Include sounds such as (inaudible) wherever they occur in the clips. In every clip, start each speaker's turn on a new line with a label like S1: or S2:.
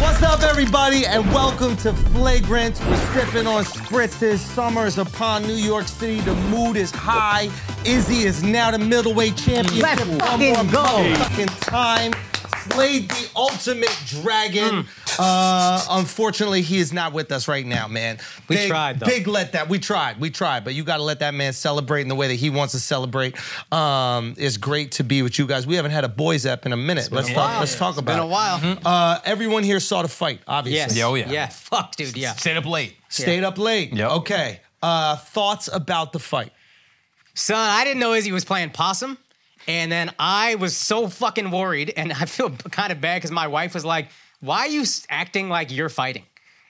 S1: What's up, everybody, and welcome to Flagrant. We're sipping on spritzes. Summer is upon New York City. The mood is high. Izzy is now the middleweight champion.
S2: Let's
S1: One
S2: fucking
S1: more
S2: go.
S1: Fucking time. Slayed the ultimate
S3: Hmm.
S1: dragon. Uh, unfortunately, he is not with us right now, man.
S3: We
S1: Big-
S3: tried, though.
S1: Big let that. We tried. We tried. But you got to let that man celebrate in the way that he wants to celebrate. Um, it's great to be with you guys. We haven't had a boys' app in a minute. Let's
S3: a
S1: talk,
S3: while.
S1: let's talk about
S2: Been a
S1: it.
S2: while.
S1: Uh, everyone here saw the fight, obviously.
S3: Yes.
S4: Yeah, oh, yeah.
S3: Yeah. Fuck, dude. Yeah.
S4: Stayed up late.
S1: Stayed up late.
S4: Yep.
S1: Okay. Uh, thoughts about the fight?
S3: Son, I didn't know Izzy was playing possum. And then I was so fucking worried. And I feel kind of bad because my wife was like, why are you s- acting like you're fighting?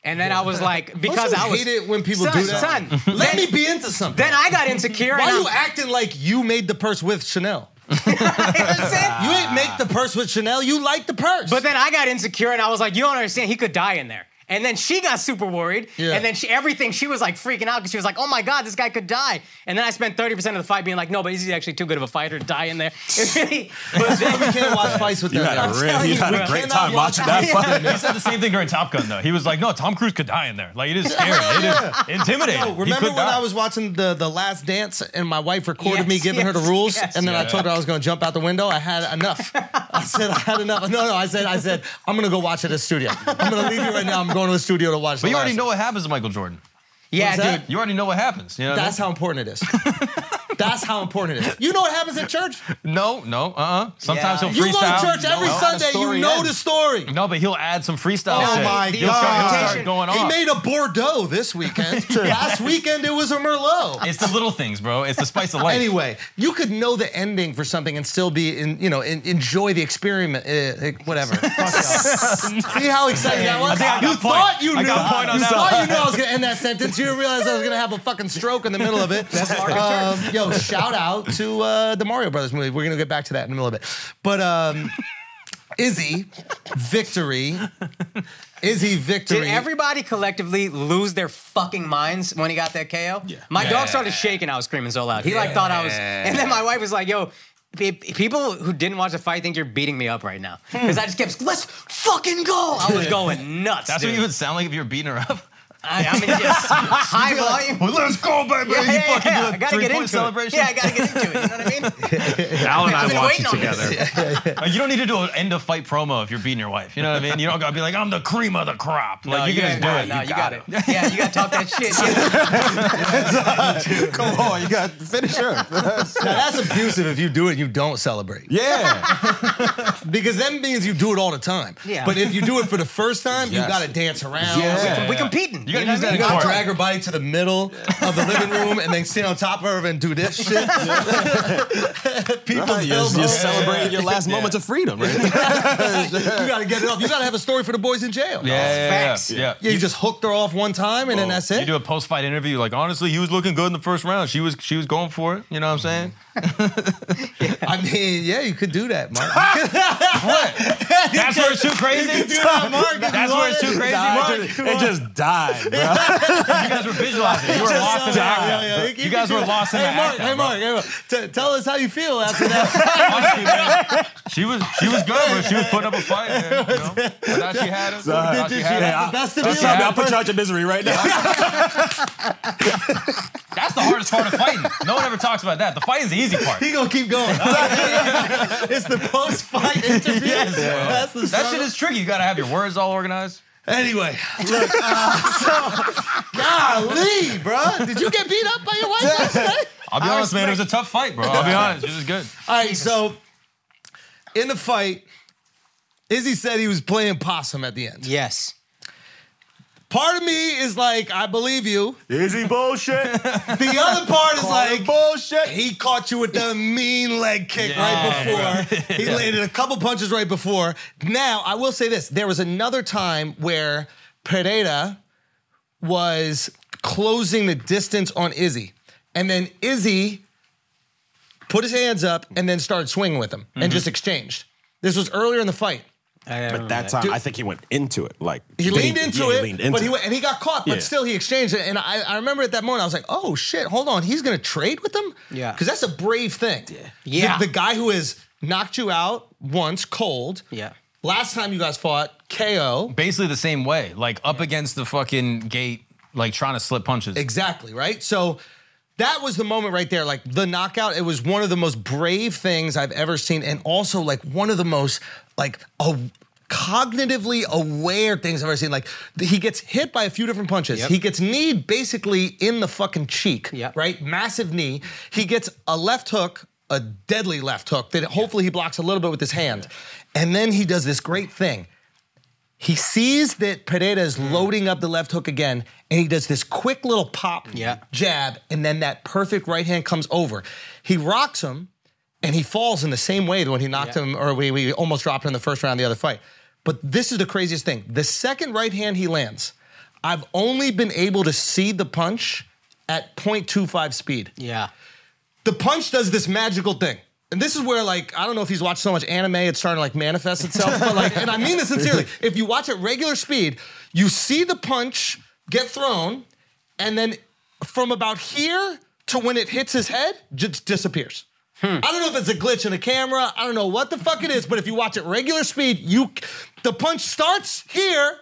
S3: And then I was like, because
S1: Don't you
S3: I was.
S1: hate it when people
S3: son,
S1: do that.
S3: Son,
S1: let
S3: then,
S1: me be into something.
S3: Then I got insecure.
S1: Why
S3: and
S1: are you
S3: I'm-
S1: acting like you made the purse with Chanel?
S3: (laughs) You know what I'm saying?
S1: You
S4: Ah.
S1: ain't make the purse with Chanel. You like the purse.
S3: But then I got insecure and I was like, you don't understand, he could die in there. And then she got super worried.
S1: Yeah.
S3: And then she everything, she was like freaking out because she was like, oh my God, this guy could die. And then I spent 30% of the fight being like, no, but is he actually too good of a fighter to die in there? (laughs) It really- but then-
S1: we can't watch fights with
S4: You
S1: that.
S4: had
S1: guy.
S4: a real, you had
S1: We
S4: a great
S1: cannot
S4: time
S1: watch
S4: watching that fight. He said the same thing during Top Gun, though. He was like, "No, Tom Cruise could die in there. Like
S1: (laughs)
S4: it is scary. It is intimidating. He
S1: Remember when
S4: could die.
S1: I was watching the the Last Dance and my wife recorded me
S3: Yes,
S1: giving her the
S3: yes,
S1: rules,
S3: yes.
S1: and then I
S4: Yeah.
S1: told her I was going to jump out the window. I had
S3: (laughs)
S1: enough. I said I had enough. No, no, I said I said I'm going to go watch it at the studio. I'm going to leave you right now. I'm going to the studio to watch.
S4: But you already know what happens to Michael Jordan.
S3: yeah,
S1: What's that?
S3: dude.
S4: You already know what happens. You know what I
S1: That's how important it is.
S4: (laughs)
S1: That's how important it is. You know what happens at church?
S4: mean? no, no, uh, uh Sometimes
S3: Yeah.
S4: he'll
S1: You
S4: freestyle.
S1: go to church
S4: No,
S1: every
S4: no.
S1: Sunday. You
S4: story
S1: know
S4: ends.
S1: the story.
S4: No, but he'll add some freestyle.
S1: Oh
S4: shit.
S1: my
S4: He'll start, he'll
S1: God.
S4: start going
S1: He
S4: off.
S1: made a Bordeaux this weekend.
S4: (laughs)
S1: Last weekend it was a Merlot.
S4: it's the little things, bro. It's the
S1: (laughs)
S4: spice of life.
S1: Anyway, you could know the ending for something and still be in, you know, in, enjoy the experiment. Uh, uh,
S4: (laughs)
S1: whatever. Fuck y'all. See how exciting that was?
S4: I think I
S1: you
S4: got point.
S1: thought you knew.
S4: I got point on
S1: you
S4: that
S1: thought
S4: one.
S1: you knew I was gonna end that sentence. You didn't realize I was gonna have a fucking stroke in the middle of
S4: (laughs)
S1: it. That's um, Yo, shout out to uh, the Mario Brothers movie. We're gonna get back to that in a little bit. But um, Izzy, victory. Izzy, victory.
S3: Did everybody collectively lose their fucking minds when he got that KO? Yeah. My dog started shaking. I was screaming so loud. He like thought I was. And then my wife was like, "Yo, pe- people who didn't watch the fight think you're beating me up right now because I just kept let's fucking go. I was going nuts.
S4: That's
S3: dude.
S4: what you would sound like if you were beating her up.
S3: I, I mean, (laughs) just high volume.
S4: Well, let's go, baby.
S3: Yeah,
S4: you
S3: yeah,
S4: fucking
S3: yeah.
S4: do
S3: I
S4: a
S3: gotta get
S4: three-point
S3: into
S4: celebration.
S3: it. Yeah, I gotta get into it. You know what I mean?
S5: Al and
S3: I've
S5: I
S3: been
S5: watched
S3: waiting
S5: it
S3: on
S1: (laughs)
S5: together.
S4: Like, you don't need to do an end of fight promo if you're beating your wife. You know what I mean? You don't gotta be like, I'm the cream of the crop. Like you can just do
S3: no,
S4: it.
S3: No, you, got, it. Yeah, you gotta talk that shit. Yeah.
S5: Come on, you got to finish her.
S1: now, that's abusive if you do it and you don't celebrate.
S5: yeah.
S1: Because that means you do it all the time.
S3: Yeah.
S1: But if you do it for the first time, you
S5: Yes.
S1: got to dance around.
S5: Yeah.
S3: We competing.
S4: You gotta
S3: know
S4: use
S3: what I
S4: that
S1: You
S3: mean?
S1: gotta
S4: Hard.
S1: drag her body to the middle of the living room and then sit on top of her and do this shit.
S4: (laughs)
S1: People
S5: Right, you're,
S1: elbow.
S5: you're celebrating your last moments of freedom, right?
S1: (laughs) You gotta get it off. You gotta have a story for the boys in jail.
S4: Yeah, yeah, yeah,
S3: Facts.
S4: yeah. yeah.
S1: Yeah, you just hooked her off one time and then that's
S4: Oh, You
S1: it.
S4: do a post-fight interview, like honestly, he was looking good in the first round. She was, she was going for it. You know what I'm
S1: (laughs)
S4: saying?
S1: I mean, yeah, you could do that, Mark.
S4: That's where it's too crazy. (laughs) That's where it's too crazy. Mark. You
S5: it, just, it just died, bro.
S4: guys were
S1: (laughs)
S4: visualizing. You were lost in the
S1: Yeah, yeah, yeah.
S4: act. You guys were lost in the
S1: Hey, Mark,
S4: act.
S1: hey, Mark, hey, Mark. T- tell us how you feel after that.
S4: Honestly, man,
S1: (laughs)
S4: She was, she was good, but she was putting up a fight. Man, you know? I thought she had us. I thought she had us.
S5: Yeah, I-
S1: That's the
S5: I'm
S1: beauty.
S5: sorry, I'll put you out your misery right now.
S4: That's the hardest part of fighting. No one ever talks about that. The fight is the easy part.
S1: He gonna keep (laughs) going. it's the (laughs) post-fight interview.
S4: Yes, bro.
S1: That's the
S4: That
S1: struggle.
S4: shit is tricky. You gotta have your words all organized.
S1: Anyway, (laughs) look, uh, so, golly, bro, did you get beat up by your wife last night?
S4: I'll be honest, man. It was a tough fight, bro. I'll be honest. This is good.
S1: (laughs) All right, so in the fight, Izzy said he was playing possum at the end.
S3: Yes.
S1: Part of me is like, I believe you. (laughs)
S5: Is he bullshit?
S1: The other part is like,
S5: bullshit.
S1: he caught you with
S4: (laughs)
S1: the mean leg kick
S4: Yeah.
S1: right before. He landed a couple punches right before. Now, I will say this there was another time where Pereira was closing the distance on Izzy. And then Izzy put his hands up and then started swinging with him
S4: Mm-hmm.
S1: and just exchanged. This was earlier in the fight.
S3: Um,
S5: But that time, I think he went into it. Like
S1: He leaned
S5: yeah,
S1: into
S5: he
S1: it,
S5: leaned into
S1: but he went, and he got caught. But
S5: Yeah.
S1: still, he exchanged it. And I, I remember at that moment, I was like, "Oh shit, hold on, he's gonna trade with him."
S3: Yeah.
S1: because that's a brave thing. Yeah,
S3: Yeah.
S1: The, the guy who has knocked you out once cold.
S3: Yeah.
S1: Last time you guys fought, KO.
S4: Basically the same way, like up against the fucking gate, like trying to slip punches.
S1: Exactly, right? So that was the moment right there. Like the knockout, it was one of the most brave things I've ever seen, and also like one of the most like a cognitively aware things I've ever seen. Like th- he gets hit by a few different punches.
S3: Yep.
S1: He gets kneed basically in the fucking cheek.
S3: Yep.
S1: Right? Massive knee. He gets a left hook, a deadly left hook that hopefully he blocks a little bit with his hand. And then he does this great thing he sees that Pereira is
S3: Mm.
S1: loading up the left hook again, and he does this quick little pop
S3: Yeah.
S1: jab, and then that perfect right hand comes over. He rocks him, and he falls in the same way that when he knocked
S3: Yeah.
S1: him, or we, we almost dropped him in the first round of the other fight. But this is the craziest thing. The second right hand he lands, I've only been able to see the punch at 0.25 speed
S3: Yeah.
S1: the punch does this magical thing. And this is where, like, I don't know if he's watched so much anime, it's starting to like manifest itself. But like, and I mean this sincerely. If you watch at regular speed, you see the punch get thrown, and then from about here to when it hits his head, just disappears. I don't know if it's a glitch in the camera. I don't know what the fuck it is. But if you watch at regular speed, you the punch starts here,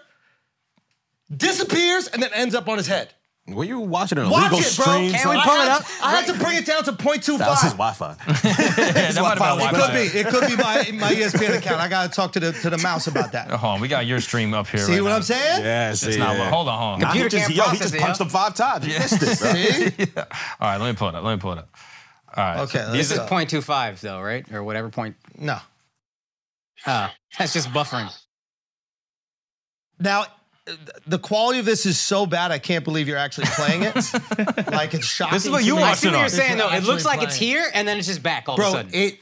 S1: disappears, and then ends up on his head.
S5: Were you watching an
S1: Watch
S5: illegal
S1: it, bro.
S5: stream?
S3: Can
S5: son?
S3: we
S1: I
S3: pull it
S1: had
S3: up?
S1: to- I had to bring it down to 0.25.
S5: That was his Wi-Fi.
S4: Yeah, (laughs) that might have been
S1: It
S4: Wi-Fi.
S1: could be. It could be my, my E ESPN account. I gotta talk to the to the mouse about that.
S4: Hold on, we got your stream up here.
S1: See
S4: Oh, right
S1: what
S4: now.
S1: I'm saying?
S5: yeah, see,
S4: It's not
S5: yeah.
S4: what- Hold on, hold on.
S5: Nah, he
S3: Computer
S5: just,
S3: can't
S5: yo, he
S3: process
S5: just
S3: it,
S5: punched
S3: yo.
S5: him five times. He missed it, bro.
S1: See?
S4: All right, let me pull it up. Let me pull it up. All right.
S1: Okay,
S4: so
S1: let's
S4: these
S3: This is
S4: are-
S1: go.
S3: 0.25 though, right? Or whatever point. (laughs)
S1: No.
S3: Uh, that's just buffering.
S1: Now th- the quality of this is so bad I can't believe you're actually playing
S4: (laughs)
S1: it. like it's shocking.
S4: This is what
S1: to
S4: you
S1: me.
S4: watch
S3: I see
S4: it
S3: what
S4: on.
S3: you're saying though. It looks
S1: Actually
S3: like it's
S1: playing.
S3: here and then it's just back all of a
S1: Bro,
S3: sudden.
S1: it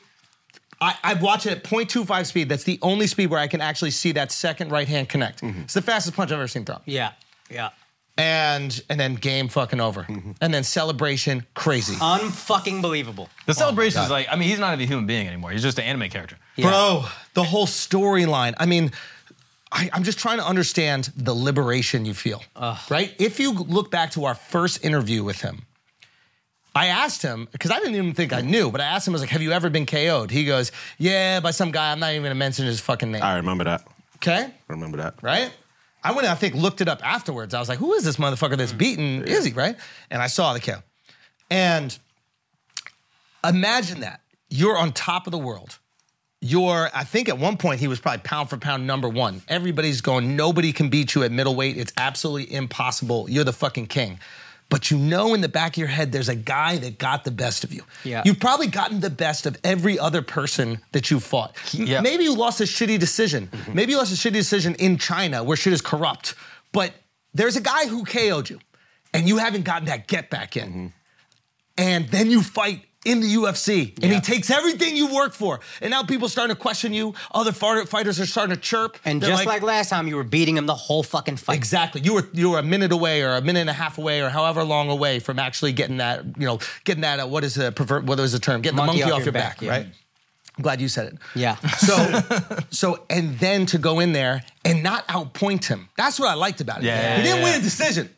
S1: I, I've watched it at 0.25 speed. That's the only speed where I can actually see that second right hand connect. It's the fastest punch I've ever seen thrown.
S3: yeah. Yeah.
S1: And and then game fucking over. And then celebration crazy.
S3: Unfucking believable.
S1: Oh
S4: the celebration is like, I mean, he's not even a human being anymore. He's just an anime character.
S3: Yeah.
S1: Bro, the whole storyline. I mean, I, I'm just trying to understand the liberation you feel, right? If you look back to our first interview with him, I asked him because I didn't even think I knew, but I asked him, I was like, "Have you ever been KO'd?" He goes, "Yeah, by some guy. I'm not even gonna mention his fucking name."
S5: I remember that.
S1: Okay,
S5: I remember that.
S1: right? I went and I think looked it up afterwards. I was like, who is this motherfucker that's beaten Izzy, right? And I saw the kill. And imagine that. You're on top of the world. You're, I think at one point he was probably pound for pound number one. Everybody's going, nobody can beat you at middleweight. It's absolutely impossible. You're the fucking king. But you know in the back of your head, there's a guy that got the best of you.
S3: Yeah.
S1: You've probably gotten the best of every other person that you fought.
S4: Yeah.
S1: Maybe maybe you lost a shitty decision.
S3: Mm-hmm.
S1: Maybe you lost a shitty decision in China where shit is corrupt. But there's a guy who KO'd you and you haven't gotten that get back in.
S3: Mm-hmm.
S1: And then you fight in the UFC and he
S3: Yeah.
S1: takes everything you work for. And now people starting to question you. Other fighter- fighters are starting to chirp.
S3: And
S1: They're
S3: just like, last time, you were beating him the whole fucking fight.
S1: Exactly. You were you were a minute away or a minute and a half away or however long away from actually getting that, you know, getting that uh, what is the pervert what is the term? Getting
S3: Monkey
S1: the monkey off, your, back,
S3: yeah.
S1: right? I'm glad you said it.
S3: Yeah.
S1: So, so, and then to go in there and not outpoint him. That's what I liked about it.
S4: Yeah,
S1: he didn't
S4: yeah,
S1: win a decision.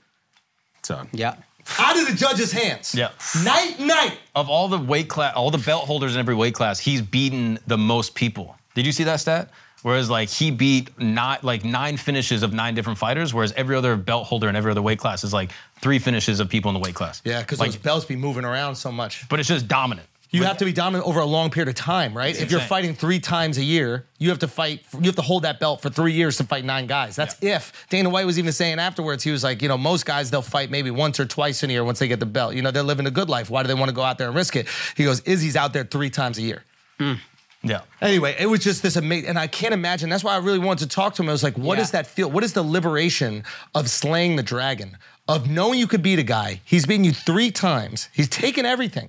S5: So,
S3: Yeah.
S1: Out of the judge's hands.
S4: Yeah.
S1: Night, night.
S4: Of all the weight class, all the belt holders in every weight class, he's beaten the most people. Did you see that stat? Whereas like he beat not like nine finishes of nine different fighters, whereas every other belt holder in every other weight class is like three finishes of people in the weight class.
S1: Yeah, because
S4: like,
S1: those belts be moving around so much.
S4: but it's just dominant.
S1: You have to be dominant over a long period of time, right? If you're
S4: insane.
S1: fighting three times a year, you have to fight. You have to hold that belt for three years to fight nine guys. That's
S4: Yeah.
S1: if Dana White was even saying afterwards, he was like, you know, most guys they'll fight maybe once or twice in a year once they get the belt. You know, they're living the good life. Why do they want to go out there and risk it? He goes, Izzy's out there three times a year.
S4: Yeah.
S1: Anyway, it was just this amazing, and I can't imagine. That's why I really wanted to talk to him. I was like, what
S3: Yeah.
S1: does that feel? What is the liberation of slaying the dragon? Of knowing you could beat a guy, he's beaten you three times, he's taken everything,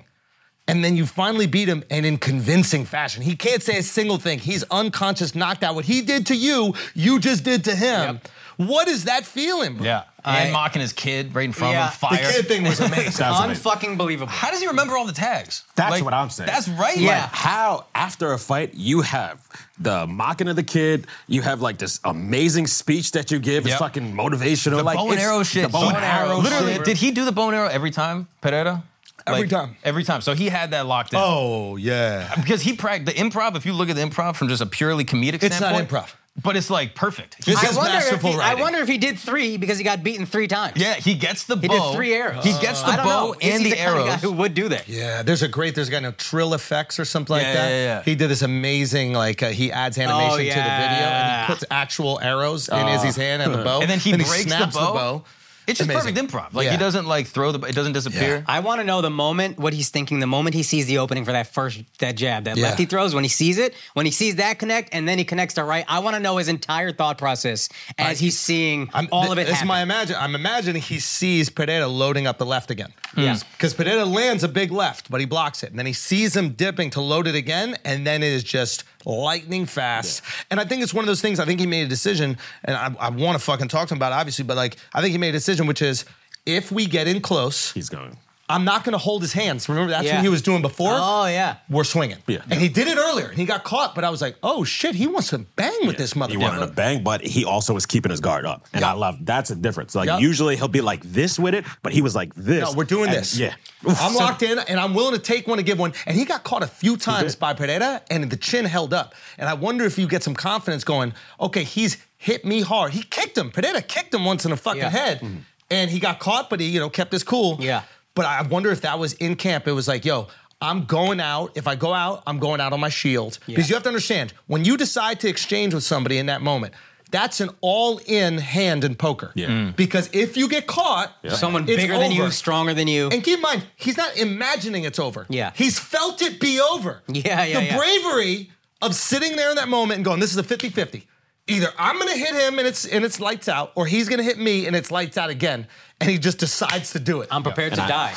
S1: and then you finally beat him, and in convincing fashion. He can't say a single thing. He's unconscious, knocked out. What he did to you, you just did to him. What is that feeling? Bro?
S4: Yeah.
S3: I-
S4: and mocking his kid right in front
S3: Yeah.
S4: of him,
S1: the
S4: fire.
S1: kid thing was amazing.
S5: that was amazing.
S3: Unfucking believable.
S4: (laughs) How does he remember all the tags?
S5: That's what I'm saying.
S4: That's right.
S3: Yeah.
S4: Like,
S5: how after a fight you have the mocking of the kid, you have like this amazing speech that you give,
S4: Yep.
S5: it's fucking motivational,
S4: the
S5: like
S4: bow and
S5: it's- (laughs)
S4: arrow shit.
S5: the bow and arrow,
S4: Literally,
S5: shit.
S4: did he do the bow and arrow every time, Pereira?
S1: Every time.
S4: Every time. So he had that locked in.
S1: Oh yeah.
S4: Because he practiced the improv. If you look at the improv from just a purely comedic
S1: It's not
S4: standpoint,
S1: improv.
S4: but it's like perfect.
S1: This
S3: I
S1: is
S3: wonder, if
S1: masterful
S3: he, I
S1: writing.
S3: wonder if he did three because he got beaten three times.
S4: yeah, he gets the
S3: He did
S4: bow.
S3: three arrows.
S4: He gets the
S3: I don't
S4: bow
S3: know.
S4: and
S3: Izzy's
S4: the,
S3: kind of guy
S4: arrows.
S3: who would do that?
S1: Yeah, there's a great. There's a guy named Trill Effects or something like
S4: Yeah,
S1: that.
S4: yeah, Oh, yeah.
S1: He did this amazing like uh, he adds animation to the video and
S3: yeah.
S1: he puts actual arrows in Izzy's hand and the bow,
S4: Oh. (laughs) and then he breaks the
S1: snaps
S4: bow. It's just
S1: Amazing.
S4: perfect improv. Like
S1: Yeah.
S4: he doesn't like throw the. It doesn't disappear.
S3: I want to know the moment what he's thinking. The moment he sees the opening for that first that jab, that
S1: Yeah.
S3: left he throws. When he sees it, when he sees that connect, and then he connects to right. I want to know his entire thought process as he's seeing
S1: I'm,
S3: all of it.
S1: It's
S3: happen.
S1: my imagine. I'm imagining he sees Pineda loading up the left again.
S3: Yeah.
S1: Because Pineda lands a big left, but he blocks it. And then he sees him dipping to load it again, and then it is just lightning fast. And I think it's one of those things. I think he made a decision, and I, I want to fucking talk to him about it, obviously, but like I think he made a decision, which is if we get in close,
S5: He's going.
S1: I'm not going to hold his hands. Remember, that's
S3: Yeah.
S1: what he was doing before.
S3: Oh yeah.
S1: We're swinging.
S5: Yeah.
S1: And he did it earlier, and he got caught. But I was like, oh shit, he wants to bang with this motherfucker.
S5: He wanted to bang, but he also was keeping his guard up, and I love that's a difference. Like
S1: Yup.
S5: usually he'll be like this with it, but he was like this.
S1: No, we're doing
S5: and-
S1: this.
S5: Yeah, (laughs)
S1: I'm locked in and I'm willing to take one and give one. And he got caught a few times by Pereira and the chin held up. And I wonder if you get some confidence going, okay, he's hit me hard. He kicked him. Pereira kicked him once in the fucking
S3: Yeah. Mm-hmm.
S1: head. And he got caught, but he, you know, kept his cool.
S3: Yeah.
S1: But I wonder if that was in camp. It was like, yo, I'm going out. If I go out, I'm going out on my shield. Because you have to understand, when you decide to exchange with somebody in that moment, that's an all-in hand in poker.
S5: Yeah. Mm.
S1: Because if you get caught,
S3: Someone
S1: it's
S3: bigger than you,
S1: over.
S3: stronger than you.
S1: And keep in mind, he's not imagining it's over.
S3: Yeah.
S1: He's felt it be over.
S3: (laughs) Yeah, yeah,
S1: The
S3: yeah.
S1: bravery of sitting there in that moment and going, this is a 50 50. Either I'm gonna hit him and it's and it's lights out, or he's gonna hit me and it's lights out again. And he just decides to do it.
S3: I'm prepared to
S5: And I-
S3: die.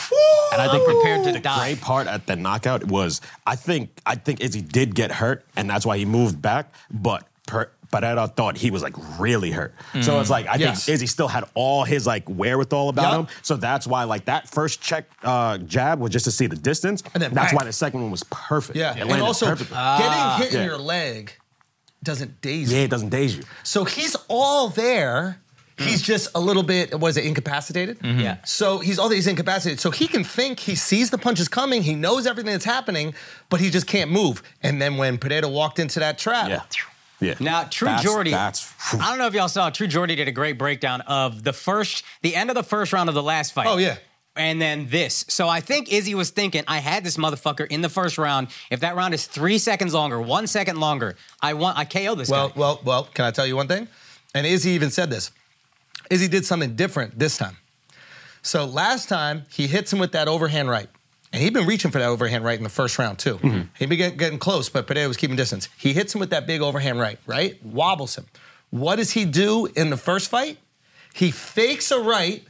S5: and I
S3: I'm
S5: think
S3: prepared to
S5: Oh. the
S3: die.
S5: great part at the knockout was I think I think Izzy did get hurt, and that's why he moved back. But per, Pereira thought he was like really hurt, so it's like I
S1: Mm. Yes.
S5: think Izzy still had all his like wherewithal about
S1: Yup.
S5: him. So that's why like that first check uh, jab was just to see the distance,
S1: And then
S5: that's
S1: bang.
S5: why the second one was perfect.
S1: Yeah.
S5: It
S1: And
S5: landed
S1: also uh,
S5: perfectly.
S1: getting hit in
S3: Ah.
S5: Yeah.
S1: your leg doesn't daze
S5: yeah,
S1: you.
S5: it doesn't daze you.
S1: So he's all there. He's just a little bit, what is it, incapacitated?
S3: Yeah.
S1: So he's all he's incapacitated. So he can think, he sees the punches coming, he knows everything that's happening, but he just can't move. And then when Pineda walked into that trap,
S5: Yeah. Yeah.
S3: Now, True
S5: That's-
S3: Jordy,
S5: That's
S3: I don't know if y'all saw. True Jordy did a great breakdown of the first, the end of the first round of the last fight.
S1: Oh, yeah.
S3: And then this. So I think Izzy was thinking, I had this motherfucker in the first round. If that round is three seconds longer, one second longer, I want I KO this
S1: well,
S3: guy.
S1: well, well, can I tell you one thing? And Izzy even said this. Izzy did something different this time. So last time he hits him with that overhand right. And he'd been reaching for that overhand right in the first round, too. He'd been get- getting close, but Pineda was keeping distance. He hits him with that big overhand right, right? Wobbles him. What does he do in the first fight? He fakes a right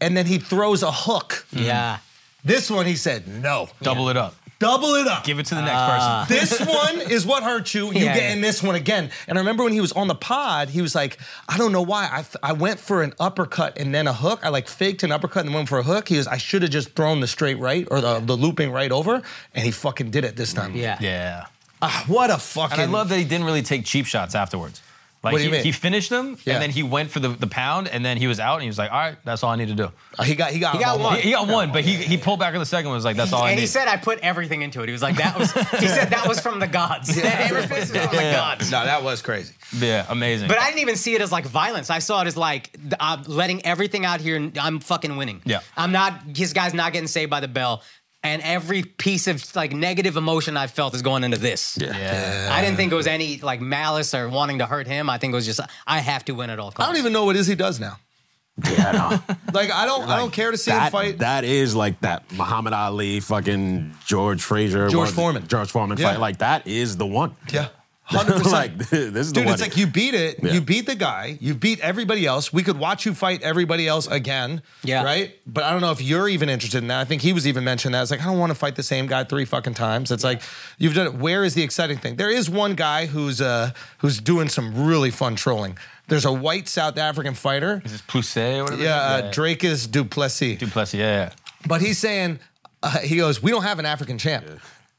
S1: and then he throws a hook.
S3: Yeah.
S1: This one he said, no.
S4: Double it up.
S1: Double it up.
S4: Give it to the next
S3: Ah.
S4: person.
S1: This one is what hurt you. You
S3: Yeah,
S1: get
S3: yeah.
S1: in this one again. And I remember when he was on the pod, he was like, I don't know why. I, I went for an uppercut and then a hook. I like faked an uppercut and then went for a hook. He was, I should have just thrown the straight right or the, the looping right over. And he fucking did it this time.
S3: Yeah.
S4: Yeah.
S1: Ah, what a fucking.
S4: And I love that he didn't really take cheap shots afterwards. Like
S1: What do you
S4: he,
S1: mean?
S4: he finished them
S1: Yeah.
S4: and then he went for the, the pound and then he was out and he was like, all right, that's all I need to do.
S1: Uh, He got, he got,
S3: He got
S1: him
S3: one.
S4: He, he got one, but he, he pulled back on the second one. Was like, that's all I
S3: and
S4: need.
S3: he said I put everything into it. He was like, that was he said that was from the gods. (laughs) That hammer fist was from the gods.
S1: No, that was crazy.
S4: yeah, amazing.
S3: But I didn't even see it as like violence. I saw it as like th- I'm letting everything out here and I'm fucking winning.
S4: Yeah.
S3: I'm not his guy's not getting saved by the bell. And every piece of like negative emotion I felt is going into this.
S4: yeah.
S3: I didn't think it was any like malice or wanting to hurt him. I think it was just I have to win at all
S1: I
S3: costs.
S1: don't even know what Izzy does now.
S5: (laughs) yeah, no.
S1: Like, I don't, I don't care to see
S5: that,
S1: him fight.
S5: That is like that Muhammad Ali, fucking George Frazier,
S1: George
S5: what is it?
S1: Foreman.
S5: George Foreman
S1: Yeah.
S5: fight. Like that is the one. (laughs)
S1: yeah. 100%.
S5: like (laughs) this is the
S1: Dude,
S5: one.
S1: it's like
S5: (laughs)
S1: you beat it.
S5: Yeah.
S1: You beat the guy. You beat everybody else. We could watch you fight everybody else again.
S3: Yeah.
S1: Right? But I don't know if you're even interested in that. I think he was even mentioned that. It's like, I don't want to fight the same guy three fucking times. It's like, you've done it. Where is the exciting thing? There is one guy who's uh who's doing some really fun trolling. There's a white South African fighter.
S4: Is this Pousset or whatever?
S1: Yeah, uh, Drake is Duplessis.
S4: Duplessis, yeah, yeah.
S1: But he's saying, uh, he goes, we don't have an African champ.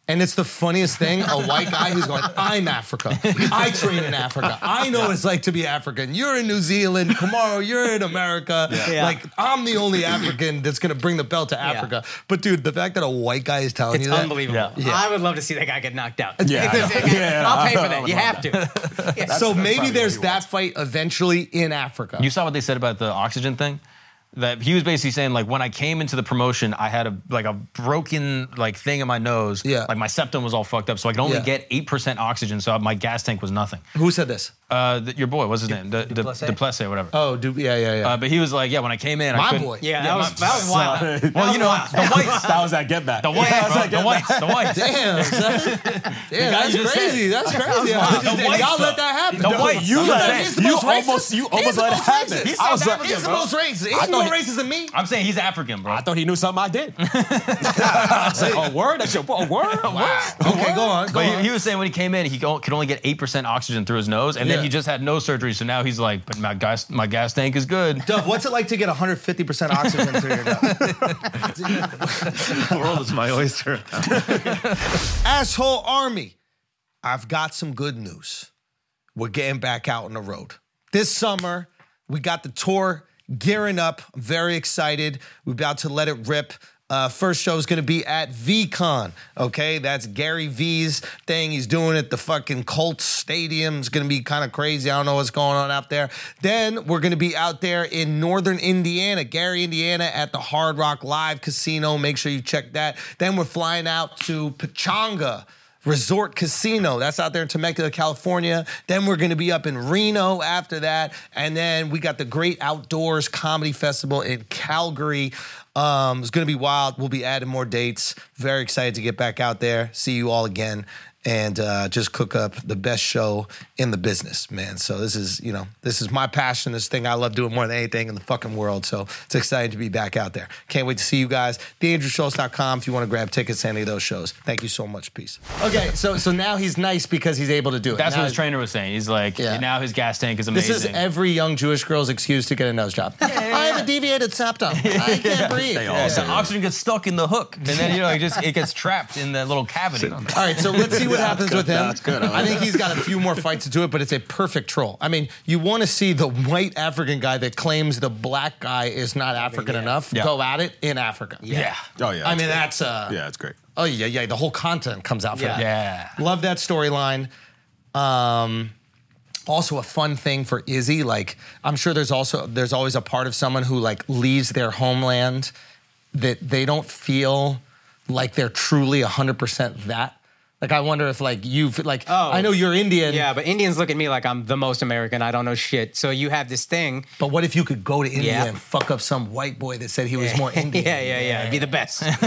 S1: And it's the funniest thing a white guy who's going, I'm Africa. I train in Africa. I know it's like to be African. You're in New Zealand. Kamaro, you're in America.
S3: Yeah.
S1: Like, I'm the only African that's going to bring the belt to Africa. But, dude, the fact that a white guy is telling
S3: It's
S1: you that.
S3: unbelievable.
S4: Yeah.
S1: Yeah.
S3: I would love to see that guy get knocked out.
S5: Yeah, I know. Yeah,
S3: (laughs) I'll pay
S5: I
S3: for
S5: would
S3: that. You
S5: love
S3: have to. Yeah.
S1: So
S5: that's
S1: maybe
S5: probably
S1: there's
S5: what he
S1: that fight eventually in Africa.
S4: You saw what they said about the oxygen thing? That he was basically saying, like, when I came into the promotion, I had a like a broken like thing in my nose.
S1: Yeah.
S4: Like my septum was all fucked up. So I could only
S1: Yeah.
S4: get eight percent oxygen. So my gas tank was nothing.
S1: Who said this?
S4: Uh th- your boy, what's his name? Du- Du-
S3: Duplessis?
S4: Duplessis or whatever.
S1: Oh, dude, yeah, yeah, yeah.
S4: Uh, but he was like, Yeah, when I came in, I
S1: My
S4: couldn't-
S1: boy.
S3: Yeah,
S4: Yeah,
S3: that was
S4: my-
S3: that was wild. That
S4: Well,
S3: was
S4: you know,
S3: wild.
S4: the
S5: (laughs)
S4: whites.
S5: That was that get back.
S4: The (laughs) whites, bro, the whites, the (laughs) whites.
S1: Damn, (laughs) son. Damn,
S4: guy
S1: that's
S4: you just
S1: crazy. (laughs) That's crazy. I just-
S4: The
S1: and
S4: whites,
S1: y'all
S4: though.
S1: let that happen.
S4: The
S1: No,
S4: whites.
S5: You
S1: I'm
S5: let
S1: not-
S5: it-
S1: he's the
S5: you
S1: most racist.
S5: almost- you
S1: He's
S5: almost
S1: the
S5: let it
S1: most
S5: happen.
S1: racist.
S5: He
S1: I
S5: said
S1: was
S5: that
S1: like,
S5: was
S1: he's
S5: it,
S1: the
S5: bro.
S1: most racist.
S5: I
S1: He's
S5: thought
S1: more
S5: he-
S1: racist than me.
S4: I'm saying he's African, bro.
S5: I thought he knew something I
S1: (laughs)
S5: did. I was like, a word? That's your a word? Oh, Wow.
S1: Okay, go on. Go
S4: But he,
S1: on.
S4: he was saying when he came in, he go- could only get eight percent oxygen through his nose, and
S1: Yeah.
S4: then he just had nose surgery. So now he's like, "But my gas, my gas tank is good."
S1: Dove, what's it like to get 150% oxygen through your (laughs) nose?
S2: The world is my oyster.
S1: (laughs) Asshole Army, I've got some good news. We're getting back out on the road. This summer, we got the tour gearing up. I'm very excited. We're about to let it rip. Uh, first show is going to be at VCon. Okay, that's Gary V's thing. He's doing it. The fucking Colts Stadium is going to be kind of crazy. I don't know what's going on out there. Then we're going to be out there in Northern Indiana, Gary, Indiana, at the Hard Rock Live Casino. Make sure you check that. Then we're flying out to Pachanga. Resort Casino. That's out there in Temecula, California. Then we're going to be up in Reno after that. And then we got the Great Outdoors Comedy Festival in Calgary. Um, it's going to be wild. We'll be adding more dates. Very excited to get back out there, see you all again, and uh, just cook up the best show in the business, man. So this is, you know, this is my passion, this thing I love doing more than anything in the fucking world. So it's exciting to be back out there. Can't wait to see you guys. TheAndrewSchultz.com if you want to grab tickets to any of those shows. Thank you so much. Peace. Okay, so so now he's nice because he's able to do it.
S4: That's
S1: Now
S4: what his trainer was saying. He's like,
S1: Yeah.
S4: "Now his gas tank is
S1: This
S4: amazing."
S1: is every young Jewish girl's excuse to get a nose job. I have a deviated septum. I can't breathe.
S5: They all
S1: Yeah.
S5: say
S4: the oxygen gets stuck in the hook, and then you know it just it gets trapped in that little cavity.
S1: All right, so let's see what happens with him.
S5: (laughs) That's good. I like
S1: I think he's got a few more fights to do it, but it's a perfect troll. I mean, you want to see the white African guy that claims the black guy is not African
S3: Yeah.
S1: enough
S4: Yeah.
S1: go at it in Africa.
S4: Yeah,
S5: Oh, yeah.
S1: I mean, that's uh,
S5: yeah, it's great.
S1: oh yeah, yeah. The whole content comes out for
S3: Yeah.
S1: that.
S4: yeah.
S1: Love that storyline. Um, also a fun thing for Izzy. Like I'm sure there's also there's always a part of someone who like leaves their homeland that they don't feel like they're truly 100% that. Like I wonder if like you've like
S3: Oh.
S1: I know you're Indian.
S3: Yeah, but Indians look at me like I'm the most American. I don't know shit. So you have this thing.
S1: But what if you could go to India
S3: Yeah.
S1: and fuck up some white boy that said he was more
S3: (laughs) yeah,
S1: Indian?
S3: yeah, yeah, It'd Be the best. (laughs)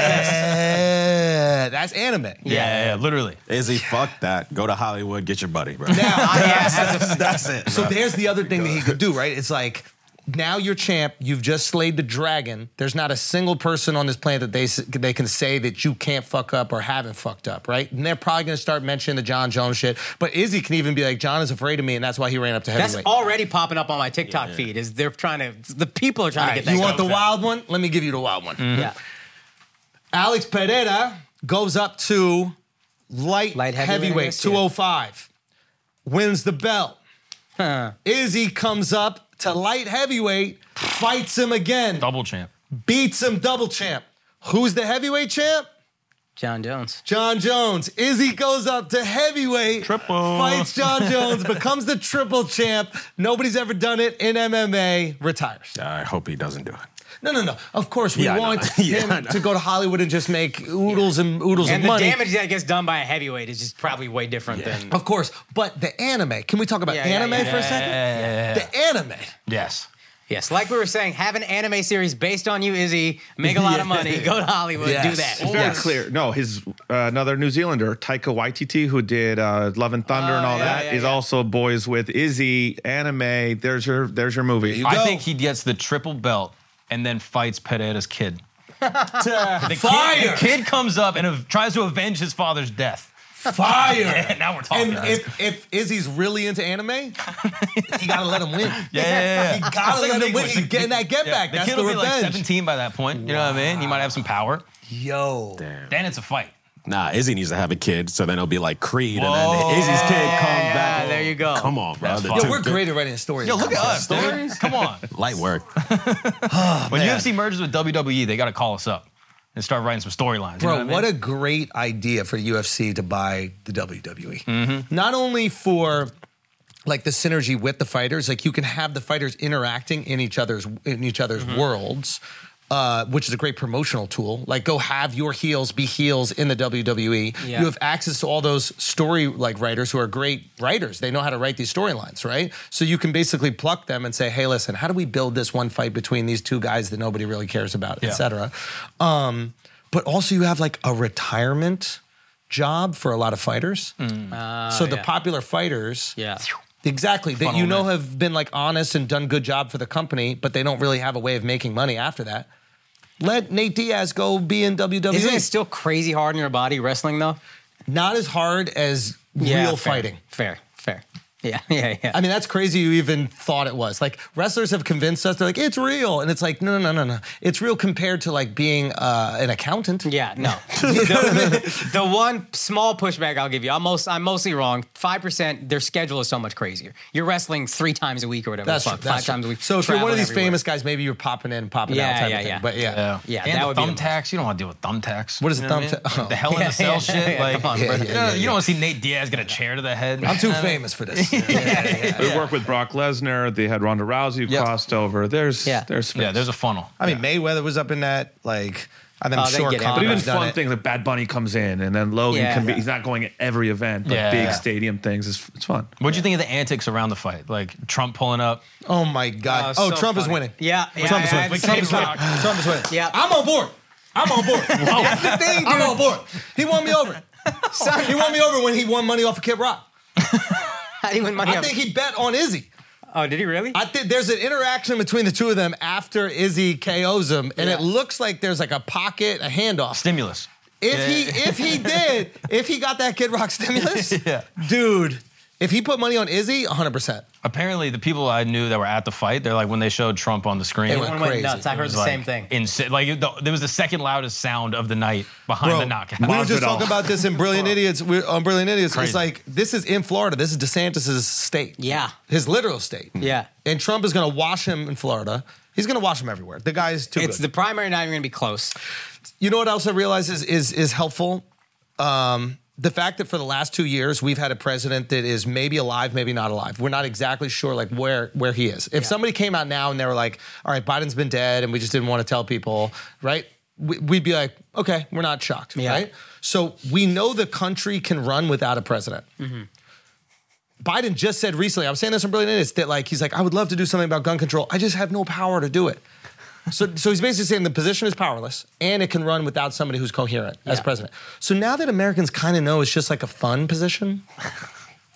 S1: Yeah, (laughs) That's anime.
S4: (laughs) Yeah, yeah, yeah, literally.
S5: Izzy, fuck that. Go to Hollywood, get your buddy, bro.
S1: Now,
S5: That's it.
S1: So there's the other thing that he could do, right? It's like now you're champ. You've just slayed the dragon. There's not a single person on this planet that they s- they can say that you can't fuck up or haven't fucked up, right? And they're probably gonna start mentioning the John Jones shit. But Izzy can even be like, John is afraid of me, and that's why he ran up to
S3: That's
S1: heavyweight.
S3: already popping up on my TikTok feed. Is they're trying to the people are trying
S1: All right,
S3: to get that.
S1: you want the
S3: going.
S1: wild one? Let me give you the wild one.
S3: Yeah.
S1: Alex Pereira goes up to light,
S3: Light heavyweight,
S1: heavyweight,
S3: I guess, yeah.
S1: 205, wins the belt. Izzy comes up to light heavyweight, fights him again.
S4: Double champ.
S1: beats him double champ. Who's the heavyweight champ?
S3: John Jones.
S1: John Jones. Izzy goes up to heavyweight,
S4: Triple.
S1: fights John Jones, becomes the triple champ. Nobody's ever done it in MMA, retires.
S5: I hope he doesn't do it.
S1: No, no, no. Of course, we
S5: Yeah, I know.
S1: want
S5: (laughs) Yeah, I
S1: him
S5: know.
S1: to go to Hollywood and just make oodles and oodles
S3: And
S1: of
S3: the
S1: money.
S3: damage that gets done by a heavyweight is just probably way different than.
S1: of course, but the anime. Can we talk about
S3: Yeah, yeah,
S1: anime
S3: yeah.
S1: for a second? The anime.
S4: Yes.
S3: Yes, like we were saying, have an anime series based on you, Izzy. Make a
S1: (laughs)
S3: lot of money. Go to Hollywood. Do
S1: Yes.
S3: that.
S2: It's very clear. No, his uh, another New Zealander, Taika Waititi, who did uh, Love and Thunder
S3: Oh,
S2: and all
S3: yeah,
S2: that, is
S3: yeah, yeah.
S2: also boys with Izzy anime. There's your there's your movie.
S4: I
S1: Go.
S4: think he gets the triple belt and then fights Pereira's kid. The
S1: Fire!
S4: Kid, the kid comes up and av- tries to avenge his father's death.
S1: Fire.
S4: (laughs) now we're talking.
S1: and if, if Izzy's really into anime, you gotta let him win.
S4: (laughs) yeah, yeah, yeah, yeah.
S1: You gotta let him win.
S4: English.
S1: He's getting that get
S4: Yeah,
S1: back.
S4: The
S1: That's
S4: kid
S1: the
S4: will be like
S1: revenge.
S4: 17 by that point. You know what I mean? He might have some power.
S1: Yo.
S4: Then it's a fight.
S5: nah, Izzy needs to have a kid, so then it'll be like Creed, and then Izzy's kid comes
S3: Yeah,
S5: back.
S3: there you go.
S5: Come on, bro.
S4: That's
S5: The
S4: fine.
S5: two-
S1: Yo, we're great at writing stories.
S4: Yo, look at us, dude. Come on. (laughs)
S5: Light work.
S4: When UFC merges with WWE, they got to call us up and start writing some storylines.
S1: Bro,
S4: you know
S1: what
S4: I
S1: a great idea for UFC to buy the WWE.
S4: Mm-hmm.
S1: Not only for like the synergy with the fighters, like you can have the fighters interacting in each other's in each other's
S4: Mm-hmm.
S1: worlds. Uh, which is a great promotional tool. Like, go have your heels be heels in the WWE.
S3: Yeah.
S1: You have access to all those story like writers who are great writers. They know how to write these storylines, right? So you can basically pluck them and say, "Hey, listen, how do we build this one fight between these two guys that nobody really cares about,
S4: Yeah.
S1: et cetera?" Um, but also, you have like a retirement job for a lot of fighters. so the
S3: Ah, yeah.
S1: popular fighters,
S3: Yeah.
S1: Exactly. That you know have been like honest and done good job for the company, but they don't really have a way of making money after that. Let Nate Diaz go be in E. WWE.
S3: Isn't it still crazy hard on your body wrestling though?
S1: Not as hard as real fighting.
S3: Fair, fair. Yeah, (laughs) yeah, yeah.
S1: I mean, that's crazy you even thought it was. Like, wrestlers have convinced us, they're like, it's real. And it's like, no, no, no, no, no. It's real compared to like being uh, an accountant.
S3: yeah, no.
S1: (laughs)
S3: the, the one small pushback I'll give you, I'm, most, I'm mostly wrong. Five percent. Their schedule is so much crazier. You're wrestling three times a week or whatever. the
S1: That's,
S3: fuck,
S1: true, that's
S3: five
S1: true.
S3: times a week.
S1: So if you're one of
S3: traveling
S1: these
S3: everywhere.
S1: famous guys, maybe you're popping in, popping
S3: Yeah,
S1: out type
S3: yeah,
S1: of thing.
S3: yeah.
S1: But yeah.
S4: mean?
S3: Yeah,
S4: and
S3: that
S4: the
S3: would be the
S4: thumbtacks. You don't want to deal with thumbtacks.
S1: What is
S4: You
S1: a
S4: know I mean?
S1: thumbtack? Oh. (laughs)
S4: The (laughs) hell in the cell shit.
S3: yeah,
S4: like,
S3: come on,
S4: you
S3: bro.
S4: know, you don't want to see Nate Diaz get a chair to the head.
S1: Oh, I'm too famous for
S3: (laughs)
S1: this.
S2: They work with Brock Lesnar. They had Ronda Rousey who
S1: Yeah.
S2: crossed over. There's
S3: Yeah.
S2: there's
S4: (laughs)
S2: space.
S4: Yeah, there's a funnel.
S1: I mean, Mayweather was up in that. Like, and I'm
S3: Oh, they
S1: sure
S3: get
S2: but
S1: Connor's
S2: even
S3: everybody.
S1: done
S2: fun
S1: it.
S2: things like Bad Bunny comes in, and then Logan
S3: Yeah.
S2: can be. He's not going at every event, but
S4: Yeah.
S2: big
S4: Yeah.
S2: stadium things. It's, it's fun.
S4: What'd you think of the antics around the fight? Like Trump pulling up.
S1: Oh my God!
S3: Oh,
S1: Oh,
S3: so
S1: Trump is
S3: funny.
S1: winning.
S3: Yeah, yeah,
S1: Trump is
S3: yeah,
S1: winning.
S3: it's
S1: Trump is
S3: Trump.
S1: winning. Trump is winning.
S3: Yeah.
S1: I'm on board. I'm on (laughs) board. That's the thing, I'm on board. He won me (laughs) over. he won me over when he won money off of Kid Rock.
S3: How do you win money?
S1: I
S3: up-
S1: think he bet on Izzy.
S3: oh, did he really?
S1: I think there's an interaction between the two of them after Izzy KOs him, and it
S3: Yeah.
S1: looks like there's like a pocket, a handoff.
S4: Stimulus.
S1: If he if he did, if he got that Kid (laughs) Rock stimulus, dude, if he put money on Izzy, 100. percent
S4: Apparently, the people I knew that were at the fight, they're like when they showed Trump on the screen.
S1: They
S4: it
S1: went
S3: Everyone
S1: crazy.
S3: went nuts. I heard
S4: was
S3: the
S4: like
S3: same thing.
S4: Insane. Like it, the, there was the second loudest sound of the night behind the knockout.
S1: We were just
S2: Masvidal.
S1: talking about this in Brilliant Idiots. we on Brilliant Idiots,
S4: Crazy.
S1: it's like this is in Florida. This is DeSantis's state.
S3: Yeah.
S1: his literal state.
S3: Yeah.
S1: and Trump is going to wash him in Florida. He's going to wash him everywhere. The guy is too
S3: It's the
S1: good.
S3: primary. Not even gonna
S1: (laughs)
S3: be close.
S1: you know what else I realize is is is helpful. Um, the fact that for the last two years we've had a president that is maybe alive, maybe not alive. We're not exactly sure like where where he is. If somebody came out now and they were like, "All right, Biden's been dead," and we just didn't want to tell people, right? We- We'd be like, "Okay, we're not shocked,"
S3: Yeah.
S1: right? So we know the country can run without a president. Biden just said recently, I was saying this on Brilliant Idiots, that like he's like, I would love to do something about gun control. I just have no power to do
S4: (laughs)
S1: it. So, so he's basically saying the position is powerless and it can run without somebody who's coherent as
S3: Yeah.
S1: president. So now that Americans kind of know it's just like a fun
S4: (laughs)
S1: position,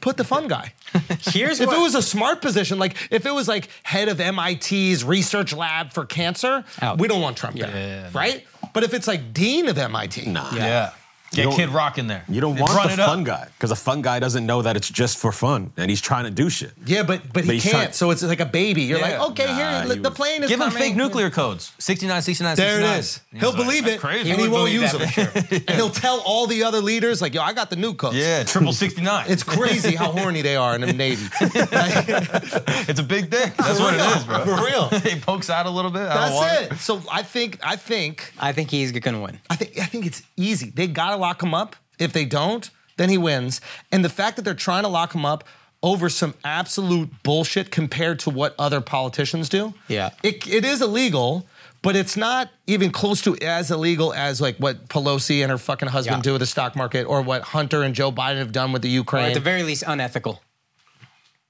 S1: put the fun guy.
S3: Here's
S1: If
S3: what
S1: it was a smart position, like if it was like head of MIT's research lab for cancer,
S3: Out.
S1: we don't want Trump there,
S4: yeah, yeah, no.
S1: right? But if it's like dean of MIT,
S4: yeah. Get
S5: don't-
S4: Kid Rock in there.
S5: You don't
S4: Run
S5: want
S4: it
S5: the
S4: up.
S5: fun guy because the fun guy doesn't know that it's just for fun and he's trying to do shit.
S1: yeah, but but
S5: But
S1: he
S5: he's
S1: can't.
S5: trying-
S1: so it's like a baby. You're
S4: Yeah.
S1: like, okay,
S5: Nah,
S1: here
S5: he
S1: the
S5: was-
S1: plane is
S4: Give him
S1: coming.
S4: fake nuclear codes. 69, 69,
S1: There
S4: 69.
S1: it is.
S4: He's
S1: He'll
S4: like,
S1: believe
S4: "That's
S1: it,
S4: crazy."
S1: and he won't
S3: believe
S1: use
S3: that
S1: them. (laughs) and he'll tell all the other leaders, like, "Yo, I got the new coach."
S4: Yeah, triple 69.
S1: It's crazy how horny they are in the
S4: (laughs)
S1: Navy. Like,
S4: It's a big dick. That's what
S1: (laughs)
S4: it
S1: real.
S4: is, bro. (laughs)
S1: For real.
S4: it pokes out a little bit. I don't want
S1: that's it. So I think, I think,
S3: I think he's gonna win.
S1: I think, I think it's easy. They gotta lock him up. If they don't, then he wins. And the fact that they're trying to lock him up over some absolute bullshit compared to what other politicians do.
S3: Yeah.
S1: it, it is illegal. But it's not even close to as illegal as like what Pelosi and her fucking husband
S3: Yeah.
S1: do with the stock market, or what Hunter and Joe Biden have done with the
S3: Or
S1: Ukraine.
S3: at the very least, unethical.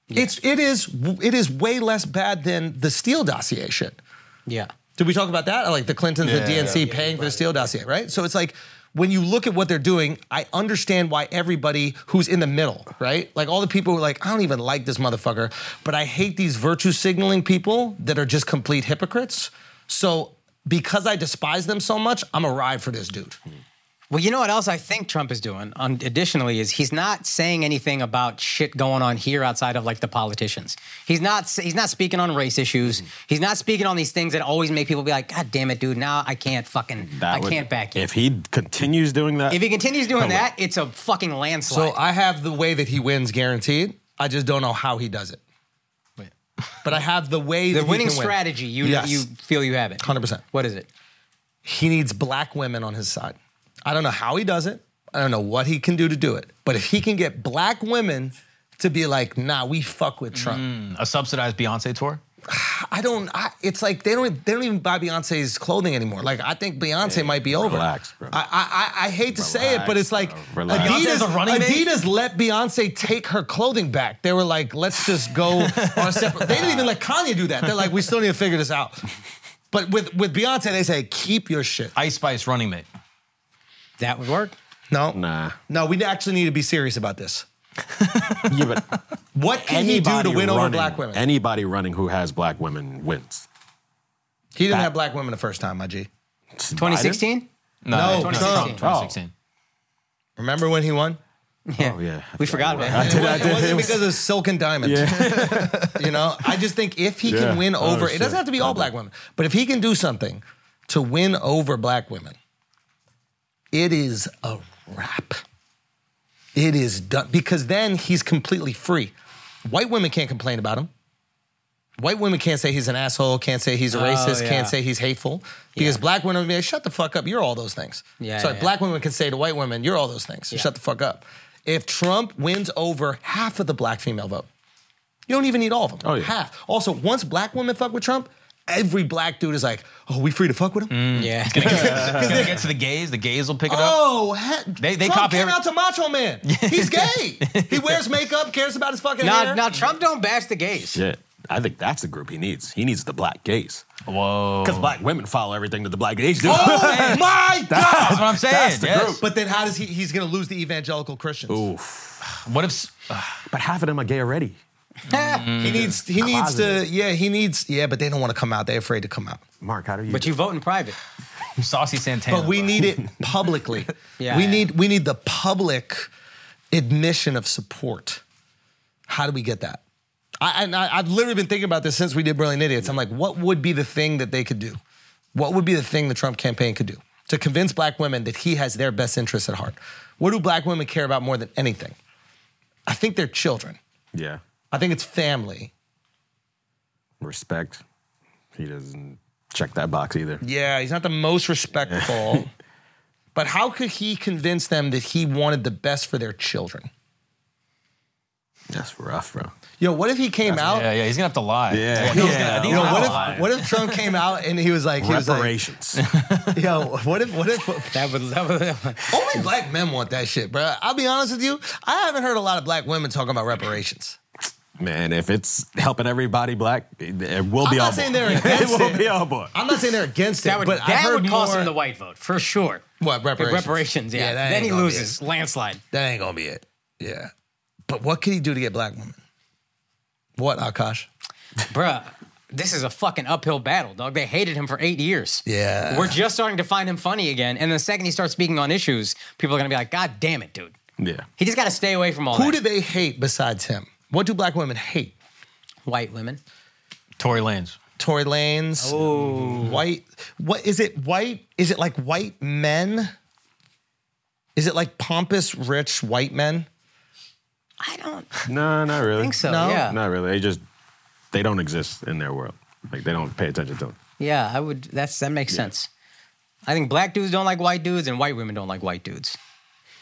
S1: It's it is it is way less bad than the Steele dossier shit.
S3: Yeah.
S1: Did we talk about that? Like the Clintons,
S4: Yeah,
S1: the DNC paying for the Steele dossier, right? So it's like when you look at what they're doing, I understand why everybody who's in the middle, right? Like all the people who are like, I don't even like this motherfucker, but I hate these virtue signaling people that are just complete hypocrites. So because I despise them so much, I'm a ride for this dude.
S3: Well, you know what else I think Trump is doing? Um, additionally, is he's not saying anything about shit going on here outside of like the politicians. He's not s- he's not speaking on race issues. He's not speaking on these things that always make people be like, God damn it, dude! Now I can't fucking I
S5: would-
S3: can't back you.
S5: If he continues doing that,
S3: If he continues doing
S5: No, wait.
S3: that, it's a fucking landslide.
S1: Oh, So I have the way that he wins guaranteed. I just don't know how he does it. But I have the way
S3: the
S1: that
S3: winning
S1: he can win.
S3: strategy, you
S1: Yes.
S3: you feel you have it.
S1: 100%.
S3: What is it?
S1: He needs black women on his side. I don't know how he does it. I don't know what he can do to do it. But if he can get black women to be like, nah, we fuck with Trump.
S5: Mm.
S4: A subsidized Beyonce tour?
S1: I don't. I, it's like they don't. They don't even buy Beyonce's clothing anymore. Like I think Beyonce might be over.
S5: relax, bro.
S1: I I, I- I hate to say it, but it's like
S5: bro, relax.
S4: Beyonce
S1: Adidas.
S4: has a running mate?
S1: Adidas let Beyonce take her clothing back. They were like, let's just
S5: (laughs)
S1: go on a separate. They didn't even let Kanye do that. They're like, we still need to figure this out. But with with Beyonce, they say keep your shit.
S4: Ice Spice running mate.
S3: That would work.
S1: No,
S5: Nah.
S1: no. We actually need to be serious about this.
S5: yeah, (laughs) but
S1: What can he do
S5: anybody
S1: to win over
S5: running-
S1: black women?
S5: Anybody running who has black women wins.
S1: he didn't
S5: that-
S1: have black women the first time, my G.
S3: 2016.
S1: No,
S4: Trump.
S1: Trump.
S4: Trump, 2016.
S1: Remember when he
S5: (laughs)
S1: won?
S5: Oh yeah,
S3: We forgot about
S5: I
S3: it.
S5: did, I
S1: It
S5: did.
S1: wasn't
S5: It was-
S1: because of silk and diamonds. (laughs) you know, I just think if he
S5: Yeah.
S1: can win
S5: Oh,
S1: over, it
S5: shit.
S1: doesn't have to be all black women, but if he can do something to win over black women, it is a wrap. It is done because then he's completely free. White women can't complain about him. White women can't say he's an asshole, can't say he's a racist,
S3: yeah.
S1: can't say he's hateful. Because black women would be like, shut the fuck up, you're all those things.
S3: Yeah,
S1: so
S3: yeah, yeah.
S1: black women can say to white women, you're all those things. Shut the fuck up. If Trump wins over half of the black female vote, you don't even need all of them.
S5: Oh, yeah.
S1: Half. Also, once black women fuck with Trump, every black dude is like, oh, we free to fuck with him?
S3: (laughs) Yeah.
S4: It's gonna get to the gays. The gays will pick it up.
S1: Oh, he-
S4: They- they
S1: Trump
S4: copy
S1: came
S4: every-
S1: out to Macho Man. He's gay. he wears makeup, cares about his fucking
S3: Now,
S1: hair.
S3: now Trump don't bash the gays.
S5: Shit. I think that's the group he needs. He needs the black gays.
S4: Whoa.
S5: Because black women follow everything that the black gays do. (laughs)
S1: oh my God!
S4: That's what I'm saying.
S5: That's the
S4: yes.
S5: group.
S1: But then how does he, he's going to lose the evangelical Christians.
S4: What if
S5: But half of them are gay already.
S1: He needs he needs to
S5: Closeted.
S1: yeah he needs yeah but they don't want to come out they're afraid to come out
S5: Mark, how do you?
S3: But you vote in private.
S4: Saucy Santana?
S1: but we need it publicly
S3: Yeah,
S1: we
S3: yeah.
S1: need we need the public admission of support how do we get that I, and I I've literally been thinking about this since we did Brilliant Idiots I'm like what would be the thing that they could do what would be the thing the Trump campaign could do to convince black women that he has their best interests at heart what do black women care about more than anything I think they're children
S5: yeah.
S1: I think it's family
S5: Respect. He doesn't check that box either.
S1: Yeah, he's not the most
S3: (laughs)
S1: respectful. but how could he convince them that he wanted the best for their children?
S5: That's rough, bro.
S1: Yo, what if he came out?
S4: Yeah, yeah. He's gonna have to lie.
S5: Yeah.
S4: He's
S5: Yeah.
S4: gonna- he's
S1: Yo,
S4: gonna have to
S1: what
S4: lie.
S1: if what if Trump came out and he was like he was like
S5: Reparations.
S1: (laughs) yo what if what
S3: (laughs)
S1: if
S3: That would, that would, that would-
S1: only black men want that shit, bro? I'll be honest with you, I haven't heard a lot of black women talking about reparations.
S5: Man, if it's helping everybody black, it, it will be
S1: I'm
S5: all
S1: not saying
S3: (laughs)
S5: board.
S1: they're against
S5: It will
S1: it.
S5: be all board.
S1: I'm not saying they're against it,
S3: that would,
S1: but I've
S3: that
S1: heard
S3: would cost
S1: more,
S3: him the white vote for sure.
S1: what
S3: Like
S1: reparations?
S3: reparations, yeah.
S1: that
S3: then
S1: ain't
S3: he
S1: gonna be
S3: loses landslide.
S1: it. That ain't gonna be it. Yeah, but what could he do to get black women? What Akash?
S3: Bruh, this is a fucking uphill battle, dog. They hated him for eight years.
S1: Yeah.
S3: We're just starting to find him funny again. And the second he starts speaking on issues, people are gonna be like, God damn it, dude.
S5: Yeah.
S3: He just gotta stay away from all
S1: Who
S3: that.
S1: do they hate besides him? What do black women hate?
S3: white women.
S4: Tory Lanez.
S1: Tory Lanez. White. What is it? White? Is it like white men? Is it like pompous, rich white men?
S3: I don't
S5: No, not
S3: (laughs)
S5: really.
S3: think so.
S1: No?
S3: Yeah.
S5: Not really. They just they don't exist in their world. Like they don't pay attention to them.
S3: Yeah, I would that's that makes sense. I think black dudes don't like white dudes and white women don't like white dudes.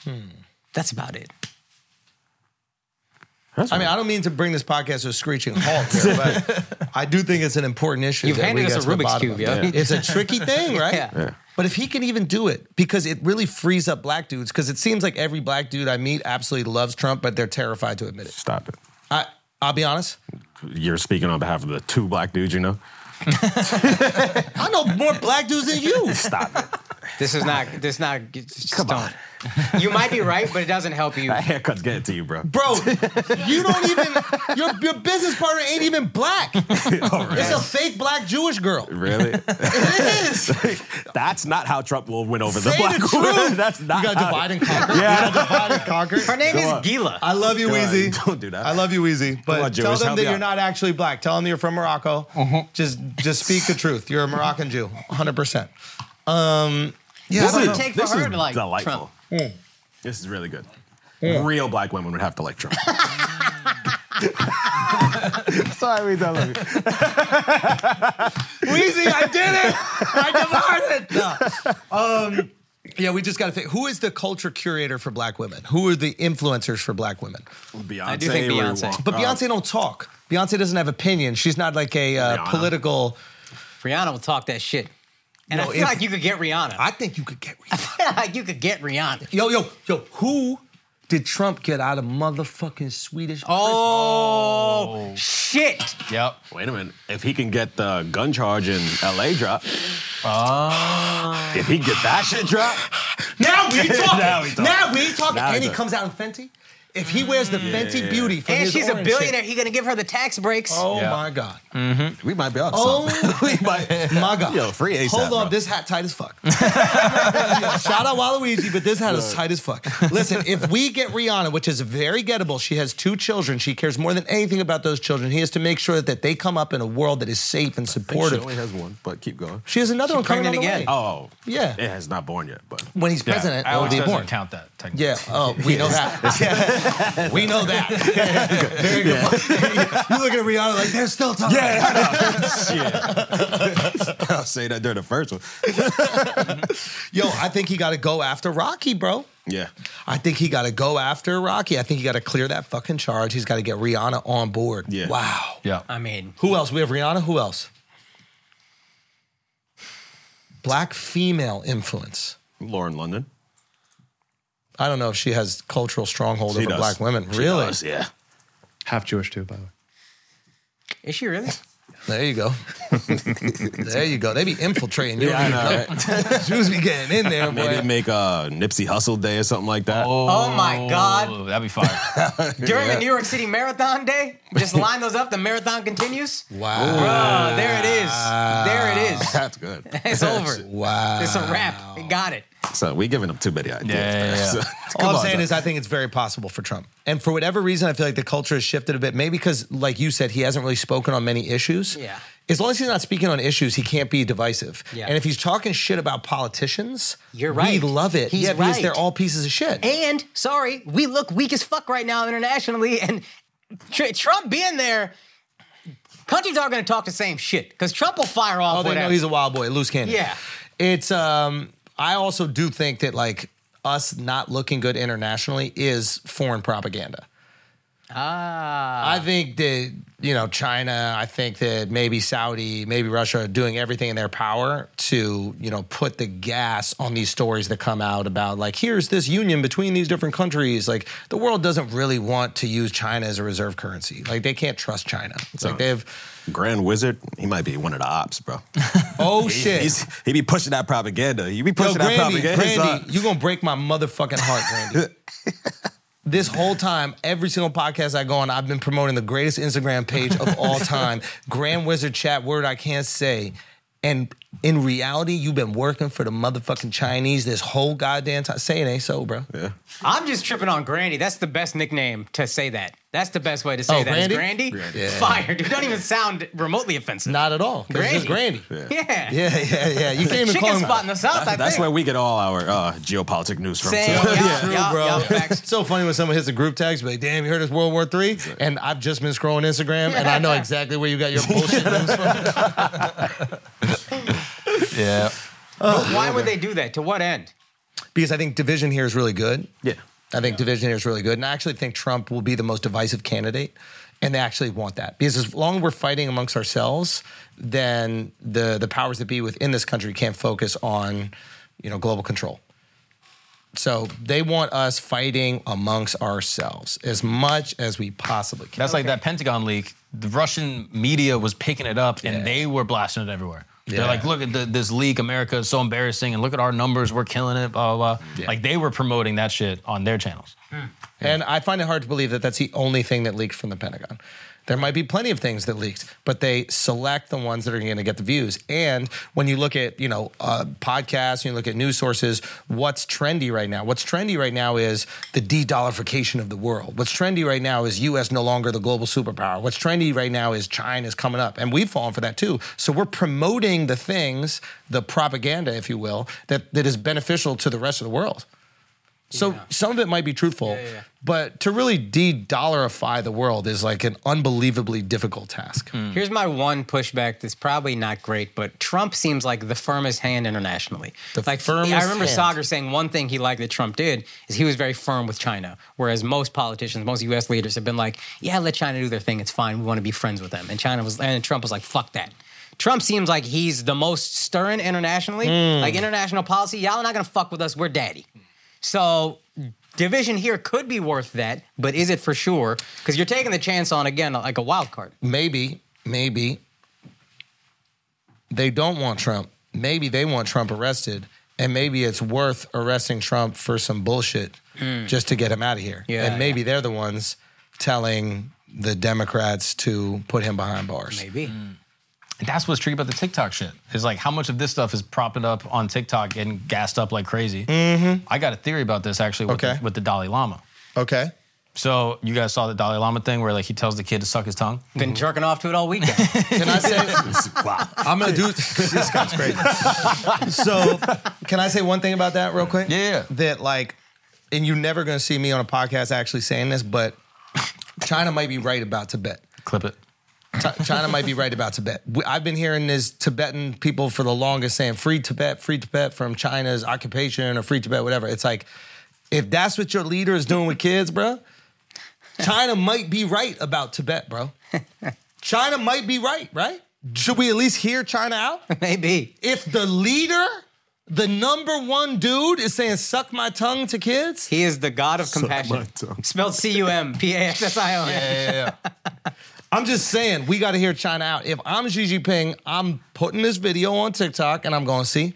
S1: Hmm.
S3: That's about it.
S5: That's
S1: I mean, I don't mean to bring this podcast to a screeching halt
S3: (laughs)
S1: here, but I do think it's an important issue.
S3: You've
S1: that
S3: handed
S1: we
S3: us
S1: get
S3: a
S1: to the
S3: Rubik's
S1: bottom
S3: Cube,
S1: of.
S3: yo.
S1: It's a
S3: (laughs)
S1: tricky thing, right?
S3: Yeah. Yeah.
S1: But if he can even do it, because it really frees up black dudes, because it seems like every black dude I meet absolutely loves Trump, but they're terrified to admit it.
S5: stop it.
S1: I, I'll be honest.
S5: You're speaking on behalf of the two black dudes you know.
S1: I know more black dudes than you.
S5: Stop it.
S3: This is not. This is not. Come on. You might be right, but it doesn't
S1: (laughs)
S3: help you.
S5: (laughs) That haircut's getting to you, bro.
S1: Bro, you don't even your your business partner ain't even black. It's a fake black Jewish girl. (laughs)
S5: Really? (laughs)
S1: It is.
S5: That's not how Trump will win over the
S1: Say
S5: black
S1: the
S5: (laughs) woman.
S1: truth.
S5: That's not.
S1: You gotta
S5: how-
S1: divide and conquer.
S5: Yeah.
S1: You gotta divide and conquer.
S3: Her name is Gila.
S1: I love you,
S5: God,
S1: Weezy.
S5: (laughs) don't do that.
S1: I love you, Weezy. But
S5: on,
S1: tell
S5: Jewish,
S1: them
S5: help
S1: that
S5: me
S1: you're
S5: out. Uh-huh.
S1: not actually black. Tell them that you're from Morocco. Just just speak the truth. You're a Moroccan Jew, 100. percent Um, yeah, I
S5: This
S1: don't
S5: is,
S1: know.
S3: take for
S5: this
S3: her
S5: is
S3: to like
S5: delightful. This is really good. Real black women would have to like Trump. Sorry, we don't love you.
S1: Weezy, I did it. I divided.
S5: (laughs)
S1: No. Um, yeah, we just got to figure who is the culture curator for black women? Who are the influencers for black women?
S5: Beyonce,
S3: do think
S5: we
S3: Beyonce.
S5: want-
S1: But
S5: uh,
S1: Beyonce don't talk. Beyonce doesn't have opinions. She's not like a uh,
S5: Rihanna.
S1: political.
S3: Rihanna will talk that shit, and
S1: No,
S3: I feel
S1: if-
S3: like you could get Rihanna.
S1: I think you could get.
S3: (laughs) like you could get Rihanna.
S1: Yo, yo, yo. Who did Trump get out of motherfucking Swedish?
S3: Oh, shit!
S4: Yep.
S5: Wait a minute. If he can get the gun charge in LA drop, if he can get that shit drop,
S1: Now we talking.
S5: Now
S1: now
S5: we
S1: we
S5: talking.
S1: talking.
S5: Now
S1: and
S5: we
S1: he
S5: talking.
S1: comes out in Fenty. If he wears the Fenty Beauty, from
S3: And
S1: his
S3: she's a
S1: orange shit-
S3: billionaire. He gonna give her the tax breaks.
S1: Oh
S4: Yeah.
S1: my god.
S5: we might be on
S1: Oh
S5: something. we might.
S1: My god.
S5: Yo, free ASAP,
S1: Hold on,
S5: bro.
S1: this hat tight as fuck. Yeah, shout out Waluigi, but this hat is tight as fuck. Listen, if we get Rihanna, which is very gettable, she has two children. She cares more than anything about those children. He has to make sure that they come up in a world that is safe and
S5: She
S1: supportive.
S5: only has one, but keep going.
S1: She has another one coming on
S3: pregnant
S1: the way.
S3: again.
S5: Oh,
S1: Yeah.
S5: It has not born yet, but
S1: When he's president,
S4: yeah.
S1: it'll
S4: Alex
S1: be
S4: doesn't
S1: born.
S4: count that. Technically.
S1: Yeah. Oh, we know that. Yeah. (laughs) We know that. Very good. (laughs) you look at Rihanna like they're still talking.
S5: I'll say that during the first one.
S1: Yo, I think he got to go after Rocky, bro.
S5: Yeah.
S1: I think he got to go after Rocky. I think he got to clear that fucking charge. He's got to get Rihanna on board.
S5: Yeah.
S1: Wow.
S4: Yeah.
S3: I mean,
S1: Who else? We have Rihanna. Who else? Black female influence.
S5: Lauren London.
S1: I don't know if she has cultural stronghold
S5: She
S1: over
S5: does.
S1: black women.
S5: She
S1: really?
S5: does, yeah.
S2: Half Jewish too, by the way.
S3: is she really?
S1: There you go. (laughs) there you go. They be infiltrating. You
S5: Yeah, I
S1: yeah,
S5: know, right?
S1: Jews be getting in there, boy.
S5: Maybe make a Nipsey Hustle Day or something like that.
S3: Oh, my god!
S4: Oh, that'd be fire.
S3: During the New York City Marathon Day, just line those up. The marathon continues.
S1: Wow.
S3: Bruh, there it is. There it is.
S1: (laughs)
S5: That's good.
S3: It's over.
S1: Wow.
S3: It's a wrap. It Got it.
S5: So we giving them too many ideas.
S4: Yeah, yeah,
S5: man.
S4: yeah.
S5: So,
S1: All
S5: come
S1: I'm
S5: on,
S1: saying
S5: son.
S1: is, I think it's very possible for Trump. And for whatever reason, I feel like the culture has shifted a bit. Maybe because, like you said, he hasn't really spoken on many issues.
S3: Yeah.
S1: As long as he's not speaking on issues, he can't be divisive.
S3: Yeah.
S1: And if he's talking shit about politicians,
S3: You're right.
S1: We love it.
S3: He's
S1: yeah, because
S3: right.
S1: they're all pieces of shit.
S3: And sorry, we look weak as fuck right now internationally. And tr- Trump being there, countries are going to talk the same shit because Trump will fire off
S1: Oh, they know
S3: whatever.
S1: he's a wild boy, loose cannon.
S3: Yeah.
S1: It's um I also do think that like us not looking good internationally is foreign propaganda. Ah. I think that you know China, I think that maybe Saudi, maybe Russia are doing everything in their power to, you know, put the gas on these stories that come out about like here's this union between these different countries. Like the world doesn't really want to use China as a reserve currency. Like they can't trust China. It's like they've
S5: Grand Wizard, he might be one of the ops, bro.
S1: oh shit.
S5: He's, he be pushing that propaganda. He be pushing that
S1: Grandy,
S5: propaganda. It's
S1: Grandy,
S5: like-
S1: you gonna break my motherfucking heart, Grandy. this whole time, every single podcast I go on, I've been promoting the greatest Instagram page of all time, Grand Wizard Chat. Word I can't say. And in reality, you've been working for the motherfucking Chinese this whole goddamn time. Say it ain't so, bro.
S3: I'm just tripping on Grandy. That's the best nickname to say that. That's the best way to say
S1: Oh,
S3: that. is
S1: Grandy?
S3: Grandy? Fire, dude. Don't even sound remotely offensive.
S1: Not at all. 'cause It's just Grandy.
S3: Yeah.
S1: Yeah, yeah, yeah. You can't even call
S3: Chicken
S1: him.
S3: spot in the south, I
S5: That's
S3: think.
S5: where we get all our uh, geopolitic news from.
S3: Same.
S1: (laughs)
S4: (laughs)
S5: too.
S3: Yeah, yeah,
S1: bro.
S3: yeah,
S1: (laughs)
S3: facts.
S1: It's so funny when someone hits a group text, be like, damn, you heard it's World War Three, and I've just been scrolling Instagram, and I
S3: (laughs)
S1: know exactly where you got your bullshit news from.
S4: yeah.
S1: Oh,
S3: But why would they do that? To what end?
S1: because I think division here is really good.
S5: Yeah.
S1: I think division here is really good. And I actually think Trump will be the most divisive candidate. And they actually want that. Because as long as we're fighting amongst ourselves, then the, the powers that be within this country can't focus on, you know, global control. So they want us fighting amongst ourselves as much as we possibly can.
S4: That's like that Pentagon leak. The Russian media was picking it up and they were blasting it everywhere.
S1: Yeah.
S4: They're like, look at the, this league. America is so embarrassing, and look at our numbers. We're killing it. Blah blah. blah.
S1: Yeah.
S4: Like they were promoting that shit on their channels.
S1: And I find it hard to believe that that's the only thing that leaked from the Pentagon. There might be plenty of things that leaked, but they select the ones that are going to get the views. And when you look at you know uh, podcasts, you look at news sources. What's trendy right now? What's trendy right now is the de-dollarification of the world. What's trendy right now is U.S. no longer the global superpower. What's trendy right now is China's coming up, and we've fallen for that too. So we're promoting the things, the propaganda, if you will, that that is beneficial to the rest of the world. So some of it might be truthful, but to really de-dollarify the world is like an unbelievably difficult task.
S3: Here's my one pushback that's probably not great, but Trump seems like the firmest hand internationally.
S1: The
S3: like
S1: firmest
S3: I remember
S1: hand.
S3: Sagar saying one thing he liked that Trump did is he was very firm with China, whereas most politicians, most U.S. leaders have been like, "Yeah, let China do their thing. It's fine. We want to be friends with them." And China was, and Trump was like, "Fuck that." Trump seems like he's the most stern internationally,
S1: Hmm.
S3: like international policy. Y'all are not gonna fuck with us. We're daddy. So division here could be worth that, but is it for sure? Because you're taking the chance on again, like a wild card.
S1: Maybe, maybe they don't want Trump. Maybe they want Trump arrested, and maybe it's worth arresting Trump for some bullshit just to get him out of here.
S3: Hmm. Yeah,
S1: and maybe they're the ones telling the Democrats to put him behind bars.
S3: Maybe.
S4: that's what's tricky about the TikTok shit. Is like how much of this stuff is propping up on TikTok and gassed up like crazy. I got a theory about this actually with,
S1: Mm-hmm. Okay.
S4: the, with the Dalai Lama.
S1: Okay.
S4: So you guys saw the Dalai Lama thing where like he tells the kid to suck his tongue.
S3: Been jerking off to it all weekend.
S1: Can I say
S5: wow.
S1: (laughs) I'm gonna do this guy's crazy. (laughs) so can I say one thing about that real quick?
S4: Yeah, yeah.
S1: That like, and you're never gonna see me on a podcast actually saying this, but China might be right about Tibet.
S4: Clip it.
S1: Ti- China might be right about Tibet. We- I've been hearing this Tibetan people for the longest saying free Tibet, free Tibet from China's occupation or free Tibet, whatever. It's like, if that's what your leader is doing with kids, bro, China might be right about Tibet, bro. China might be right, right? Should we at least hear China out?
S3: (laughs) Maybe.
S1: if the leader, the number one dude, is saying "suck my tongue" to kids,
S3: He is the god of compassion. Spelled C U M P A S S I O N.
S1: I'm just saying we got to hear China out. If I'm Xi Jinping, I'm putting this video on TikTok and I'm going to see,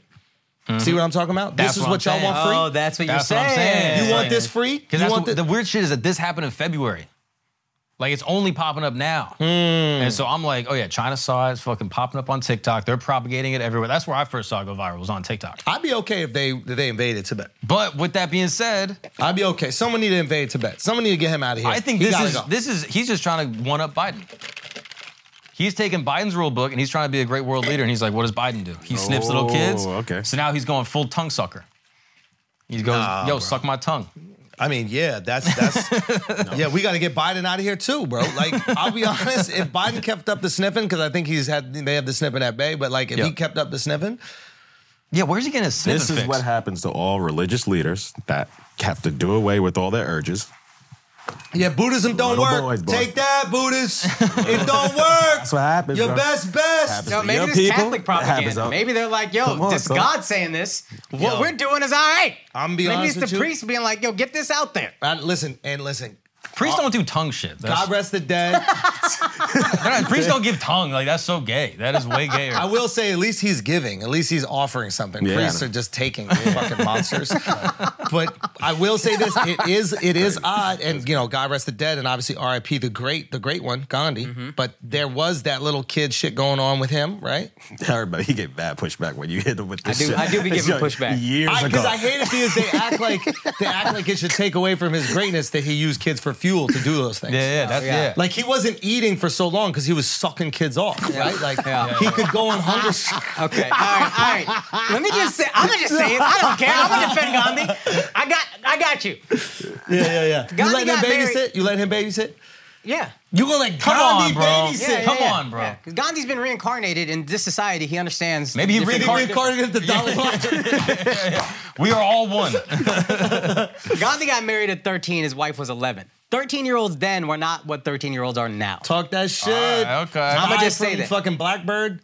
S1: see what I'm talking about.
S4: That's
S1: this is
S4: what
S1: what, y'all
S4: I'm saying. Oh,
S1: want free.
S3: Oh, that's what
S4: That's
S3: you're
S4: what
S3: saying.
S4: I'm saying.
S1: you
S4: yeah.
S1: want this free? You
S4: Because that's
S1: want
S4: the,
S1: thi-
S4: the weird shit is that this happened in February. Like it's only popping up now. And so I'm like, oh yeah, China saw it. It's fucking popping up on TikTok. They're propagating it everywhere. That's where I first saw it go viral was on TikTok.
S1: I'd be okay if they if they invaded Tibet.
S4: But with that being said,
S1: I'd be okay. Someone need to invade Tibet. Someone need to get him out of here.
S4: I think
S1: He
S4: this
S1: gotta
S4: is
S1: go.
S4: this is he's just trying to one up Biden. He's taking Biden's rule book and he's trying to be a great world leader. And he's like, what does Biden do? He snips little
S5: Oh,
S4: kids.
S5: okay.
S4: So now he's going full tongue sucker. He goes, yo, suck my tongue.
S1: I mean, yeah, that's that's
S4: (laughs)
S1: yeah. We got to get Biden out of here too, bro. Like, I'll be (laughs) honest, if Biden kept up the sniffing, because I think he's had they have the sniffing at bay, but like if he
S4: Yep.
S1: kept up the sniffing,
S4: Yeah, where's he gonna snip
S5: This
S4: and
S5: is
S4: fix?
S5: what happens to all religious leaders that have to do away with all their urges.
S1: yeah, Buddhism don't
S5: Little
S1: work.
S5: boys, boy.
S1: Take that, Buddhists.
S3: (laughs)
S1: it don't work.
S5: That's what happens.
S1: Your
S5: bro. (laughs)
S1: best best.
S5: Happens.
S3: Yo, maybe
S5: Young
S3: this
S5: people,
S3: Catholic
S5: it happens,
S3: propaganda.
S5: huh?
S3: Maybe they're like, yo,
S5: Come on,
S3: this
S5: son.
S3: God saying this. What
S1: Yo.
S3: we're doing is all right.
S1: I'm gonna be
S3: maybe
S1: honest
S3: it's
S1: with
S3: the
S1: you.
S3: priest being like, yo, get this out there.
S1: And listen, and listen.
S4: priests don't do tongue shit. That's-
S1: God rest the
S3: (laughs)
S1: dead.
S4: They're not- priests
S1: (laughs)
S4: don't give tongue. Like that's so gay. That is way gayer.
S1: I will say, at least he's giving. At least he's offering something.
S5: Yeah.
S1: Priests are just taking fucking monsters. but I will say this: it is it is odd, and you know, God rest the dead, and obviously R.I.P. the great, the great one, Gandhi.
S3: Mm-hmm.
S1: But there was that little kid shit going on with him, right?
S5: Everybody, he get bad pushback when you hit him with this
S3: do-
S5: shit.
S3: I do be giving
S5: (laughs) Yo,
S3: pushback.
S5: Years ago.
S1: Because I, hate it because they act like they act like it should take away from his greatness that he used kids for fuel to do those things.
S4: yeah, yeah, that's
S3: yeah.
S4: yeah.
S1: Like he wasn't eating for so long because he was sucking kids off, right? Like
S3: Yeah.
S1: he could go on
S4: (laughs)
S1: hunger.
S3: Okay. All right. All right. (laughs) Let me just say, I'm gonna just say it. I don't care. I'm gonna defend Gandhi. I got, I got you.
S1: Yeah, yeah, yeah. You
S3: Gandhi
S1: let him
S3: got
S1: babysit?
S3: married-
S1: You let him babysit?
S3: Yeah.
S1: You gonna like
S4: Come
S1: Gandhi
S4: on, bro.
S1: babysit?
S4: Yeah, Come (laughs) on, bro.
S3: 'Cause Gandhi's been reincarnated in this society. He understands.
S4: Maybe he
S1: Really
S3: different-
S4: Reincarnated.
S1: reincarnated the Dalai Lama?
S4: we are
S1: (laughs)
S4: all one.
S3: Gandhi got married at 13. His wife was 11. 13 year olds then were not what 13 year olds are now.
S1: Talk that shit.
S4: All right, okay.
S1: I'ma
S3: Guy from
S1: Fucking
S4: (laughs)
S1: Blackbird.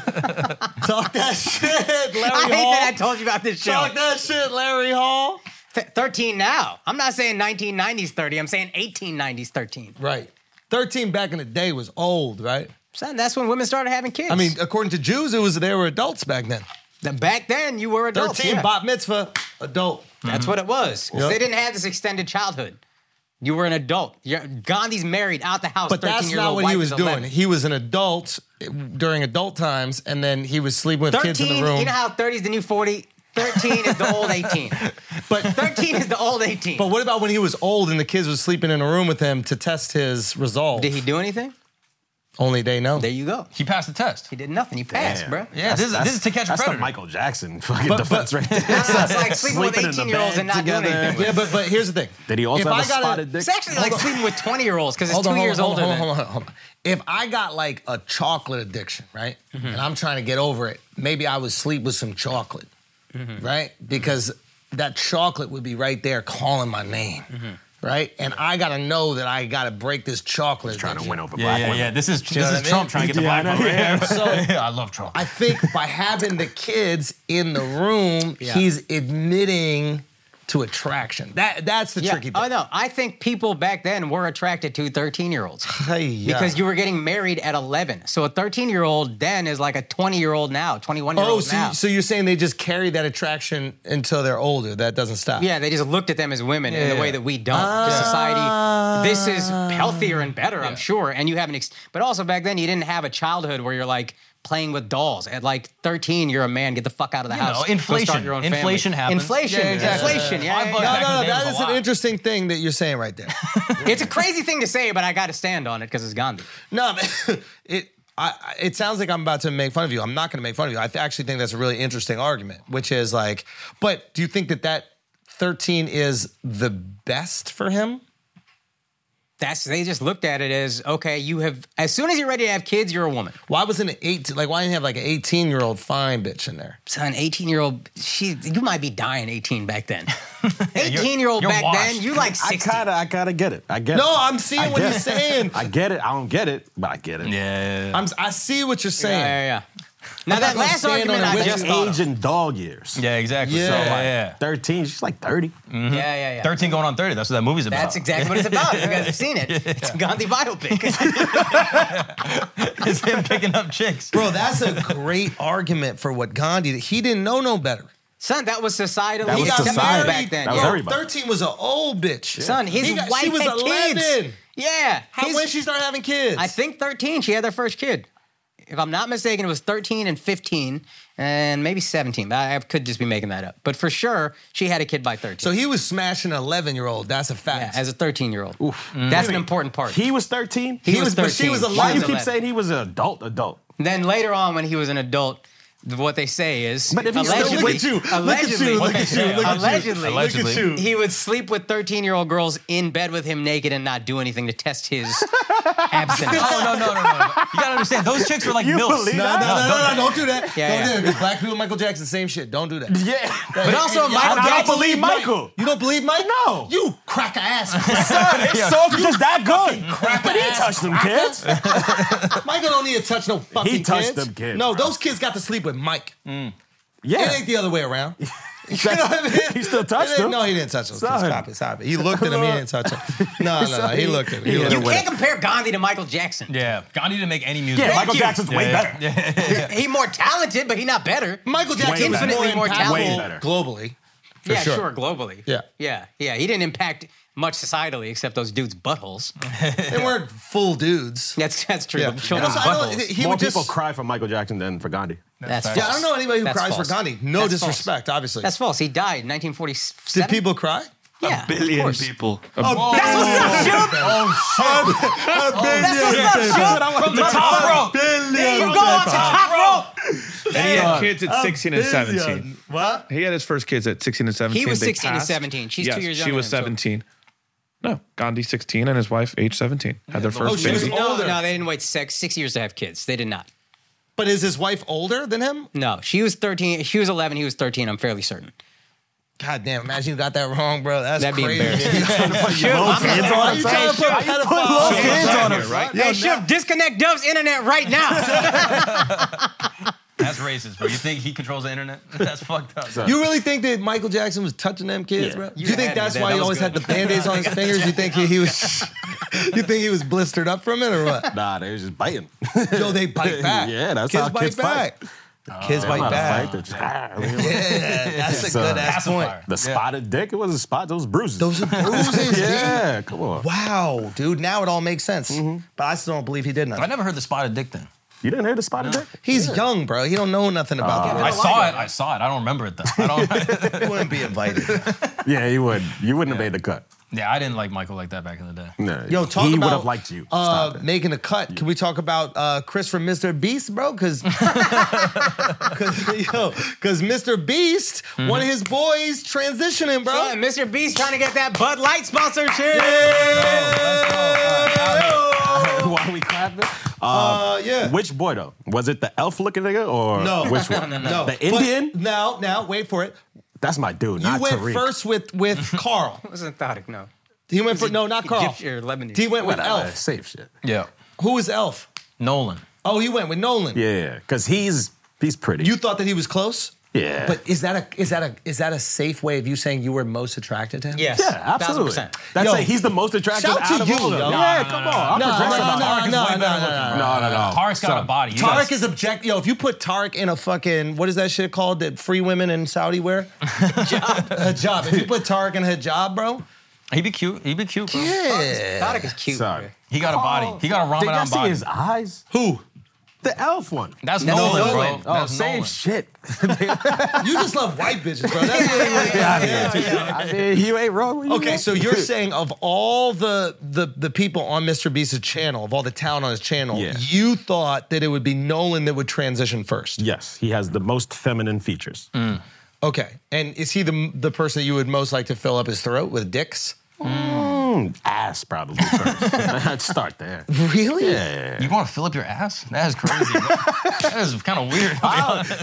S1: Talk that shit, Larry
S3: (laughs) I hate
S1: Hall.
S3: that I told you about this show.
S1: Talk that shit, Larry Hall.
S3: Th- 13 now. I'm not saying 1990s 30. I'm saying 1890s 13.
S1: Right. 13 back in the day was old, right?
S3: Son, that's when women started having kids.
S1: I mean, according to Jews, it was they were adults back then.
S3: The- back then you were adults.
S1: Thirteen
S3: yeah.
S1: bat mitzvah, adult.
S3: That's what it was. 'Cause
S1: Yep.
S3: They didn't have this extended childhood. You were an adult. You're, Gandhi's married out the house.
S1: But that's not
S3: 13-year-old
S1: what
S3: wife
S1: he
S3: is
S1: was doing.
S3: 11.
S1: He was an adult during adult times, and then he was sleeping with kids in the
S3: 13,
S1: room.
S3: you know how 30 is the new 40? 13 is the old 18.
S1: (laughs) but
S3: 13 is the old 18.
S1: but what about when he was old and the kids was sleeping in a room with him to test his resolve?
S3: did he do anything?
S1: Only they know.
S3: There you go.
S4: He passed the test.
S3: He did nothing. He passed,
S5: Damn.
S3: bro.
S4: Yeah, this is this is to catch a
S5: That's the
S4: predator.
S5: Michael Jackson fucking
S1: But-
S5: defense
S1: but-
S5: right there.
S3: It's, it's like sleeping with
S5: Sleeping in the
S3: 18 year olds
S5: bed
S3: and not doing
S5: together.
S3: anything.
S1: yeah, but but here's the thing.
S5: Did he also have a spotted dick?
S3: It's actually like sleeping with 20 year olds because it's
S1: Hold
S3: two
S1: on, hold
S3: years
S1: on, hold
S3: older.
S1: on,
S3: than-
S1: Hold on, hold on, hold on. If I got like a chocolate addiction, right,
S3: Mm-hmm.
S1: and I'm trying to get over it, maybe I would sleep with some chocolate,
S3: Mm-hmm.
S1: right? Because that chocolate would be right there calling my name,
S3: Mm-hmm.
S1: right? And I gotta know that I gotta break this chocolate.
S5: Trying to
S1: addiction.
S5: win over
S4: yeah,
S5: black
S4: yeah,
S5: women.
S4: yeah. This is
S1: know what
S4: this is
S1: I mean?
S4: Trump trying to get the
S5: Yeah,
S4: black
S5: I know,
S4: vote.
S5: yeah.
S4: So I love Trump.
S1: I think by having the kids in the room,
S3: (laughs) Yeah.
S1: he's admitting to attraction. That that's the
S3: Yeah.
S1: tricky
S3: Oh,
S1: part.
S3: no. I think people back then were attracted to 13 year
S5: (sighs)
S3: olds. Because you were getting married at 11. So a 13 year old then is like a 20 year old now, 21 year
S1: Oh,
S3: old
S1: so,
S3: now.
S1: you- so you're saying they just carry that attraction until they're older? That doesn't stop.
S3: yeah, they just looked at them as women in the
S1: Yeah.
S3: way that we don't. Just society, this is
S4: Ah.
S3: healthier and better, I'm sure. And you have an, ex- but also back then you didn't have a childhood where you're like playing with dolls. At like 13, you're a man, get the fuck out of the
S4: You
S3: house.
S4: know,
S3: Go start
S4: inflation.
S3: your own family.
S4: Inflation happens.
S3: Inflation,
S4: Yeah, exactly.
S3: inflation. Yeah,
S4: Five
S3: yeah,
S4: bucks
S3: yeah.
S4: back
S1: No, no,
S4: in
S1: no.
S4: the day was
S1: That
S4: a
S1: is an
S4: lot.
S1: interesting thing that you're saying right there. (laughs)
S3: It's a crazy thing to say, but I got to stand on it because it's Gandhi.
S1: no, but (laughs) it. I, I- it sounds like I'm about to make fun of you. I'm not going to make fun of you. I th- actually think that's a really interesting argument, which is like, but do you think that that 13 is the best for him?
S3: That's they just looked at it as okay. You have as soon as you're ready to have kids, you're a woman.
S1: Why wasn't it 18? Like, why didn't you have like an 18 year old fine bitch in there?
S3: Son, 18 year old, she you might be dying 18 back
S4: (laughs)
S3: then. 18 year old
S4: you're
S3: back
S4: washed.
S3: then, you like
S5: I
S3: 60.
S5: kinda, I kinda get it. I get it.
S1: No, I'm seeing
S5: I
S1: what
S5: get
S1: you're
S4: (laughs)
S5: it.
S1: saying.
S5: (laughs) I get it. I don't get it, but I get it.
S4: yeah.
S1: I'm, I see what you're
S3: yeah,
S1: saying.
S3: yeah, yeah. Now that
S1: gonna
S3: last
S1: stand
S3: argument
S1: on it
S3: I
S1: with
S3: just
S1: you.
S3: thought
S5: Age
S3: of.
S5: in dog years.
S4: Yeah, exactly.
S1: Yeah.
S4: So,
S1: So, like,
S4: yeah.
S5: 13, she's like 30.
S3: Yeah, yeah, yeah.
S4: 13 going on 30. That's what that movie's about.
S3: That's exactly what it's about. You guys have seen it. It's a Gandhi biopic.
S4: (laughs) it's him picking up chicks. Oh,
S1: Bro, that's a great argument for what Gandhi did. He didn't know no better.
S3: Son, that was societally
S5: That
S1: He
S5: was
S1: got
S3: accepted
S5: society.
S3: back then.
S5: That was
S3: yeah.
S1: Yo,
S5: everybody.
S1: 13 was an old bitch.
S3: Son, his
S1: He got-
S3: wife
S1: she was
S3: had
S1: 11.
S3: kids. Yeah.
S1: How
S3: his-
S1: when she started having kids?
S3: I think 13, she had their first kid. If I'm not mistaken, it was 13 and 15 and maybe 17. I I could just be making that up. But for sure, she had a kid by 13.
S1: so he was smashing an 11 year old. That's a
S3: Yeah,
S1: fact.
S3: as a 13 year old. That's an important part.
S5: He was 13.
S1: he was- but she was a
S5: Why
S1: He
S5: you
S1: was
S5: keep
S3: 11.
S5: saying he was an adult? Adult.
S3: Then later on, when he was an adult, th- what they say is.
S5: But if he's still-
S3: allegedly,
S5: look
S1: at you, look at you,
S3: Allegedly,
S1: look at you, look at you.
S3: allegedly,
S4: Allegedly.
S1: Look at you.
S3: He would sleep with 13 year old girls in bed with him naked and not do anything to
S1: (laughs)
S3: test his abstinence.
S4: Oh, no, no, no, no, no. You gotta understand, those chicks were like
S5: You
S4: milfs.
S5: believe
S1: no, no, no,
S5: that?
S1: no, no, don't do that.
S3: Yeah,
S1: don't
S3: yeah.
S1: do that. 'cause Black people, Michael Jackson, same shit. Don't do that.
S5: (laughs) Yeah.
S1: Hey,
S3: But also,
S1: hey,
S3: Michael
S5: I don't
S3: Jackson.
S1: (laughs)
S5: believe Michael.
S1: You don't believe Mike?
S5: No.
S1: You crack a ass.
S5: (laughs) Son, his songs were just that good. But he
S1: ass
S5: touched them kids.
S1: (laughs) Michael don't need to touch no fucking
S5: He touched
S1: kids.
S5: them kids,
S1: No,
S5: bro.
S1: those kids got to sleep with Mike. It
S5: Yeah.
S1: ain't the other way
S5: (laughs)
S1: around. You know
S5: That's-
S1: what I mean?
S5: he still touched
S1: It ain't-
S5: him.
S1: No, he didn't touch him.
S5: Son.
S1: Stop it, stop it. He looked at him, he didn't touch him.
S5: (laughs)
S1: No, no, no. He looked at him. He
S5: Yeah.
S1: looked
S3: You
S1: at him.
S3: can't compare Gandhi to Michael Jackson.
S4: Yeah. Gandhi didn't make any music.
S5: Yeah, Michael
S3: you.
S5: Jackson's way
S4: Yeah,
S5: better.
S3: He more talented, but he not better.
S1: Michael Jackson was
S3: Infinitely
S1: more
S3: more talented.
S5: Way better.
S1: impactful globally. For
S3: yeah,
S1: sure.
S3: sure. globally.
S1: Yeah.
S3: Yeah, yeah. He didn't impact much societally except those
S1: (laughs)
S3: dudes' buttholes.
S1: They weren't full dudes.
S3: That's that's true.
S1: Yeah.
S3: but Children's
S1: And also, I don't-
S3: buttholes.
S1: he
S5: More
S1: would
S5: people
S1: just-
S5: cry for Michael Jackson than
S1: (laughs)
S5: for Gandhi.
S3: That's
S4: Yeah, I
S3: false.
S1: Yeah, I don't know anybody who
S3: That's
S1: cries
S3: false.
S1: for Gandhi. No
S3: That's false.
S1: disrespect, obviously.
S3: That's false. He died in
S1: Did
S3: 1947.
S1: people cry? Oh,
S3: Yeah, of
S6: billion
S3: course.
S6: people.
S3: That's what's up, Shoop. That's what's up, Shoop.
S4: From the top rope.
S3: There you go off the top rope.
S2: And he had kids at 16 and 17.
S1: What?
S2: He had his first kids at 16 and 17.
S3: He was
S2: They
S3: 16 and
S2: passed.
S3: 17. She's
S2: yes,
S3: two years
S2: She
S3: younger
S2: was
S3: than him,
S2: 17. No, Gandhi 16 and his wife age 17 had their first
S1: she was
S2: baby.
S3: No,
S1: Older.
S3: no, they didn't wait six six years to have kids. They did not.
S1: But is his wife older than him?
S3: No, she was 13. She was 11. He was 13. I'm fairly certain.
S1: God damn, imagine you got that wrong, bro. That's
S3: That'd be
S1: crazy. (laughs)
S3: embarrassing. Shoop, I'm not-
S1: Why you trying to put pedophile-
S3: Hey, Shoop, disconnect Dove's internet right now.
S4: That's racist, bro. You think he controls the internet? (laughs) That's fucked up.
S1: You really think that Michael Jackson was touching them kids,
S5: Yeah.
S1: bro? Do
S3: You
S1: you think
S3: had me
S1: that's
S3: there.
S1: why
S3: That
S1: he
S3: was
S1: always
S3: good.
S1: had the band-aids (laughs)
S3: (laughs)
S1: on his fingers? You think he, he was you think he was blistered up from it or what?
S5: Nah, they was just biting.
S1: Yo, they bite back.
S5: (laughs) Yeah, that's
S1: kids
S5: how
S1: bite
S5: kids
S1: back.
S5: fight.
S1: Kids bite
S5: Not a
S1: back.
S5: Oh,
S1: (laughs)
S5: fight, they're just, ah, I mean,
S1: Yeah, that's a
S5: It's, uh,
S1: good ass point.
S4: pacifier.
S5: The spotted dick, it wasn't spots, it was bruises. (laughs)
S1: Those are bruises. dude.
S5: yeah, come on.
S1: Wow, dude. Now it all makes sense.
S5: Mm-hmm.
S1: But I still don't believe he did
S4: I
S1: nothing.
S4: never heard the spotted dick thing.
S5: You didn't hear the spotted
S1: (laughs)
S5: dick?
S1: He's young, bro. He don't know nothing about
S4: I
S5: Oh.
S1: that.
S4: saw it. I saw it. I don't remember it though. I don't. (laughs)
S5: (laughs)
S1: I wouldn't be invited.
S5: Yeah, you would. You wouldn't have made the cut.
S4: yeah, I didn't like Michael like that back in the day.
S5: No,
S1: Yo, talk
S5: he
S1: about
S5: would have liked you.
S1: Uh,
S5: Stop it.
S1: making a cut. Can we talk about uh, Chris from Mr. Beast, bro? (laughs)
S5: (laughs)
S1: Because yo, because Mr. Beast,
S5: Mm-hmm.
S1: one of his boys transitioning, bro.
S3: Son, Mr. uh, Beast trying to get that Bud Light sponsorship.
S5: (laughs) Why are we clapping?
S1: Uh, yeah.
S5: Which boy though? Was it the elf looking nigga or
S1: (laughs) No.
S5: which one?
S1: no, no.
S5: The
S1: But
S5: Indian?
S1: Now, now, wait for it.
S5: That's my dude.
S1: You
S5: not
S1: went
S5: Tariq.
S1: first with
S5: (laughs)
S1: with Carl.
S3: Wasn't Tariq, no.
S1: He went for no, not Carl.
S3: Egyptian or Lebanese.
S1: He went with
S5: Whatever,
S1: Elf.
S5: Safe shit.
S4: Yeah,
S1: Who is Elf?
S4: Nolan.
S1: Oh, he went with Nolan.
S5: Yeah, because he's he's pretty.
S1: You thought that he was close.
S5: yeah,
S1: But is that a is that a is that a safe way of you saying you were most attracted to him?
S3: Yes.
S5: yeah, absolutely.
S3: 1000%.
S5: That's
S1: Yo,
S5: like he's the most attractive
S1: shout to
S5: out of
S1: you,
S5: all
S1: yo.
S5: of them.
S1: No,
S5: Yeah, come on. I'm
S1: No, no, no,
S5: progressive. about
S1: no, no,
S5: it.
S4: way
S1: no,
S4: better looking,
S1: no, no.
S5: no, no, no.
S4: Tarek's got a
S5: So-
S4: body. You
S1: Tarek
S4: guys-
S1: is object. Yo, if you put Tarek in a fucking what is that shit called that free women in Saudi
S5: (laughs)
S1: wear? hijab. hijab. If you put Tarek in a hijab, bro.
S4: He'd be cute. He'd be cute. Bro.
S1: Yeah.
S3: Tariq is cute.
S5: Sorry.
S3: bro.
S4: He got a body. He got a
S5: Did y'all
S4: Ramadan
S5: see
S4: body.
S5: his eyes?
S1: Who?
S5: The elf one.
S4: That's
S3: That's
S4: Nolan,
S3: Nolan.
S4: bro.
S5: Oh,
S4: That's
S5: same
S4: Nolan.
S5: shit.
S1: You just love white bitches, bro. That's the only way.
S5: I mean, you ain't wrong. With
S1: Okay, so
S5: (laughs)
S1: you're saying of all the, the the people on Mr. Beast's channel, of all the talent on his channel,
S5: Yeah.
S1: you thought that it would be Nolan that would transition first.
S5: yes, he has the most feminine features.
S1: Okay, and is he the the person that you would most like to fill up his throat with dicks?
S5: Ass probably first. I'd start (laughs) there.
S1: Really?
S4: You want to fill up your ass? That is crazy. bro. that is kind of weird.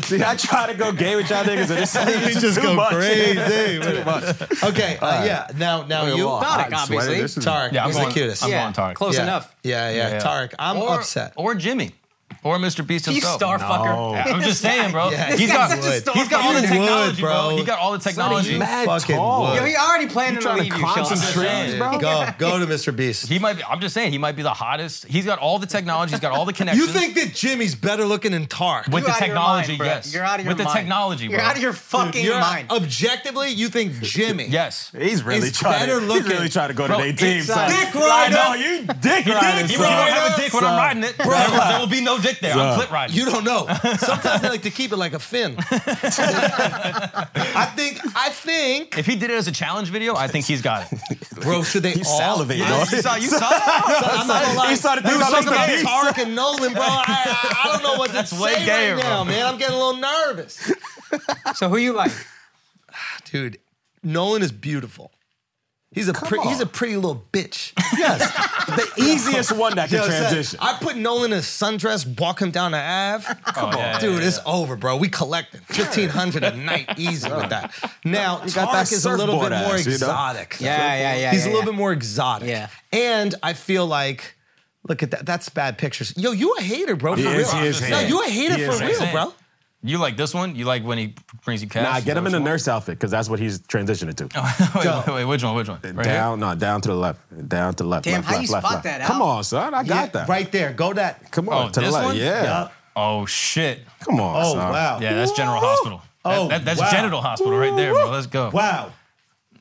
S5: See, I try to go gay with y'all niggas, and it's, it's
S1: just
S5: too
S1: go
S5: much. (laughs)
S1: crazy.
S5: too much.
S1: Okay, uh, yeah. Now, now
S5: Real
S1: you,
S5: law.
S3: Tariq,
S5: I'm sweating.
S3: obviously.
S5: This is-
S1: Tarek,
S4: Yeah, I'm
S1: is
S4: going-
S1: the cutest.
S4: I'm
S1: yeah.
S4: going Tarek.
S3: Close
S1: yeah.
S3: enough.
S1: Yeah, yeah,
S4: Yeah.
S1: Tarek, I'm
S4: or,
S1: upset.
S4: Or Jimmy. Or Mr. Beast
S3: You
S4: himself.
S3: star fucker.
S4: (laughs)
S5: Oh.
S4: I'm
S3: (laughs)
S4: just saying, bro.
S1: Yeah,
S4: he's
S1: you
S4: got
S1: would.
S4: he's got all the
S1: You
S4: technology,
S1: would,
S4: bro.
S1: bro.
S4: He got all the technology.
S5: you. Mad
S1: fucking
S5: tall.
S1: wood.
S3: Yo, he already planned to
S5: trying to
S3: leave you,
S5: climb
S3: Sheldon.
S5: some trees,
S1: Yeah,
S5: bro?
S1: Go, go to Mr. Beast.
S4: He might be. I'm just saying. He might be the hottest. He's got all the technology. He's got
S3: (laughs)
S4: all the
S1: you
S4: connections.
S1: think that Jimmy's better looking than Tarek?
S4: with
S3: You're
S4: the
S3: out of your
S4: technology?
S3: mind, bro.
S4: yes.
S3: You're out of your
S4: with the
S3: mind.
S4: technology, bro.
S3: You're out of your fucking
S1: You're-
S3: mind.
S1: Objectively, you think Jimmy?
S4: (laughs) Yes.
S5: He's really
S1: It's
S5: trying.
S1: better
S5: to,
S1: looking.
S5: He's really trying to go
S4: Bro,
S5: to their team.
S3: it's a
S5: son.
S3: dick
S5: I
S3: rider.
S5: know you dick riding.
S4: You
S5: son.
S4: don't have a dick when I'm riding it, bro. There will be no dick there. I'm
S5: Son.
S4: clit riding.
S1: You don't know. Sometimes they like to keep it like a fin. I think. I think.
S4: if he did it as a challenge video, I think he's got
S5: (laughs)
S4: it.
S1: Bro, should they
S5: He's
S1: all?
S5: salivating.
S1: I-
S4: (laughs)
S5: dog.
S4: you saw. You
S5: (laughs)
S4: saw.
S1: I'm not gonna lie.
S5: He started thinking
S1: we were
S5: about
S1: talking about
S5: Mr.
S1: Tarek and Nolan, bro. I, I, I don't know what to
S4: That's
S1: say
S4: way gayer,
S1: right now,
S4: bro.
S1: man. I'm getting a little nervous,
S3: So who you like?
S1: dude. Nolan is beautiful. He's a pre-
S5: on.
S1: he's a pretty little bitch.
S5: Yes, the easiest one that can
S1: Yo, son,
S5: transition.
S1: I put Nolan in a sundress, walk him down the
S5: (laughs)
S1: Ave. Come
S4: Oh, yeah, yeah,
S1: dude, it's over, bro. We collecting fifteen hundred a
S5: (laughs)
S1: night, easy with that. Now
S5: got that
S1: Tarek is a little bit
S5: surfboard
S1: more
S5: ass, you know?
S1: exotic.
S3: (laughs) Yeah, yeah, yeah.
S1: He's a
S3: yeah,
S1: little
S3: yeah.
S1: bit more exotic.
S3: Yeah.
S1: And I feel like, look at that. That's bad pictures. Yo, you a hater, bro.
S5: He
S1: for
S5: is-
S1: real.
S5: he is
S1: no,
S5: hating.
S1: you a hater
S5: He is
S1: for real,
S4: hating.
S1: bro.
S4: You like this one? You like when he brings you cash?
S5: Nah,
S4: Is
S5: get
S4: that
S5: him
S4: what
S5: in
S4: you
S5: a
S4: want?
S5: nurse outfit because that's what he's transitioning to.
S4: (laughs) wait, wait, wait, which one? Which one? Right here?
S5: down, no, down to the left, down to the left.
S3: Damn,
S5: left,
S3: how you
S5: left, left,
S3: spot
S5: left.
S3: that
S5: Come
S3: out?
S5: on, son, I got that.
S1: Right there. Go that.
S5: Come on,
S4: Oh,
S5: to the
S4: this
S5: left.
S4: one?
S5: Yeah.
S4: Oh shit!
S5: Come on.
S1: Oh,
S5: son.
S1: wow.
S4: Yeah, that's General Hospital. That-
S1: Oh,
S4: that, that's
S1: wow.
S4: Genital Hospital right there, bro. Let's go.
S1: Wow.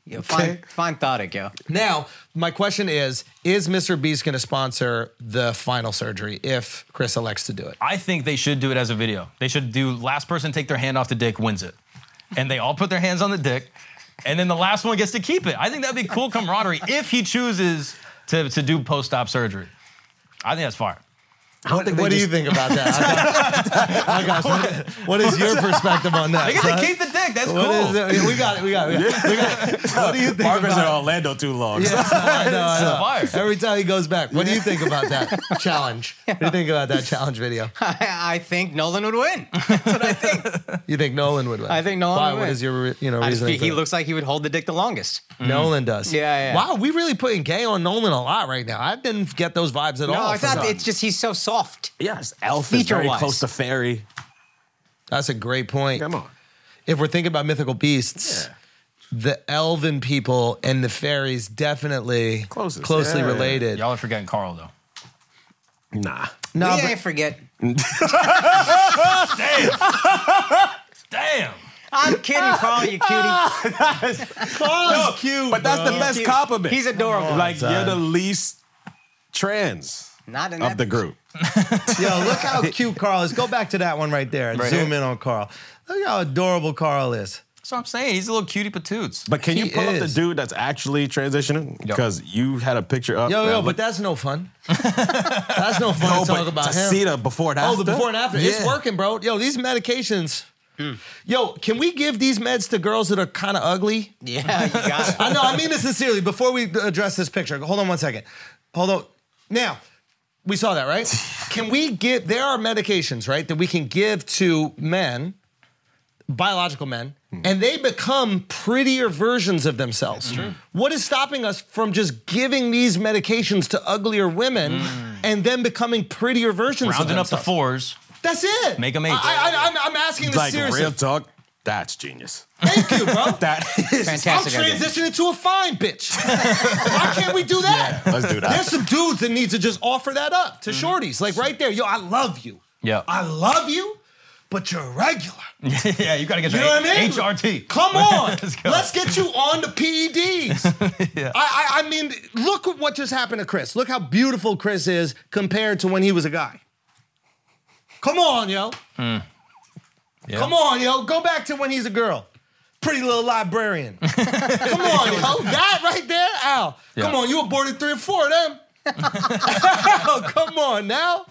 S3: Yo, find, find Tariq, yo.
S1: Now, my question is Is Mr. Beast going to sponsor the final surgery if Chris elects to do it?
S4: I think they should do it as a video. They should do last person take their hand off the dick wins it, and they all put their hands on the dick, and then the last one gets to keep it. I think that'd be cool camaraderie if he chooses to to do post op surgery. I think that's fire.
S1: What,
S5: think they
S1: what do you
S5: just-
S1: think about
S3: (laughs)
S1: that? I got- oh my gosh, what- what is your perspective on that?
S4: They get
S1: son?
S4: to keep the dick. That's
S1: What is
S4: cool.
S1: it? We got it. We got it. We got it. We
S3: (laughs)
S1: got it. What do you think
S5: Barbers in
S1: about
S5: Orlando too long.
S1: Yeah, I know, I know.
S4: Fire.
S1: Every time he goes back, what do you think about that
S3: (laughs)
S1: challenge? What do you think about that challenge video?
S3: I think Nolan would win. That's what I think.
S1: You think Nolan would win?
S3: I think Nolan
S1: Why?
S3: would
S1: What
S3: win.
S1: is your re- you know
S3: I just
S1: reason?
S3: think he looks like he would hold the dick the longest.
S1: Nolan does.
S3: Yeah, yeah.
S1: Wow, we really putting gay on Nolan a lot right now. I didn't get those vibes at
S3: No,
S1: all.
S3: I
S1: from
S3: thought
S1: him.
S3: it's just he's so soft.
S5: Yes, Elf is very
S3: Feature-wise.
S5: close to fairy.
S1: That's a great point.
S5: Come on.
S1: If we're thinking about mythical beasts.
S5: Yeah.
S1: The elven people and the fairies definitely
S5: Closest,
S1: closely
S5: yeah.
S1: related.
S4: Y'all are forgetting Carl though.
S5: Nah.
S1: Nah,
S3: we
S1: but-
S3: ain't forget.
S4: Damn.
S3: I'm kidding, Carl. You cutie.
S1: Carl's cute.
S5: But that's the best compliment.
S3: He's adorable.
S5: like you're the least trans
S3: Not in
S5: of
S3: that
S5: the group.
S1: (laughs) Yo, look how cute Carl is. Go back to that one right there and
S4: Right
S1: zoom
S4: here?
S1: in on Carl. Look how adorable Carl is.
S4: That's what I'm saying. He's a little cutie patoots.
S5: But can
S1: He
S5: you pull up
S1: is.
S5: the dude that's actually transitioning?
S4: Yo.
S5: Because you had a picture up.
S1: Yo, yo,
S5: and
S1: but that's no
S5: (laughs)
S1: fun. that's no fun
S5: looked-
S1: to
S5: No,
S1: talk
S5: but
S1: about
S5: to
S1: him.
S5: see the before and
S1: oh,
S5: after.
S1: the before and after. It's
S5: Yeah. Hmm.
S1: working, bro. Yo, these medications. Yo, can we give these meds to girls that are kind of ugly?
S3: Yeah,
S1: (laughs)
S3: you got it.
S1: I know. Uh, I mean this sincerely. Before we address this picture, hold on one second. Hold on. Now, we saw that,
S4: (laughs)
S1: right? Can we give? There are medications, right, that we can give to men, biological men,
S4: Hmm.
S1: and they become prettier versions of themselves. What is stopping us from just giving these medications to uglier women and then becoming prettier versions? of
S4: Hmm. Rounding up the
S1: themselves?
S4: fours. (laughs)
S1: That's it.
S4: Make 'em eight.
S1: I, I, I'm, I'm asking this
S5: like
S1: seriously.
S5: real talk, that's genius.
S1: Thank you, bro.
S4: (laughs)
S5: That is.
S1: I'm
S3: fantastic. idea.
S1: transitioning to a fine bitch. Why can't we do that?
S5: Let's do that.
S1: There's some dudes that need to just offer that up to shorties. Like right there, yo, I love you.
S4: Yeah.
S1: I love you, but you're regular.
S4: yeah, you gotta get
S1: You
S4: your
S1: know what I mean?
S4: HRT.
S1: Come on.
S4: Let's
S1: Let's,
S4: go.
S1: get you on the PEDs. I, I, I mean, look at what just happened to Chris. Look how beautiful Chris is compared to when he was a guy. Come on, yo. Come on, yo. Go back to when he's a girl. Pretty little librarian. Come on, yo. That right there, Al. Come
S4: Yeah.
S1: on, you aborted three or four of them. (laughs) Al, come on now.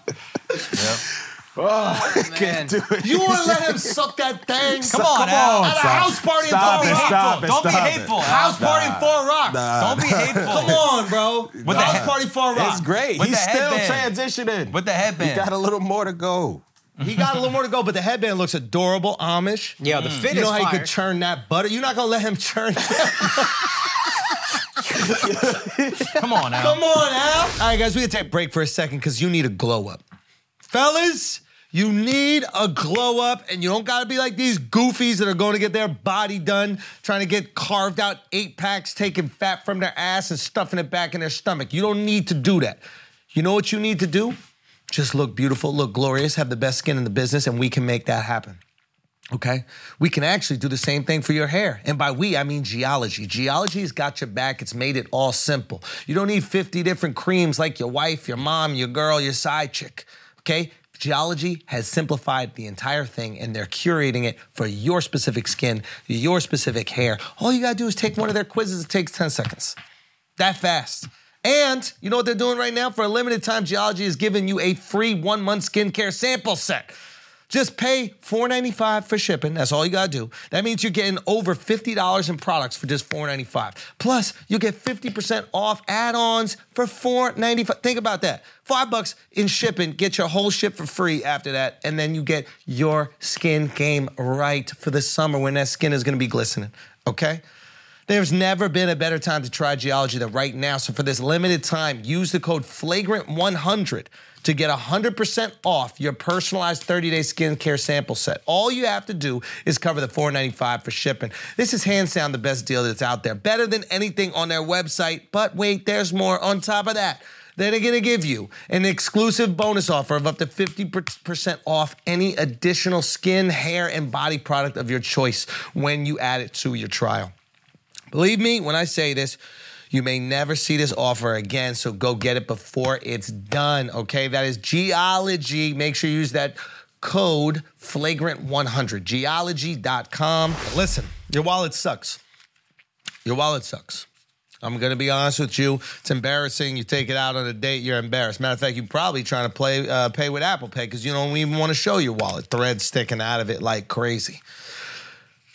S3: Man.
S1: You want to let him suck that thing?
S4: Come on, Al.
S1: At a house party
S5: Stop
S1: in
S5: it,
S1: Far Rockville.
S5: stop it,
S4: Don't be
S5: stop it.
S4: hateful.
S1: House party in
S5: Nah.
S1: Far Rock.
S4: Don't be hateful.
S1: Come on, (laughs) bro.
S4: the
S1: house
S4: heck?
S1: party Far Rock.
S5: It's great.
S4: With
S5: He's
S4: the
S5: still
S4: headband.
S5: transitioning.
S4: With the
S5: he
S4: headband.
S5: got a little more to go.
S1: (laughs) He got a little more to go, but the headband looks adorable, Amish.
S3: Yo, the fit
S1: Mm. You
S3: is
S1: know how you
S3: fire.
S1: could churn that butter? You're not gonna let him (laughs) churn. that-
S4: Come on, Al.
S1: Come on, Al. All right, guys, we can take a break for a second because you need a glow up, fellas. You need a glow up, and you don't gotta be like these goofies that are going to get their body done, trying to get carved out eight packs, taking fat from their ass and stuffing it back in their stomach. You don't need to do that. You know what you need to do? Just look beautiful, look glorious, have the best skin in the business, and we can make that happen. Okay. We can actually do the same thing for your hair. And by we, I mean geology. Geology's got your back. It's made it all simple. You don't need 50 different creams like your wife, your mom, your girl, your side chick. Okay. Geology has simplified the entire thing and they're curating it for your specific skin, your specific hair. All you got to do is take one of their quizzes. It takes 10 seconds that fast. And you know what they're doing right now? For a limited time, Geology is giving you a free one month skincare sample set. Just pay $4.95 for shipping. That's all you gotta do. That means you're getting over $50 in products for just $4.95. Plus, you get 50% off add-ons for $4.95. Think about that. Five bucks in shipping, get your whole ship for free after that, and then you get your skin game right for the summer when that skin is gonna be glistening. Okay? There's never been a better time to try geology than right now. So for this limited time, use the code FLAGRANT100 to get 100% off your personalized 30-day skincare sample set. All you have to do is cover the $4.95 for shipping. This is hands down the best deal that's out there. Better than anything on their website. But wait, there's more on top of that. They're going to give you an exclusive bonus offer of up to 50% off any additional skin, hair, and body product of your choice when you add it to your trial. Believe me when I say this, you may never see this offer again, so go get it before it's done, okay? That is Geology. Make sure you use that code flagrant100, geology.com. Listen, your wallet sucks. Your wallet sucks. I'm gonna be honest with you. It's embarrassing. You take it out on a date, you're embarrassed. Matter of fact, you're probably trying to play uh, pay with Apple Pay because you don't even want to show your wallet. Threads sticking out of it like crazy.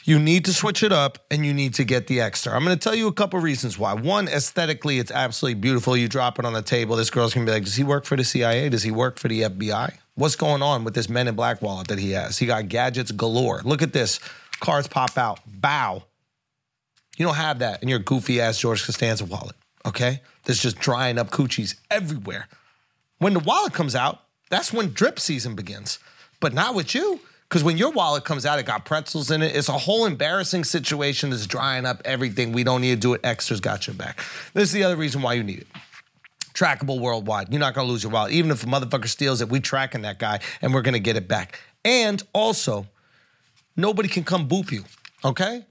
S1: You need to switch it up and you need to get the extra. I'm going to tell you a couple reasons why. One, aesthetically, it's absolutely beautiful. You drop it on the table. This girl's going to be like, does he work for the CIA? Does he work for the FBI? What's going on with this men in black wallet that he has? He got gadgets galore. Look at this. Cards pop out. Bow. You don't have that in your goofy ass George Costanza wallet, okay? That's just drying up coochies everywhere. When the wallet comes out, that's when drip season begins. But not with you, because when your wallet comes out, it got pretzels in it. It's a whole embarrassing situation that's drying up everything. We don't need to do it. Extra's got your back. This is the other reason why you need it. trackable worldwide. You're not going to lose your wallet. Even if a motherfucker steals it, we tracking that guy and we're going to get it back. And also, nobody can come boop you, okay?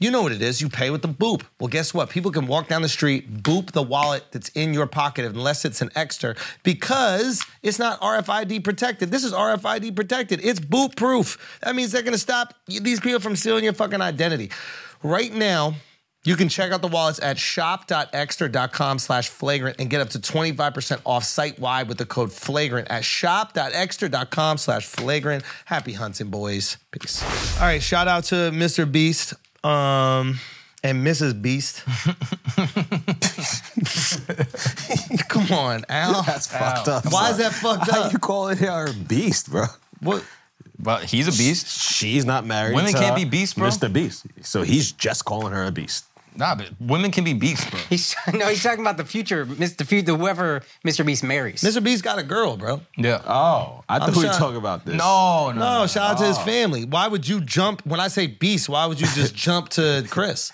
S1: You know what it is. You pay with the boop. Well, guess what? People can walk down the street, boop the wallet that's in your pocket unless it's an extra because it's not RFID protected. This is RFID protected. It's boop proof. That means they're going to stop these people from stealing your fucking identity. Right now, you can check out the wallets at shop.extra.com slash flagrant and get up to 25% off site wide with the code flagrant at shop.extra.com slash flagrant. Happy hunting, boys. Peace. All right, shout out to Mr. Beast um, and Mrs. Beast. (laughs) Come on, Al.
S5: That's fucked up.
S1: Oh. Why is that fucked
S5: How
S1: up?
S5: you calling her a beast, bro?
S1: What?
S4: But he's a beast.
S5: She's not married.
S4: Women
S5: to
S4: can't be beasts, bro.
S5: Mr. Beast. So he's just calling her a beast.
S4: Nah, but women can be beasts, bro.
S3: He's (laughs) no, he's talking about the future, Mr. Future, whoever Mr. Beast marries.
S1: Mr. Beast got a girl, bro.
S4: Yeah.
S5: Oh, I thought we were
S1: sure-
S5: talking about this.
S4: no, no.
S5: Oh,
S1: No, shout out to his family. Why would you jump when I say beast? Why would you
S5: (laughs)
S1: just jump to Chris?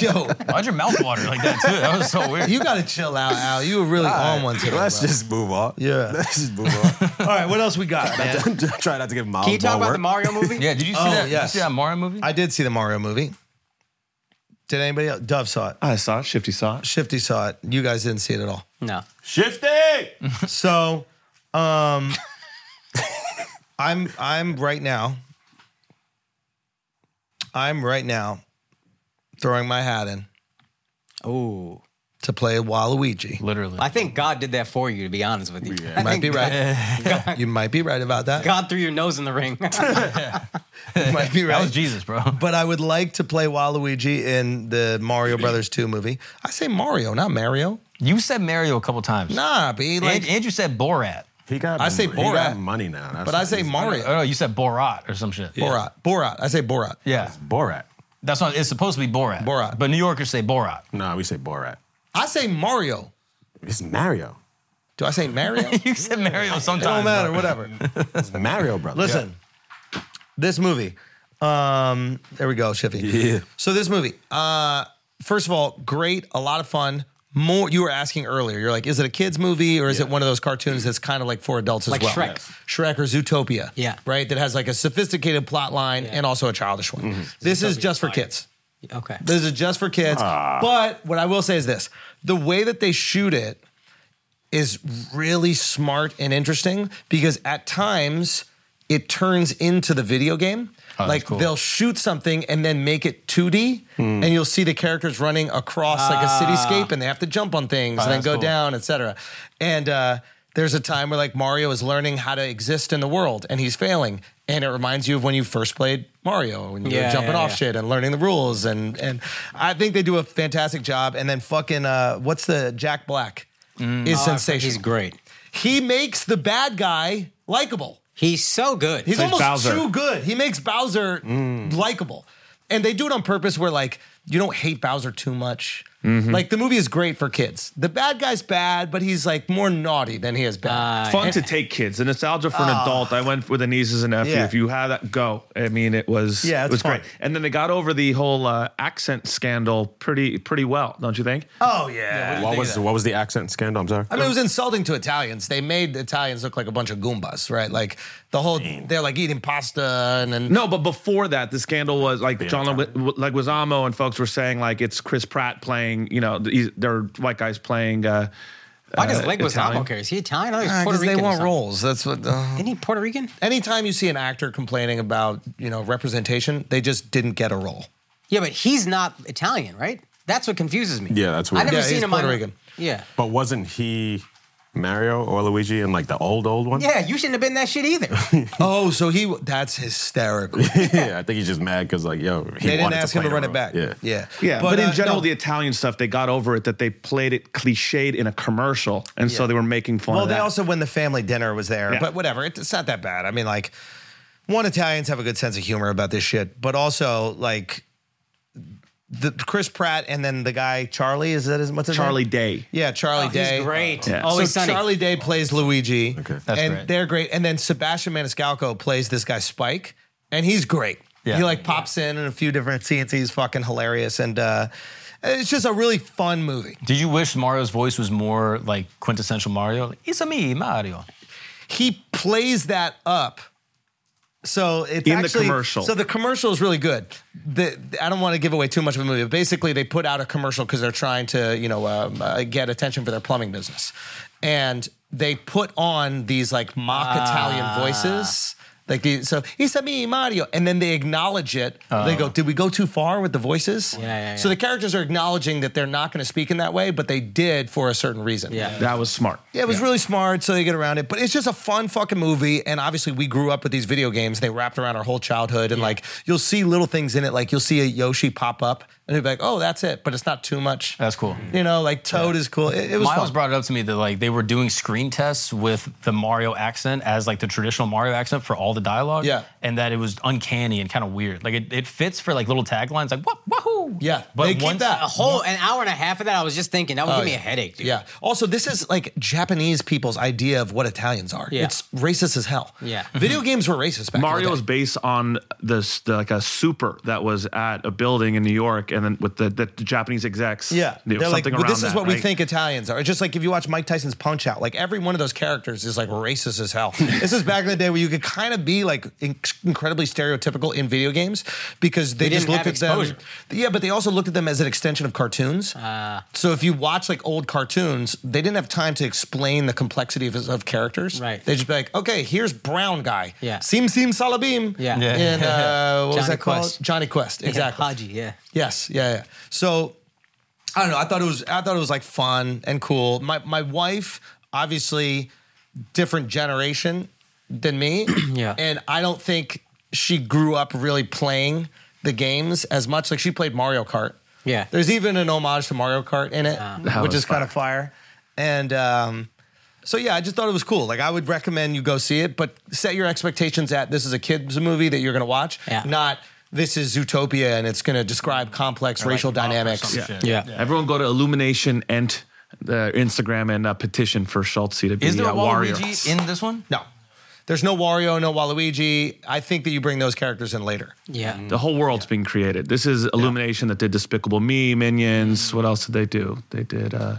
S1: Yo,
S4: Why'd your mouth water like that too? That was
S1: (laughs)
S4: so weird.
S1: you gotta chill out, Al. You were really on one today.
S5: Let's
S1: bro.
S5: just move on.
S1: Yeah.
S5: Let's just move (laughs) on.
S1: All right, what else we got, man?
S5: I'm just trying not to give mild
S3: Can you talk
S5: more
S3: about
S5: work.
S3: the Mario movie?
S4: Yeah, did you see
S1: Oh,
S4: that? Did you
S1: yes.
S4: see that Mario movie?
S1: I did see the Mario movie. Did anybody else? Dove saw it.
S2: I saw it. Shifty saw it.
S1: Shifty saw it. You guys didn't see it at all.
S3: No.
S5: Shifty!
S1: So, um, (laughs) I'm I'm right now. I'm right now throwing my hat in
S3: Ooh.
S1: to play Waluigi.
S4: Literally.
S3: I think God did that for you, to be honest with you. I
S1: You might
S3: think
S1: be right. you might be right about that.
S3: God threw your nose in the ring. (laughs)
S1: You (laughs) might be
S4: that was
S1: right.
S4: Jesus, bro. (laughs)
S1: But I would like to play Waluigi in the Mario Brothers 2 movie. I say Mario, not Mario.
S4: You said Mario a couple times.
S1: Nah, be
S4: And,
S1: like
S4: and you said Borat.
S5: He got,
S1: I say
S5: he
S1: Borat.
S5: got money now. That's
S1: But I say
S5: crazy.
S4: Oh
S1: Mario.
S4: no, you said Borat or some shit.
S1: Borat. Borat. I say Borat.
S4: Yeah.
S5: Borat.
S4: That's not. It's supposed to be Borat.
S1: Borat.
S4: But New Yorkers say Borat. (laughs)
S5: No, we say Borat.
S1: I say Mario.
S5: It's Mario.
S1: Do I say Mario? it
S4: (laughs) You said Mario sometimes.
S1: don't matter,
S4: bro.
S1: whatever.
S5: It's Mario, brother.
S1: Listen, this movie. Um, there we go, Shifty.
S5: Yeah.
S1: So this movie. Uh, first of all, great, a lot of fun. More, you were asking earlier. You're like, is it a kids movie or is it one of those cartoons that's kind of like for adults as
S3: Like
S1: well?
S3: Shrek.
S1: Shrek or Zootopia.
S3: Yeah.
S1: Right. That has like a sophisticated plot line and also a childish one. This is just for kids.
S3: okay.
S1: This is just for kids.
S4: Ah.
S1: But what I will say is this the way that they shoot it is really smart and interesting because at times it turns into the video game. like
S4: Oh, cool. Hmm.
S1: they'll shoot something and then make it 2D, and you'll see the characters running across like a cityscape, and they have to jump on things and then
S4: Ah. Oh, that's
S1: go
S4: cool.
S1: down, etc. And uh, there's a time where like Mario is learning how to exist in the world, and he's failing, and it reminds you of when you first played Mario and you were
S3: Yeah,
S1: jumping
S3: yeah,
S1: off
S3: yeah.
S1: shit and learning the rules, and and I think they do a fantastic job. And then fucking uh, what's the Jack Black?
S3: Mm.
S1: Is sensational
S3: Oh, He's great.
S1: he makes the bad guy likable.
S3: He's Mm. so good.
S1: He's
S2: Plays
S1: almost
S2: Bowser.
S1: too good. He makes Bowser likable. And they do it on purpose where, like, you don't hate Bowser too much.
S3: Mm-hmm.
S1: Like, the movie is great for kids. The bad guy's bad, but he's, like, more naughty than he is bad.
S3: Ah,
S2: Fun to take kids. The nostalgia for an adult. I went with the nieces and nephew.
S1: Yeah.
S2: If you had that, go. I mean, it was
S1: Yeah,
S2: it
S1: it's
S2: was
S1: fun.
S2: great. And then they got over the whole uh, accent scandal pretty pretty well, don't you think?
S1: oh, yeah.
S5: What was, what was the accent scandal? I'm sorry.
S1: I mean, it was insulting to Italians. They made Italians look like a bunch of Goombas, right? Like, the whole, they're, like, eating pasta and then.
S2: No, but before that, the scandal was like John Le- Leguizamo and folks were saying like it's Chris Pratt playing. You know, these, they're white guys playing. Uh,
S3: Why does
S2: uh,
S3: Leguizamo
S2: Italian.
S3: care? Is he Italian? I thought he was Puerto
S1: Because Uh,
S3: Rican.
S1: they
S3: or
S1: want
S3: something.
S1: roles. That's what. uh,
S3: Isn't he Puerto Rican?
S1: anytime you see an actor complaining about you know representation, they just didn't get a role.
S3: Yeah, but he's not Italian, right? That's what confuses me.
S5: Yeah, that's weird.
S3: I've never
S1: Yeah,
S3: seen
S1: he's
S3: him
S1: Puerto
S3: on,
S1: Rican.
S3: Yeah.
S5: But wasn't he Mario or Luigi in like the old, old one?
S3: Yeah, you shouldn't have been that shit either.
S1: Oh, so he—that's (laughs) hysterical.
S5: (laughs) yeah, I think he's just mad because, like, yo, he
S1: They didn't
S5: wanted
S1: ask him to
S5: play the
S1: run it
S5: role.
S1: back.
S5: Yeah.
S1: yeah,
S2: Yeah, but, in
S1: uh,
S2: general,
S1: no.
S2: the Italian stuff they got over it that they played it cliched in a commercial, and so they were making fun.
S1: well,
S2: of
S1: they
S2: that.
S1: also when the family dinner was there,
S2: Yeah.
S1: but whatever, it, it's not that bad. I mean, like, one Italians have a good sense of humor about this shit, but also like the Chris Pratt and then the guy Charlie is that his what's his name?
S2: Charlie Day. Oh,
S1: Yeah, Charlie
S3: he's
S1: Day.
S3: great.
S2: Yeah.
S3: Always
S1: so
S3: sunny.
S1: Charlie Day plays Luigi,
S5: Okay.
S4: That's
S1: and
S4: great.
S1: they're great. And then Sebastian Maniscalco plays this guy Spike, and he's great.
S4: Yeah.
S1: He like pops in in a few different scenes. He's fucking hilarious, and uh, It's just a really fun movie.
S4: Did you wish Mario's voice was more like quintessential Mario? Like, it's a me, Mario.
S1: He plays that up. So it's
S2: In the
S1: actually-
S2: commercial.
S1: So the commercial is really good. The, I don't want to give away too much of a movie, but basically they put out a commercial because they're trying to, you know, um, uh, get attention for their plumbing business, and they put on these like mock Italian voices. Like the, so, it's a me Mario, and then they acknowledge it. They go, "Did we go too far with the voices?" Yeah,
S3: yeah,
S1: So the characters are acknowledging that they're not going to speak in that way, but they did for a certain reason.
S3: Yeah.
S2: That was smart.
S1: Yeah, it was really smart, so they get around it. But it's just a fun fucking movie. And obviously, we grew up with these video games. They wrapped around our whole childhood. And like, you'll see little things in it. Like, you'll see a Yoshi pop up, and you'll be like, oh, that's it. But it's not too much.
S4: That's cool.
S1: You know, like Toad is cool. It, it was
S4: Miles
S1: fun.
S4: brought it up to me that like they were doing screen tests with the Mario accent as like the traditional Mario accent for all the dialogue.
S1: Yeah.
S4: And that it was uncanny and kind of weird. Like it, it fits for like little taglines like whoop wahoo.
S1: Yeah,
S4: But
S1: they keep
S4: once,
S1: that.
S3: A whole an hour and a half of that, I was just thinking that would give me a headache, dude.
S1: Oh, Yeah. Also, this is like Japanese people's idea of what Italians are.
S3: Yeah.
S1: It's racist as hell.
S3: Yeah.
S1: Video games were racist back
S2: Mario
S1: in
S2: was
S1: the day.
S2: based on this the, like a super that was at a building in New York, and then with the, the Japanese execs.
S1: Yeah,
S2: you know,
S1: they're like,
S2: something
S1: well,
S2: around
S1: this is
S2: that,
S1: what we
S2: right?
S1: think Italians are. It's just like if you watch Mike Tyson's Punch Out, like every one of those characters is like racist as
S3: (laughs)
S1: hell. this is back in the day where you could kind of be like in- incredibly stereotypical in video games because they
S3: We
S1: just
S3: didn't
S1: looked at
S3: have exposure. Ah.
S1: them. Yeah, but they also looked at them as an extension of cartoons. so if you watch like old cartoons, they didn't have time to explain the complexity of, of characters.
S3: Right.
S1: They just be like, okay, here's brown guy.
S3: Yeah.
S1: Seem seem salabim.
S3: Yeah. Yeah. (laughs)
S1: And uh, what was
S3: Johnny
S1: that called?
S3: Quest.
S1: Johnny Quest. Exactly.
S3: Haji, yeah.
S1: Yes, yeah, yeah. So I don't know. I thought it was I thought it was like fun and cool. My my wife, obviously, different generation than me.
S3: Yeah.
S1: And I don't think she grew up really playing the games as much. Like she played Mario Kart.
S3: Yeah.
S1: There's even an homage to Mario Kart in it,
S2: That
S1: which
S2: was
S1: is kind of Ah. fire. And um so yeah, I just thought it was cool. Like I would recommend you go see it, but set your expectations at this is a kids movie that you're going to watch,
S3: Yeah.
S1: not this is Zootopia and it's going to describe complex racial
S4: Pop or
S1: dynamics.
S4: some
S1: Yeah.
S4: shit.
S3: Yeah.
S2: Everyone go to Illumination and the Instagram and uh, petition for Schultz to be
S4: Is there
S2: uh,
S4: a
S2: warrior.
S4: Waluigi in this one?
S1: No. There's no Wario, no Waluigi. I think that you bring those characters in later.
S3: Yeah.
S2: The whole world's being created. This is Illumination that did Despicable Me, Minions. What else did they do? They did uh,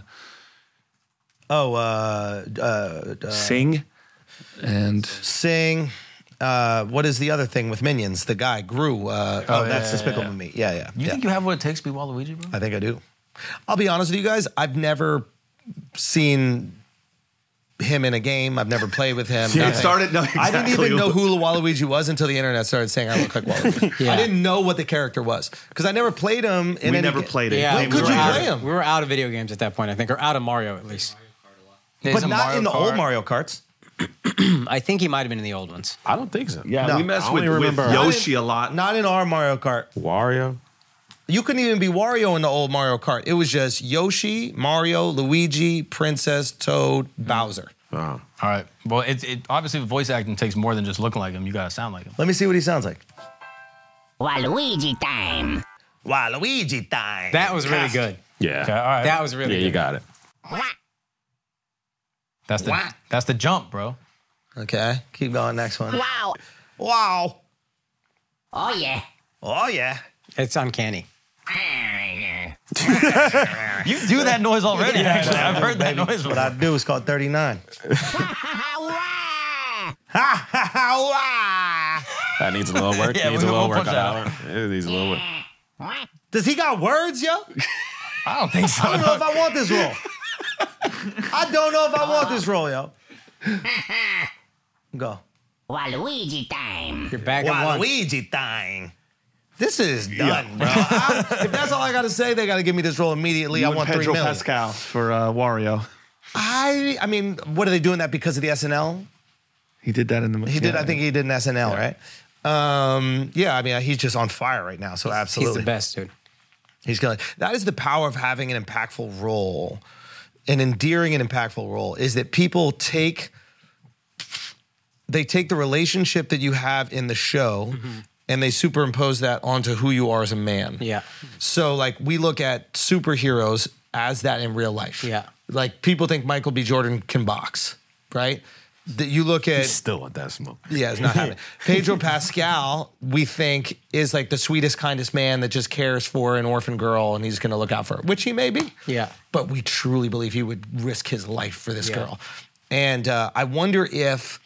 S1: Oh, uh,
S2: Sing and
S1: Sing. Uh, what is the other thing with minions? The guy grew. Uh, oh, that's despicable to me. Yeah, yeah.
S4: You
S1: yeah.
S4: think you have what it takes to be Waluigi, bro?
S1: I think I do. I'll be honest with you guys. I've never seen him in a game. I've never played with
S2: (laughs)
S1: him.
S2: It
S1: nothing.
S2: started. No,
S1: I didn't even
S2: exactly.
S1: know who Waluigi was until the internet started saying I look like
S3: (laughs)
S1: Waluigi. I didn't know what the character was because I never played him. In
S2: We
S1: any
S2: never
S1: ga-
S2: played it.
S3: Yeah,
S1: When
S3: we
S1: could
S3: were
S1: you
S3: out
S1: play
S3: of-
S1: him?
S3: We were out of video games at that point, I think, or out of Mario at least.
S1: but not in the old Mario Karts.
S3: I think he might have been in the old ones.
S5: I don't think so.
S2: Yeah,
S1: No,
S2: we mess
S5: I
S2: with,
S5: only
S2: with
S5: remember-
S2: Yoshi a lot.
S1: Not in our Mario Kart.
S5: Wario.
S1: You couldn't even be Wario in the old Mario Kart. It was just Yoshi, Mario, Luigi, Princess, Toad, Bowser.
S5: Oh.
S4: All right. Well, it, it obviously voice acting takes more than just looking like him. You gotta sound like him.
S1: Let me see what he sounds like.
S6: Waluigi time.
S1: Waluigi time.
S3: That was really good.
S5: Yeah.
S4: Okay. All right.
S3: That was really
S5: Yeah,
S3: good.
S5: you got it.
S4: that's the that's the jump, bro. Oh,
S1: Okay, keep going. Next one.
S6: Wow.
S1: Wow.
S6: Oh yeah. (laughs)
S1: Oh yeah.
S3: It's uncanny.
S4: You do that noise already. actually, I've heard that noise.
S1: What I do is called (laughs) 39.
S5: That needs a
S2: (laughs)
S5: little work.
S4: Yeah,
S5: needs a
S4: we-
S5: little
S4: we'll
S5: work
S4: put that
S5: on that one. It needs a little work.
S1: Does he got words, yo?
S4: I don't think so.
S1: I don't know if I want this role. I don't know if I want this role, (laughs) yo. Go.
S6: Waluigi time.
S3: You're back on one.
S1: Waluigi thing. This is done, bro. I- if that's all I got to say, they got to give me this role immediately.
S2: You
S1: I
S2: and
S1: want three
S2: Pedro
S1: million.
S2: Pascal for uh, Wario.
S1: I, I mean, what are they doing that because of the SNL?
S2: He did that in the movie.
S1: He did. I think he did an SNL, right? Um, yeah. I mean, he's just on fire right now. So
S3: He's
S1: absolutely,
S3: the best, dude.
S1: He's going. That is the power of having an impactful role, an endearing and impactful role. Is that people take they take the relationship that you have in the show,
S3: Mm-hmm.
S1: and they superimpose that onto who you are as a man.
S3: Yeah.
S1: So like we look at superheroes as that in real life.
S3: Yeah.
S1: Like people think Michael B. Jordan can box, right? that you look at
S5: Still want that smoke.
S1: Yeah, it's not
S3: (laughs)
S1: happening. Pedro Pascal, we think, is like the sweetest, kindest man that just cares for an orphan girl and he's going to look out for her, which he may be.
S3: Yeah.
S1: But we truly believe he would risk his life for this
S3: Yeah.
S1: girl. And uh, I wonder if,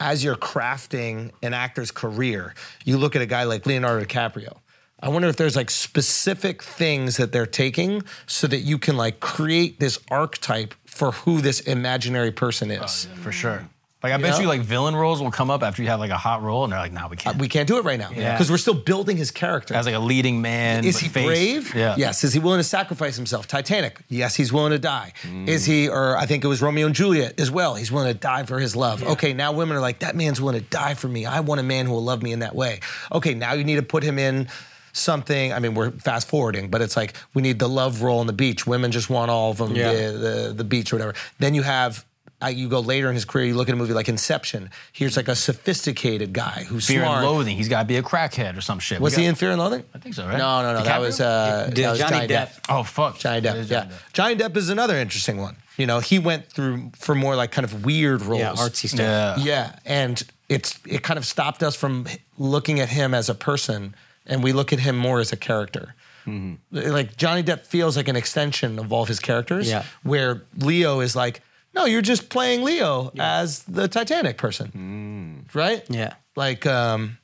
S1: as you're crafting an actor's career, you look at a guy like Leonardo DiCaprio. I wonder if there's like specific things that they're taking so that you can like create this archetype for who this imaginary person
S3: Oh,
S1: is.
S4: for sure. Like I bet
S1: Yeah.
S4: you like villain roles will come up after you have like a hot role and they're like, nah, we can't.
S1: Uh, We can't do it right now
S4: Yeah.
S1: because we're still building his character.
S4: As like a leading man.
S1: Is
S4: but
S1: he
S4: face-
S1: brave?
S4: Yeah.
S1: Yes. Is he willing to sacrifice himself? Titanic. Yes, he's willing to die.
S4: Mm.
S1: Is he, or I think it was Romeo and Juliet as well. He's willing to die for his love. Okay, now women are like, that man's willing to die for me. I want a man who will love me in that way. Okay, now you need to put him in something. I mean, we're fast forwarding, but it's like we need the love role on the beach. Women just want all of them,
S3: Yeah.
S1: the, the, the beach or whatever. Then you have. uh, You go later in his career, you look at a movie like Inception. Here's like a sophisticated guy who's
S4: Fear
S1: smart.
S4: and loathing. He's gotta be a crackhead or some shit. We
S1: Was he
S4: got-
S1: in Fear and Loathing? I
S4: think so, right?
S1: No, no, no. That
S4: DiCaprio?
S1: was, uh,
S3: Did
S1: that was
S3: Johnny Depp.
S4: Oh fuck.
S1: Johnny
S4: It is
S1: Depp, yeah.
S4: Johnny Depp.
S1: Johnny Depp is another interesting one. You know, he went through for more like kind of weird roles.
S3: Yeah, artsy stuff.
S4: Yeah.
S1: Yeah, and it's it kind of stopped us from looking at him as a person, and we look at him more as a character. Mm-hmm. Like Johnny Depp feels like an extension of all of his characters.
S3: Yeah.
S1: Where Leo is like, no, you're just playing Leo as the Titanic person, right?
S3: Yeah.
S1: Like, um,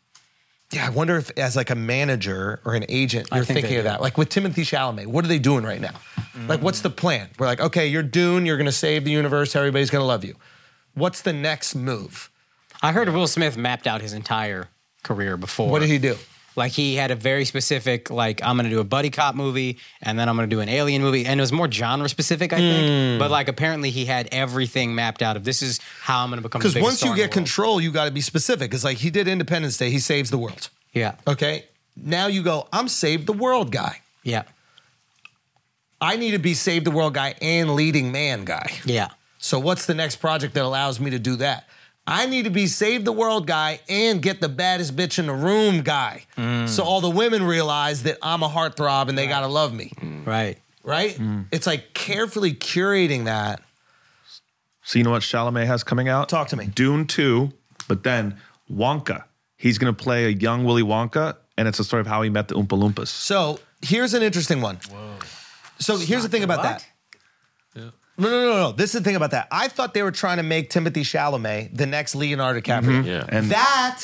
S1: yeah, I wonder if as like a manager or an agent, you're
S3: think
S1: thinking
S3: they
S1: of
S3: do.
S1: that. Like with Timothy Chalamet, what are they doing right now? Like, what's the plan? We're like, okay, you're Dune, you're gonna save the universe, everybody's gonna love you. What's the next move?
S3: I heard Will Smith mapped out his entire career before.
S1: What did he do?
S3: Like he had a very specific, like I'm gonna do a buddy cop movie, and then I'm gonna do an alien movie, and it was more genre specific, I think.
S1: Hmm.
S3: But like apparently he had everything mapped out of this is how I'm gonna become.
S1: Because
S3: Because
S1: once you get control, you gotta be specific. It's like he did Independence Day, he saves the world.
S3: yeah,
S1: Okay. Now you go, I'm save the world guy.
S3: yeah,
S1: I need to be save the world guy and leading man guy.
S3: yeah,
S1: So what's the next project that allows me to do that? I need to be save the world guy and get the baddest bitch in the room guy. So all the women realize that I'm a heartthrob and they gotta love me.
S3: right.
S1: Right? It's like carefully curating that.
S2: So you know what Chalamet has coming out?
S1: Talk to me.
S2: Dune 2, but then Wonka. He's going to play a young Willy Wonka, and it's a story of how he met the Oompa Loompas.
S1: So here's an interesting one. So here's the thing about
S3: what?
S1: that. No, no, no, no. This is the thing about that. I thought they were trying to make Timothy Chalamet the next Leonardo DiCaprio.
S5: Yeah.
S2: And-
S1: that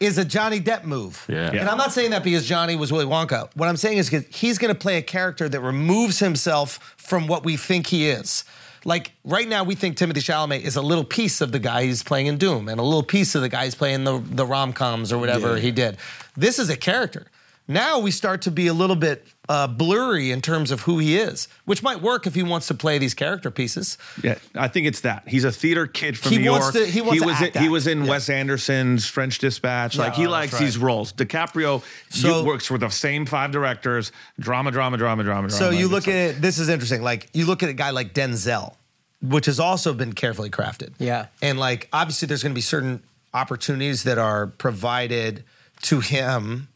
S1: is a Johnny Depp move.
S5: Yeah.
S1: And I'm not saying that because Johnny was Willy Wonka. What I'm saying is because he's going to play a character that removes himself from what we think he is. Like right now, we think Timothy Chalamet is a little piece of the guy he's playing in Doom, and a little piece of the guy he's playing the the rom coms or whatever
S5: Yeah.
S1: he did. This is a character. Now we start to be a little bit uh, blurry in terms of who he is, which might work if he wants to play these character pieces.
S2: Yeah, I think it's that. He's a theater kid from
S1: He
S2: New
S1: wants
S2: York.
S1: to- he wants to
S2: was
S1: act
S2: in, he
S1: out.
S2: was in
S1: Yeah.
S2: Wes Anderson's French Dispatch. like he likes these roles. DiCaprio you-
S1: So-
S2: works with the same five directors. Drama, drama, drama, drama,
S1: So
S2: drama.
S1: you look at it, this is interesting. Like you look at a guy like Denzel, which has also been carefully crafted.
S3: Yeah.
S1: And like obviously there's going to be certain opportunities that are provided to him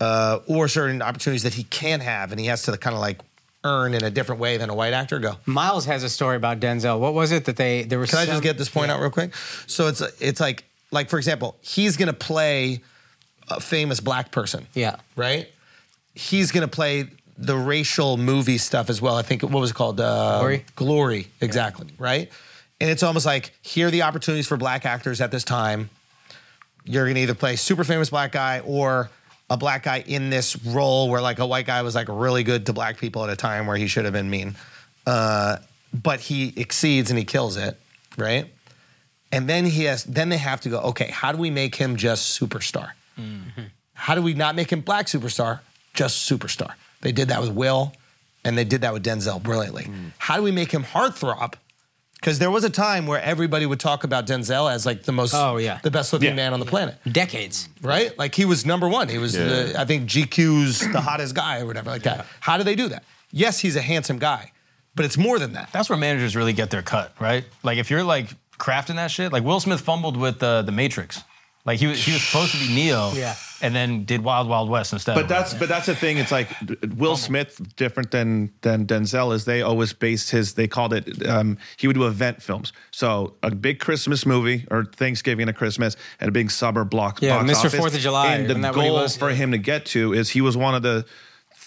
S1: uh, or certain opportunities that he can have and he has to kind of like earn in a different way than a white actor go.
S3: Miles has a story about Denzel. What was it that they there was?
S1: Can I
S3: some-
S1: just get this point out real quick? So it's it's like like for example, he's going to play a famous black person.
S3: Yeah.
S1: Right? He's going to play the racial movie stuff as well. I think what was it called? Uh,
S3: Glory?
S1: Glory, exactly. Right? And it's almost like here are the opportunities for black actors at this time. You're going to either play super famous black guy or a black guy in this role where like a white guy was like really good to black people at a time where he should have been mean. Uh, but he exceeds and he kills it, right? And then he has then they have to go, okay, how do we make him just superstar?
S3: Mm-hmm.
S1: How do we not make him black superstar, just superstar? They did that with Will and they did that with Denzel brilliantly.
S3: Mm.
S1: How do we make him heartthrob? Because there was a time where everybody would talk about Denzel as like the most,
S3: Oh, yeah.
S1: the best looking
S2: Yeah.
S1: man on the planet,
S3: decades.
S1: right? Like he was number one. He was, the, I think, GQ's the hottest guy or whatever like that. How do they do that? Yes, he's a handsome guy, but it's more than that.
S4: That's where managers really get their cut, right? Like if you're like
S1: (sighs)
S4: crafting that shit, like Will Smith fumbled with uh, the Matrix. Like he was, he was supposed to be Neo,
S3: Yeah.
S4: and then did Wild Wild West instead.
S2: But that's but that's the thing. It's like
S3: Oh.
S2: Will Smith, different than than Denzel, is they always based his. They called it. Um, he would do event films. So a big Christmas movie or Thanksgiving and Christmas, and a big summer block.
S3: Yeah,
S2: box
S3: Mr.
S2: office.
S3: Fourth of July,
S2: And the
S3: isn't that what he
S2: goal
S3: was?
S2: for him to get to is he was one of the.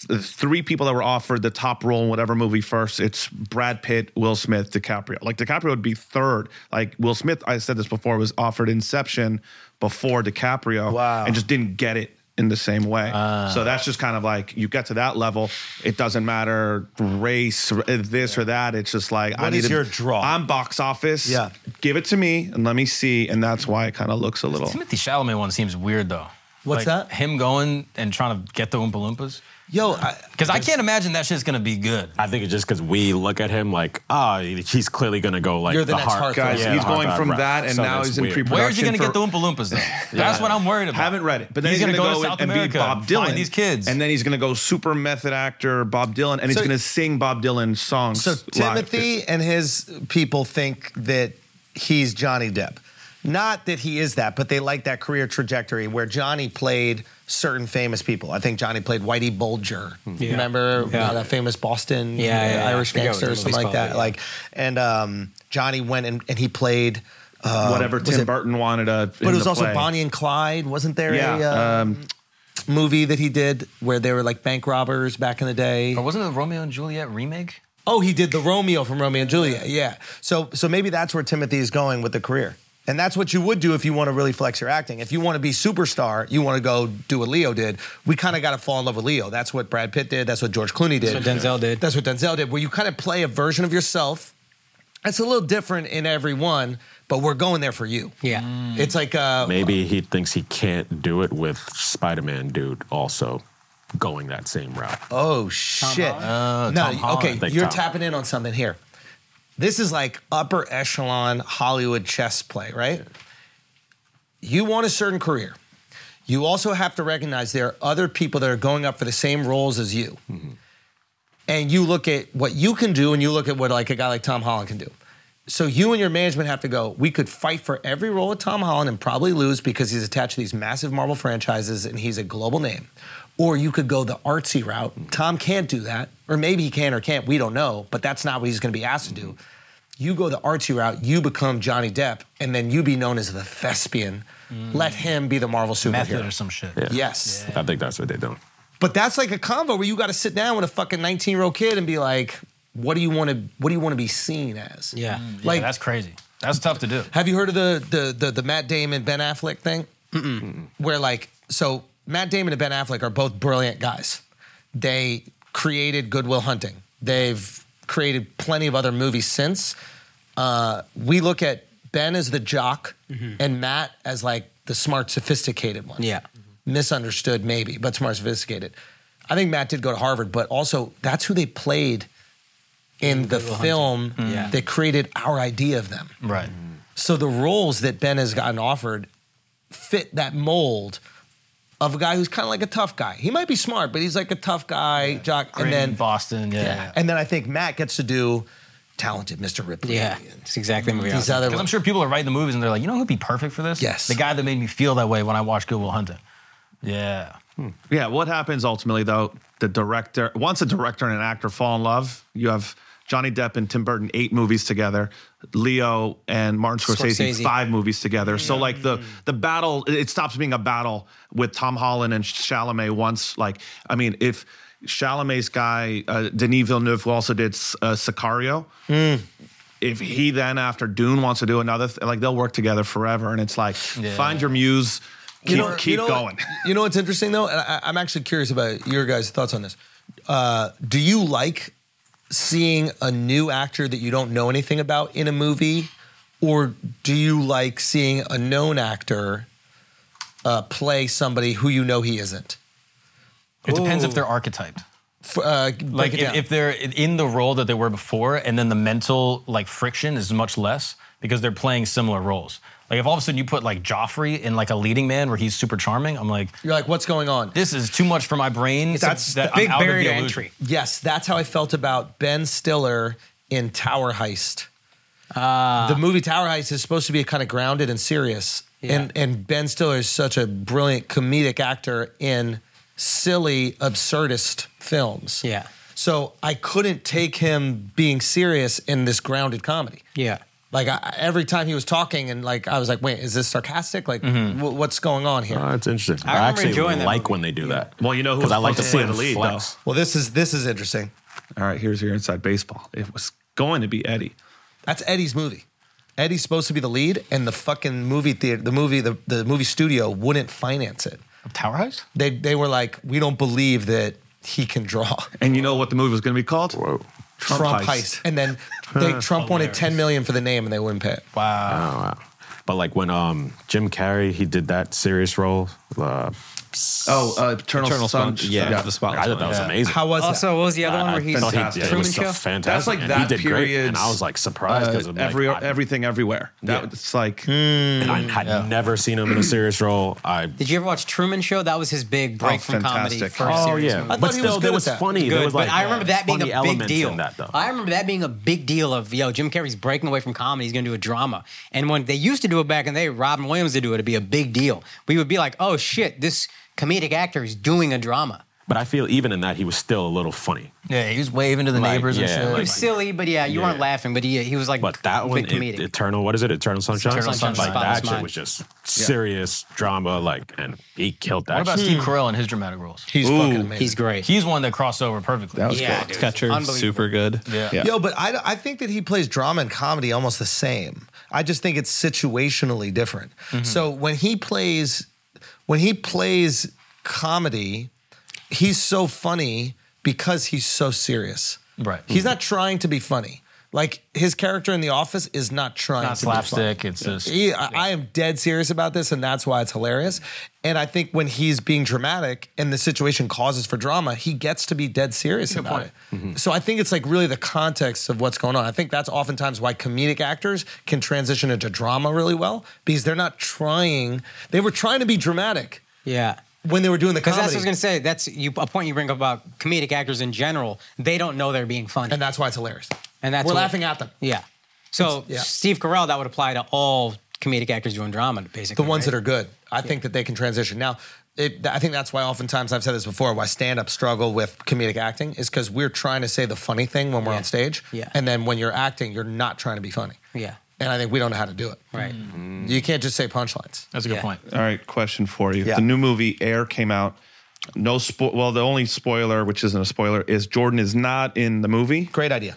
S2: th- Three people that were offered the top role in whatever movie first. It's Brad Pitt, Will Smith, DiCaprio. Like DiCaprio would be third. Like Will Smith, I said this before, was offered Inception before DiCaprio,
S1: Wow. Ah.
S2: and just didn't get it in the same way. so that's just kind of like you get to that level. It doesn't matter race, r- this or that. It's just like I
S1: What
S2: need
S1: is
S2: to-
S1: your draw?
S2: I'm box office.
S1: Yeah.
S2: give it to me and let me see. And that's why it kind of looks a little.
S4: Timothy Chalamet one seems weird though.
S1: What's
S4: Like,
S1: that?
S4: Him going and trying to get the Oompa Loompas.
S1: Yo, I,
S4: Because I can't imagine that shit's gonna be good.
S5: I think it's just because we look at him like, ah, he's clearly gonna go like
S1: You're the next
S5: heart.
S1: heartthrob. Guys,
S5: yeah,
S2: he's
S5: the heart
S2: going
S5: guy,
S2: from
S5: right.
S2: that and now
S5: that's
S2: he's in
S5: weird.
S2: pre-production.
S4: Where is he gonna get the
S2: for-
S4: Oompa Loompas though?
S2: (laughs)
S4: That's what I'm worried about.
S2: Haven't read it, but then
S4: He's
S2: he's,
S4: gonna
S2: going to
S4: go
S2: go,
S4: to
S2: and-
S4: South
S2: and
S4: America,
S2: be Bob Dylan.
S4: find these kids.
S2: and then he's going to go super method actor Bob Dylan, and he's
S1: So-
S2: going to sing Bob Dylan songs.
S1: so
S2: live.
S1: Timothy and his people think that he's Johnny Depp. Not that he is that, but they like that career trajectory where Johnny played certain famous people. I think Johnny played Whitey Bulger. Remember uh,
S3: Yeah.
S1: that famous Boston
S3: Yeah,
S1: uh,
S3: yeah, yeah.
S1: Irish
S3: I forget what
S1: gangster
S3: the
S1: or something
S3: movie's
S1: like that?
S3: called,
S1: Like, and um, Johnny went and, and he played uh,
S2: whatever
S1: was
S2: Tim
S1: it-
S2: Burton wanted uh, to.
S1: But it was also Bonnie and Clyde. Wasn't there
S2: Yeah, um,
S1: a uh, movie that he did where they were like bank robbers back in the day?
S4: Or wasn't it the Romeo and Juliet remake?
S1: Oh, he did the Romeo from Romeo and Juliet. Yeah. So so maybe that's where Timothy is going with the career. And that's what you would do if you want to really flex your acting. If you want to be superstar, you want to go do what Leo did. We kind of got to fall in love with Leo. That's what Brad Pitt did. That's what George Clooney did.
S3: what Denzel did.
S1: That's what Denzel did. Where you kind of play a version of yourself. It's a little different in every one, but we're going there for you.
S3: Yeah.
S5: Hmm.
S1: It's like uh,
S5: Maybe he thinks he can't do it with Spider-Man dude also going that same route.
S1: Oh shit!
S4: Holland?
S1: no,
S4: Uh, Tom Holland, I
S1: okay,
S5: think
S1: you're
S5: Tom.
S1: tapping in on something here. This is like upper echelon Hollywood chess play, right? You want a certain career. You also have to recognize there are other people that are going up for the same roles as you. And you look at what you can do, and you look at what like a guy like Tom Holland can do. So you and your management have to go. We could fight for every role of Tom Holland and probably lose because he's attached to these massive Marvel franchises and he's a global name. Or you could go the artsy route. Tom can't do that, or maybe he can or can't. We don't know, but that's not what he's going to be asked to do. You go the artsy route. You become Johnny Depp, and then you be known as the thespian. Let him be the Marvel
S4: Method
S1: superhero.
S4: or some shit.
S1: Yes,
S5: I think that's what they're doing.
S1: but that's like a convo where you got to sit down with a fucking 19 year old kid and be like, what do you want to what do you want to be seen as?
S3: Yeah.
S5: Hmm.
S4: Yeah,
S1: Like,
S4: that's crazy. That's tough to do.
S1: have you heard of the the the, the Matt Damon Ben Affleck thing? Where like so Matt Damon and Ben Affleck are both brilliant guys. They created Goodwill Hunting. They've created plenty of other movies since. Uh, we look at Ben as the jock and Matt as like the smart, sophisticated one
S3: Mm-hmm. Yeah.
S1: misunderstood maybe, but smart, sophisticated. I think Matt did go to Harvard, but also that's who they played in the film
S3: Mm. Yeah.
S1: that created our idea of them.
S4: Right.
S5: Mm-hmm.
S1: So the roles that Ben has gotten offered fit that mold of a guy who's kind of like a tough guy. He might be smart, but he's like a tough guy, jock.
S4: Great
S1: And then,
S4: Boston. Yeah. yeah.
S1: and then I think Matt gets to do talented Mr. Ripley.
S3: Yeah.
S1: and
S3: It's exactly the movie. I was
S1: These other
S4: Because I'm sure people are writing the movies and they're like, you know who'd be perfect for this?
S1: Yes.
S4: The guy that made me feel that way when I watched Good Will Hunting. Yeah.
S2: Yeah, what happens ultimately though? The director, once a director and an actor fall in love, you have Johnny Depp and Tim Burton eight movies together, Leo and Martin Scorsese,
S3: Scorsese.
S2: five movies together. So like the the battle, it stops being a battle with Tom Holland and Chalamet. Once like, I mean, if Chalamet's guy uh, Denis Villeneuve who also did uh, Sicario, if he then after Dune wants to do another, th- like they'll work together forever. And it's like find your muse, keep keep going.
S1: You know what's interesting though, and I, I'm actually curious about your guys' thoughts on this. Uh, do you like seeing a new actor that you don't know anything about in a movie, or do you like seeing a known actor uh, play somebody who you know he isn't?
S4: It depends if they're archetyped.
S1: F- uh,
S4: like
S1: break it
S4: if,
S1: down.
S4: if they're in the role that they were before and then the mental like friction is much less because they're playing similar roles like if all of a sudden you put like joffrey in like a leading man where he's super charming i'm like
S1: you're like, what's going on?
S4: this is too much for my brain
S1: That's
S4: that
S3: Big
S4: I'm out of
S3: barrier
S4: the
S3: to
S4: illusion.
S3: entry.
S1: Yes, that's how I felt about Ben Stiller in Tower Heist. the movie Tower Heist is supposed to be kind of grounded and serious, and and Ben Stiller is such a brilliant comedic actor in silly, absurdist films.
S3: Yeah.
S1: So I couldn't take him being serious in this grounded comedy.
S3: Yeah.
S1: Like I, every time he was talking, and like I was like, "Wait, is this sarcastic? Like, wh- what's going on here?"
S5: Oh, that's interesting. I,
S3: remember
S5: actually
S3: enjoying that
S5: like
S3: movie.
S5: when they do that.
S2: Well, you know who
S5: because I
S2: was
S5: like to
S2: supposed
S5: see
S2: to
S5: him
S2: play the lead,
S5: flex.
S1: Well, this is this is interesting.
S2: All right, here's your inside baseball. It was going to be Eddie.
S1: That's Eddie's movie. Eddie's supposed to be the lead, and the fucking movie theater, the movie, the, the movie studio wouldn't finance it.
S4: Tower Heist?
S1: They they were like, we don't believe that he can draw
S2: And you know what the movie was going to be called?
S5: Whoa.
S2: Trump, Heist.
S1: and then they Trump wanted ten million for the name, and they wouldn't pay it.
S4: Wow.
S5: Oh, wow. But like when um, Jim Carrey, he did that serious role. Uh,
S2: Oh, uh, Eternal,
S4: Eternal
S2: Sun.
S4: Sponge.
S2: yeah,
S5: yeah,
S2: the
S5: I
S2: spotlight.
S5: thought that was
S4: Yeah.
S5: amazing.
S1: How was
S3: Also, what was the other one
S5: I
S3: where he's
S5: thought he- yeah,
S2: Fantastic.
S5: it
S3: Truman
S5: was so
S3: Show?
S5: fantastic.
S2: That's like
S5: and
S2: that
S5: he did
S2: period.
S5: great, and I was like surprised because
S2: Uh, every,
S5: like, I-
S2: everything, everywhere. That,
S5: Yeah.
S2: It's like
S5: and I had never seen him in a serious role. I
S3: Did you ever watch Truman Show? That was his big break
S2: Oh,
S3: from comedy.
S2: fantastic.
S3: First
S5: Oh
S3: series
S1: I
S5: yeah,
S3: Movie.
S1: thought
S5: but
S1: he
S5: still,
S1: was good
S5: that
S1: at
S5: was
S1: that.
S5: funny.
S3: Good,
S5: There was
S3: but
S5: like,
S3: I remember that being
S5: funny
S3: a big
S5: elements
S3: deal.
S5: In that, though.
S3: I remember that being a big deal of yo, Jim Carrey's breaking away from comedy. He's going to do a drama, and when they used to do it back in the day, Robin Williams would do it. It'd be a big deal. We would be like, oh shit, this comedic actor is doing a drama.
S5: but I feel even in that, he was still a little funny.
S4: Yeah, he was waving to the
S5: Like,
S4: neighbors
S5: yeah,
S3: He
S4: and
S3: was
S4: shit.
S3: silly, but yeah, you weren't laughing. But he he was like,
S5: But that
S3: big
S5: one,
S3: comedic.
S5: it, Eternal, what is it? Eternal Sunshine.
S3: Eternal Sunshine
S5: Like
S3: of the
S5: that
S3: Spotless
S5: shit was just serious drama. Like, and he killed that.
S4: what about
S5: shit.
S4: Steve Carell and his dramatic roles?
S1: He's fucking amazing.
S3: he's great.
S4: He's one that crossed over perfectly.
S2: that was
S3: yeah,
S2: good.
S3: dude,
S7: Catcher,
S3: unbelievable.
S7: super good.
S4: yeah.
S2: Yeah.
S1: Yo, but I, I think that he plays drama and comedy almost the same. I just think it's situationally different.
S4: Mm-hmm.
S1: So when he plays when he plays comedy, he's so funny because he's so serious.
S4: Right.
S1: He's not trying to be funny. Like his character in The Office is not trying
S4: Not
S1: to be funny.
S4: slapstick. It's just.
S1: He, I, I am dead serious about this, and that's why it's hilarious. And I think when he's being dramatic and the situation causes for drama, he gets to be dead serious about
S4: point.
S1: it.
S3: Mm-hmm.
S1: So I think it's like really the context of what's going on. I think that's oftentimes why comedic actors can transition into drama really well because they're not trying. They were trying to be dramatic
S3: Yeah.
S1: when they were doing the
S3: Because
S1: comedy,
S3: that's what I was gonna say. That's you, a point you bring up about comedic actors in general. They don't know they're being funny,
S1: and that's why it's hilarious.
S3: And that's
S1: we're
S3: what-
S1: laughing at them.
S3: Yeah. So
S1: yeah.
S3: Steve Carell, that would apply to all comedic actors doing drama,
S1: the
S3: basically.
S1: ones
S3: right?
S1: that are good. I think that they can transition. Now, it, I think that's why oftentimes I've said this before why stand up struggle with comedic acting is because we're trying to say the funny thing when we're
S3: Yeah.
S1: on stage.
S3: Yeah.
S1: And then when you're acting, you're not trying to be funny.
S3: Yeah.
S1: And I think we don't know how to do it.
S3: Right.
S4: Hmm.
S1: You can't just say punchlines.
S4: That's a good
S3: Yeah.
S4: point.
S2: All right, question for you.
S1: Yeah.
S2: The new movie Air came out. No spo- well, the only spoiler, which isn't a spoiler, is Jordan is not in the movie.
S1: Great idea.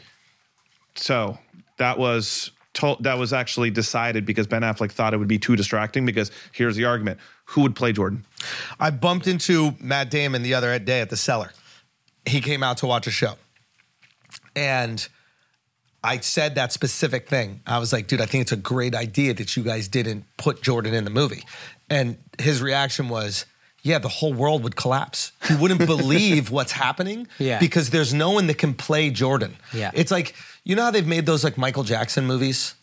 S2: So that was told. That was actually decided because Ben Affleck thought it would be too distracting. Because here's the argument: Who would play Jordan?
S1: I bumped into Matt Damon the other day at the cellar. He came out to watch a show. And I said that specific thing. I was like, dude, I think it's a great idea that you guys didn't put Jordan in the movie. And his reaction was, yeah, the whole world would collapse. You
S3: (laughs)
S1: wouldn't believe what's happening
S3: Yeah.
S1: because there's no one that can play Jordan.
S3: Yeah.
S1: It's like, you know how they've made those like Michael Jackson movies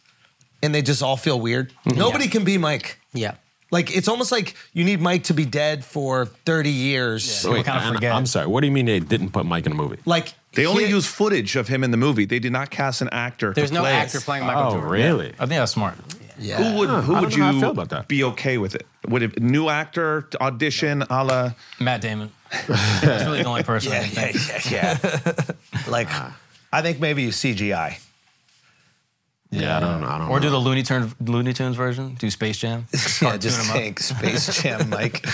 S1: and they just all feel weird?
S3: Mm-hmm.
S1: Nobody can be Mike.
S3: Yeah.
S1: Like it's almost like you need Mike to be dead for 30 years.
S5: Wait,
S4: kinda
S5: and
S4: forget.
S5: I'm sorry. What do you mean they didn't put Mike in a movie?
S1: Like
S2: They only
S1: he-
S2: use footage of him in the movie. They did not cast an actor.
S3: There's
S2: to
S3: no
S2: play.
S3: actor playing Michael
S5: Oh,
S3: Jordan. Uh,
S5: really?
S4: I think that's smart.
S1: yeah.
S2: Who would who
S5: I don't
S2: would
S5: know how I
S2: you
S5: feel about that.
S2: be okay with it? Would it new actor audition a la?
S4: Matt Damon.
S1: (laughs)
S4: that's really the only person. I
S1: Yeah,
S4: can think.
S1: yeah, yeah, yeah. (laughs) like I think maybe you CGI.
S5: Yeah, I don't know. I don't
S4: Or
S5: know.
S4: do the Looney Tunes, Looney Tunes version? Do Space Jam?
S1: (laughs) yeah, just think Space (laughs) Jam, Mike.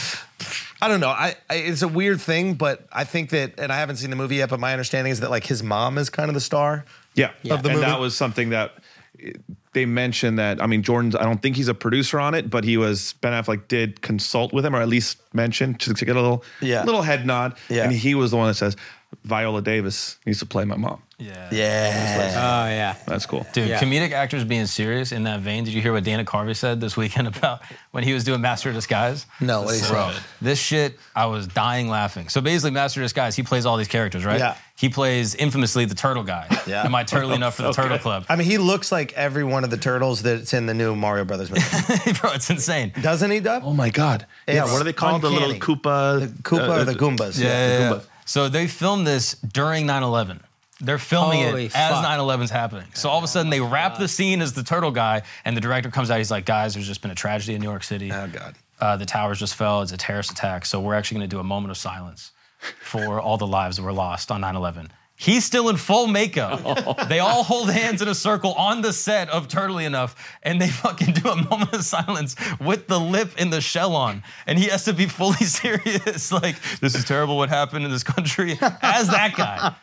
S1: I don't know. I, I it's a weird thing, but I think that, and I haven't seen the movie yet. But my understanding is that like his mom is kind of the star.
S2: Yeah,
S1: Of the
S2: and that
S1: movie?
S2: was something that it- they mentioned that I mean Jordan's I don't think he's a producer on it, but he was Ben Affleck did consult with him or at least mention to, to get a little
S1: Yeah.
S2: little head nod,
S1: Yeah.
S2: and he was the one that says Viola Davis needs to play my mom.
S4: Yeah.
S1: (laughs) Yeah.
S3: Oh yeah.
S2: That's cool.
S4: Dude,
S3: Yeah.
S4: comedic actors being serious in that vein. Did you hear what Dana Carvey said this weekend (laughs) about when he was doing Master of Disguise?
S1: No, what he said.
S4: Bro, this shit, I was dying laughing. So basically, Master of Disguise, he plays all these characters, right?
S1: Yeah.
S4: He plays infamously the turtle guy.
S1: Yeah.
S4: Am I turtle enough
S1: (laughs)
S4: for the turtle club?
S1: I mean, he looks like every one of the turtles that's in the new Mario Brothers movie,
S4: (laughs) (laughs) Bro, it's insane.
S1: doesn't he, Dub?
S2: Oh my God! yeah,
S1: It's
S2: what are they called? The little
S1: uncanny.
S2: Koopa,
S1: Koopa
S2: uh,
S1: or the Goombas?
S4: Yeah, yeah,
S2: the
S4: yeah.
S2: Goomba.
S4: So they filmed this during 9 11. They're filming
S3: Holy
S4: it as
S3: fuck.
S4: 9/11's happening. So all of a sudden they wrap the scene as the turtle guy, and the director comes out. He's like, "Guys, there's just been a tragedy in New York City.
S1: Oh God.
S4: Uh, the towers just fell. It's a terrorist attack. So we're actually going to do a moment of silence for all the lives that were lost on 9/11." He's still in
S1: (laughs)
S4: full makeup. they all hold hands in a circle on the set of Turtly Enough, and they fucking do a moment of silence with the lip and the shell on. And he has to be fully (laughs) serious, like, this is terrible what happened in this country, as that guy.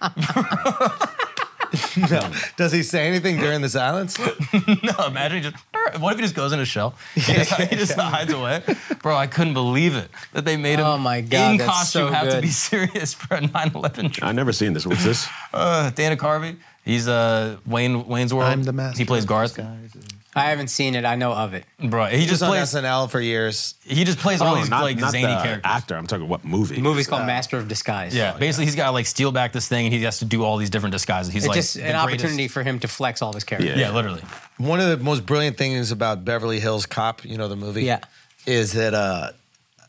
S1: No. Does he say anything during the silence?
S4: (laughs) No, imagine he just. What if he just goes in
S3: (laughs)
S4: a shell? He just, he just hides away. Bro, I couldn't believe it that they made him
S3: Oh my God,
S4: in
S3: that's
S4: costume
S3: so
S4: have to
S3: good.
S4: be serious for a (laughs) 9/11 trip.
S5: I never seen this.
S3: (laughs)
S5: What's this?
S4: Uh, Dana Carvey, he's uh Wayne Wayne's World.
S2: I'm the master
S4: He plays Garth.
S3: I haven't seen it. I know of it.
S4: Bro, he
S1: He's
S4: just
S1: on
S4: plays.
S1: SNL for years.
S4: He just plays all
S5: Oh,
S4: these
S5: not-
S4: like
S5: not
S4: zany
S5: the
S4: characters.
S5: Actor. I'm talking what movie?
S3: The movie's called Master of Disguise.
S4: Yeah, basically he's got to like steal back this thing, and he has to do all these different disguises. He's
S3: It's
S4: like
S3: just
S4: the
S3: an
S4: greatest-
S3: opportunity for him to flex all his characters.
S4: Yeah, literally.
S1: One of the most brilliant things about Beverly Hills Cop, you know the movie,
S3: Yeah.
S1: is that uh,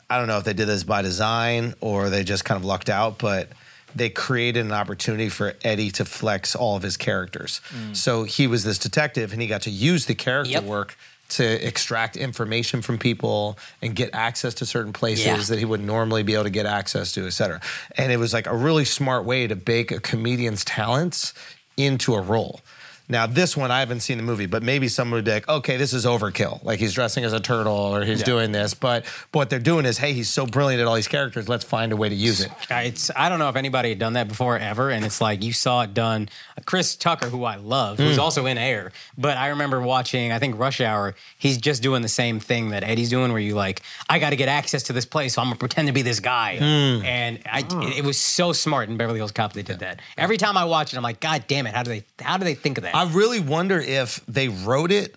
S1: I don't know if they did this by design or they just kind of lucked out, but they created an opportunity for Eddie to flex all of his characters. So he was this detective, and he got to use the character
S3: Mm. Yep.
S1: work to extract information from people and get access to certain places
S3: Yeah.
S1: that he would normally be able to get access to, et cetera. And it was like a really smart way to bake a comedian's talents into a role. Now, this one, I haven't seen the movie, but maybe someone would be like, okay, this is overkill. Like he's dressing as a turtle or he's doing this. But, but what they're doing is, hey, he's so brilliant at all these characters, let's find a way to use it.
S3: I- It's I don't know if anybody had done that before ever, and it's like you saw it done. Chris Tucker, who I love,
S1: Hmm.
S3: who's also in Air, but I remember watching. I think Rush Hour. He's just doing the same thing that Eddie's doing, where you like, I got to get access to this place, so I'm gonna pretend to be this guy.
S1: Hmm.
S3: And I, it, it was so smart in Beverly Hills Cop they did that. Every time I watch it, I'm like, God damn it! How do they? How do they think of that?
S1: I really wonder if they wrote it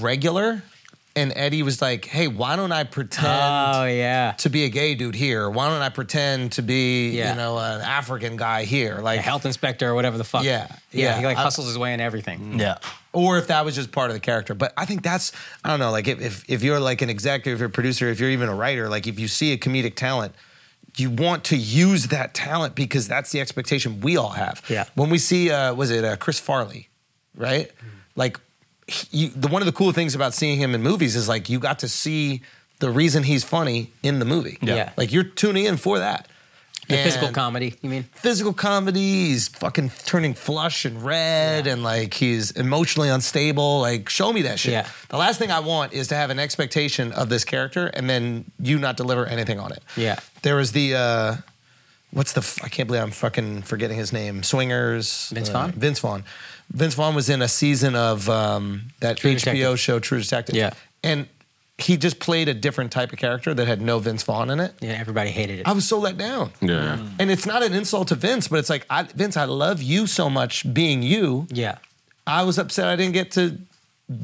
S1: regular and Eddie was like, hey, why don't I pretend
S3: oh yeah,
S1: to be a gay dude here? Why don't I pretend to be,
S3: Yeah.
S1: you know, an African guy here? Like,
S3: a health inspector or whatever the fuck.
S1: Yeah,
S3: yeah.
S1: yeah.
S3: He like
S1: I-
S3: hustles his way in everything.
S4: Yeah.
S1: or if that was just part of the character. But I think that's I don't know. Like if if, if you're like an executive, if you're a producer, if you're even a writer, like if you see a comedic talent. You want to use that talent because that's the expectation we all have.
S3: Yeah.
S1: When we see, uh, was it uh, Chris Farley, right?
S3: Mm-hmm.
S1: Like, he, you, the one of the cool things about seeing him in movies is like you got to see the reason he's funny in the movie.
S3: Yeah. Yeah.
S1: Like you're tuning in for that.
S3: The physical
S1: And-
S3: comedy. You mean?
S1: physical comedy. He's fucking turning flush and red, and like he's emotionally unstable. Like, show me that shit.
S3: Yeah.
S1: The last thing I want is to have an expectation of this character, and then you not deliver anything on it.
S3: Yeah.
S1: There was the. uh What's the? F- I can't believe I'm fucking forgetting his name. Swingers.
S3: Vince
S1: uh,
S3: Vaughn?
S1: Vince Vaughn. Vince Vaughn was in a season of um, that
S3: True
S1: HBO
S3: Detective.
S1: show True Detective.
S3: Yeah.
S1: And he just played a different type of character that had no Vince Vaughn in it.
S3: Yeah. Everybody hated it.
S1: I was so let down.
S5: Yeah.
S1: And it's not an insult to Vince, but it's like, I, Vince, I love you so much being you.
S3: yeah.
S1: I was upset I didn't get to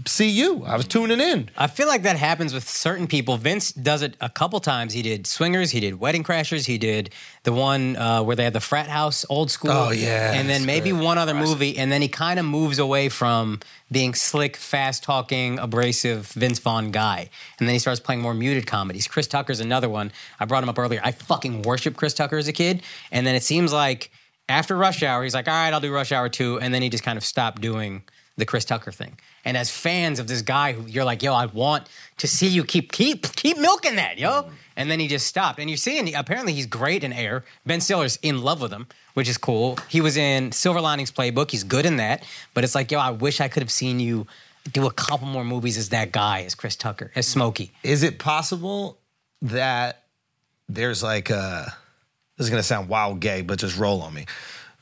S1: see you. I was tuning in.
S3: I feel like that happens with certain people. Vince does it a couple times. He did Swingers, he did Wedding Crashers, he did the one uh, where they had the frat house, old school.
S1: Oh, yeah,
S3: and
S1: that's
S3: then maybe one other movie, and then he kind of moves away from being slick, fast talking, abrasive Vince Vaughn guy, and then he starts playing more muted comedies. Chris Tucker's another one. I brought him up earlier. I fucking worship Chris Tucker as a kid, and then it seems like after Rush Hour, he's like, all right, I'll do Rush Hour 2. And then he just kind of stopped doing the Chris Tucker thing. And as fans of this guy, who you're like, yo, I want to see you keep keep keep milking that, yo. And then he just stopped. And you're seeing apparently he's great in Air. Ben Stiller's in love with him, which is cool. He was in Silver Linings Playbook. He's good in that. But it's like, yo, I wish I could have seen you do a couple more movies as that guy, as Chris Tucker, as Smokey.
S1: Is it possible that there's like a, this is going to sound wild gay, but just roll on me,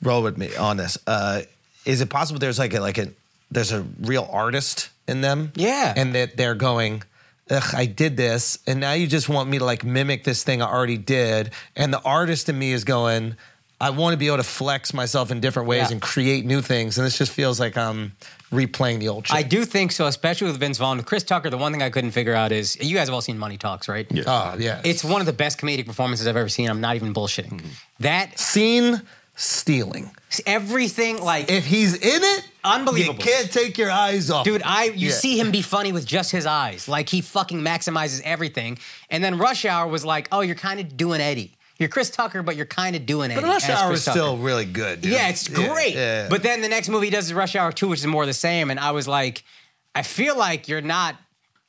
S1: roll with me on this. Uh, is it possible there's like a, like a, there's a real artist in them?
S3: Yeah.
S1: And that they're going, Ugh, I did this, and now you just want me to like mimic this thing I already did. And the artist in me is going, I want to be able to flex myself in different ways
S3: Yeah.
S1: and create new things. And this just feels like I'm replaying the old shit.
S3: I do think so, especially with Vince Vaughn. With Chris Tucker, the one thing I couldn't figure out is you guys have all seen Money Talks, right? Yeah.
S1: oh, yeah.
S3: It's one of the best comedic performances I've ever seen. I'm not even bullshitting.
S1: Mm-hmm.
S3: That
S1: scene stealing.
S3: everything like
S1: If he's in it,
S3: Unbelievable.
S1: You can't take your eyes off.
S3: dude,
S1: it.
S3: I you
S1: Yeah.
S3: see him be funny with just his eyes. Like he fucking maximizes everything. And then Rush Hour was like, "Oh, you're kind of doing Eddie." You're Chris Tucker, but you're kind of doing it.
S1: But Rush
S3: as
S1: Hour
S3: Chris
S1: is
S3: Tucker.
S1: still really good. dude.
S3: Yeah, it's great.
S1: yeah, yeah.
S3: But then the next movie he does is Rush Hour 2, which is more of the same. And I was like, I feel like you're not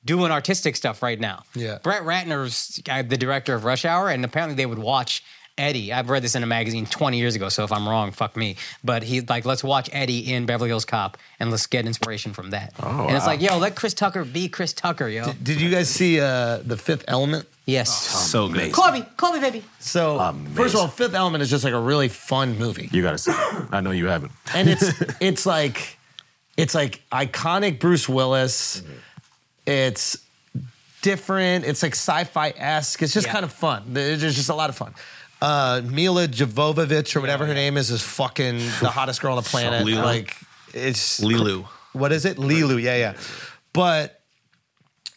S3: doing artistic stuff right now.
S1: Yeah.
S3: Brett Ratner's uh, the director of Rush Hour, and apparently they would watch Eddie. I've read this in a magazine 20 years ago, so if I'm wrong, fuck me. But he like, let's watch Eddie in Beverly Hills Cop and let's get inspiration from that. Oh, and it's like, yo, let Chris Tucker be Chris Tucker, yo.
S1: Did you guys see uh, the Fifth Element?
S3: yes.
S2: So good.
S5: Oh,
S3: Call me, call me, baby.
S1: So first of all, Fifth Element is just like a really fun movie,
S5: You gotta see. it. I know you haven't.
S1: and it's it's like it's like iconic Bruce Willis. It's different. It's like sci-fi esque. It's just
S3: Yeah.
S1: kind of fun. There's just a lot of fun. Uh, Mila Jovovich or whatever her name is is fucking the hottest girl on the planet.
S2: Lilo.
S1: Like it's
S2: Lilu.
S1: what is it? Lilu. Yeah, yeah. But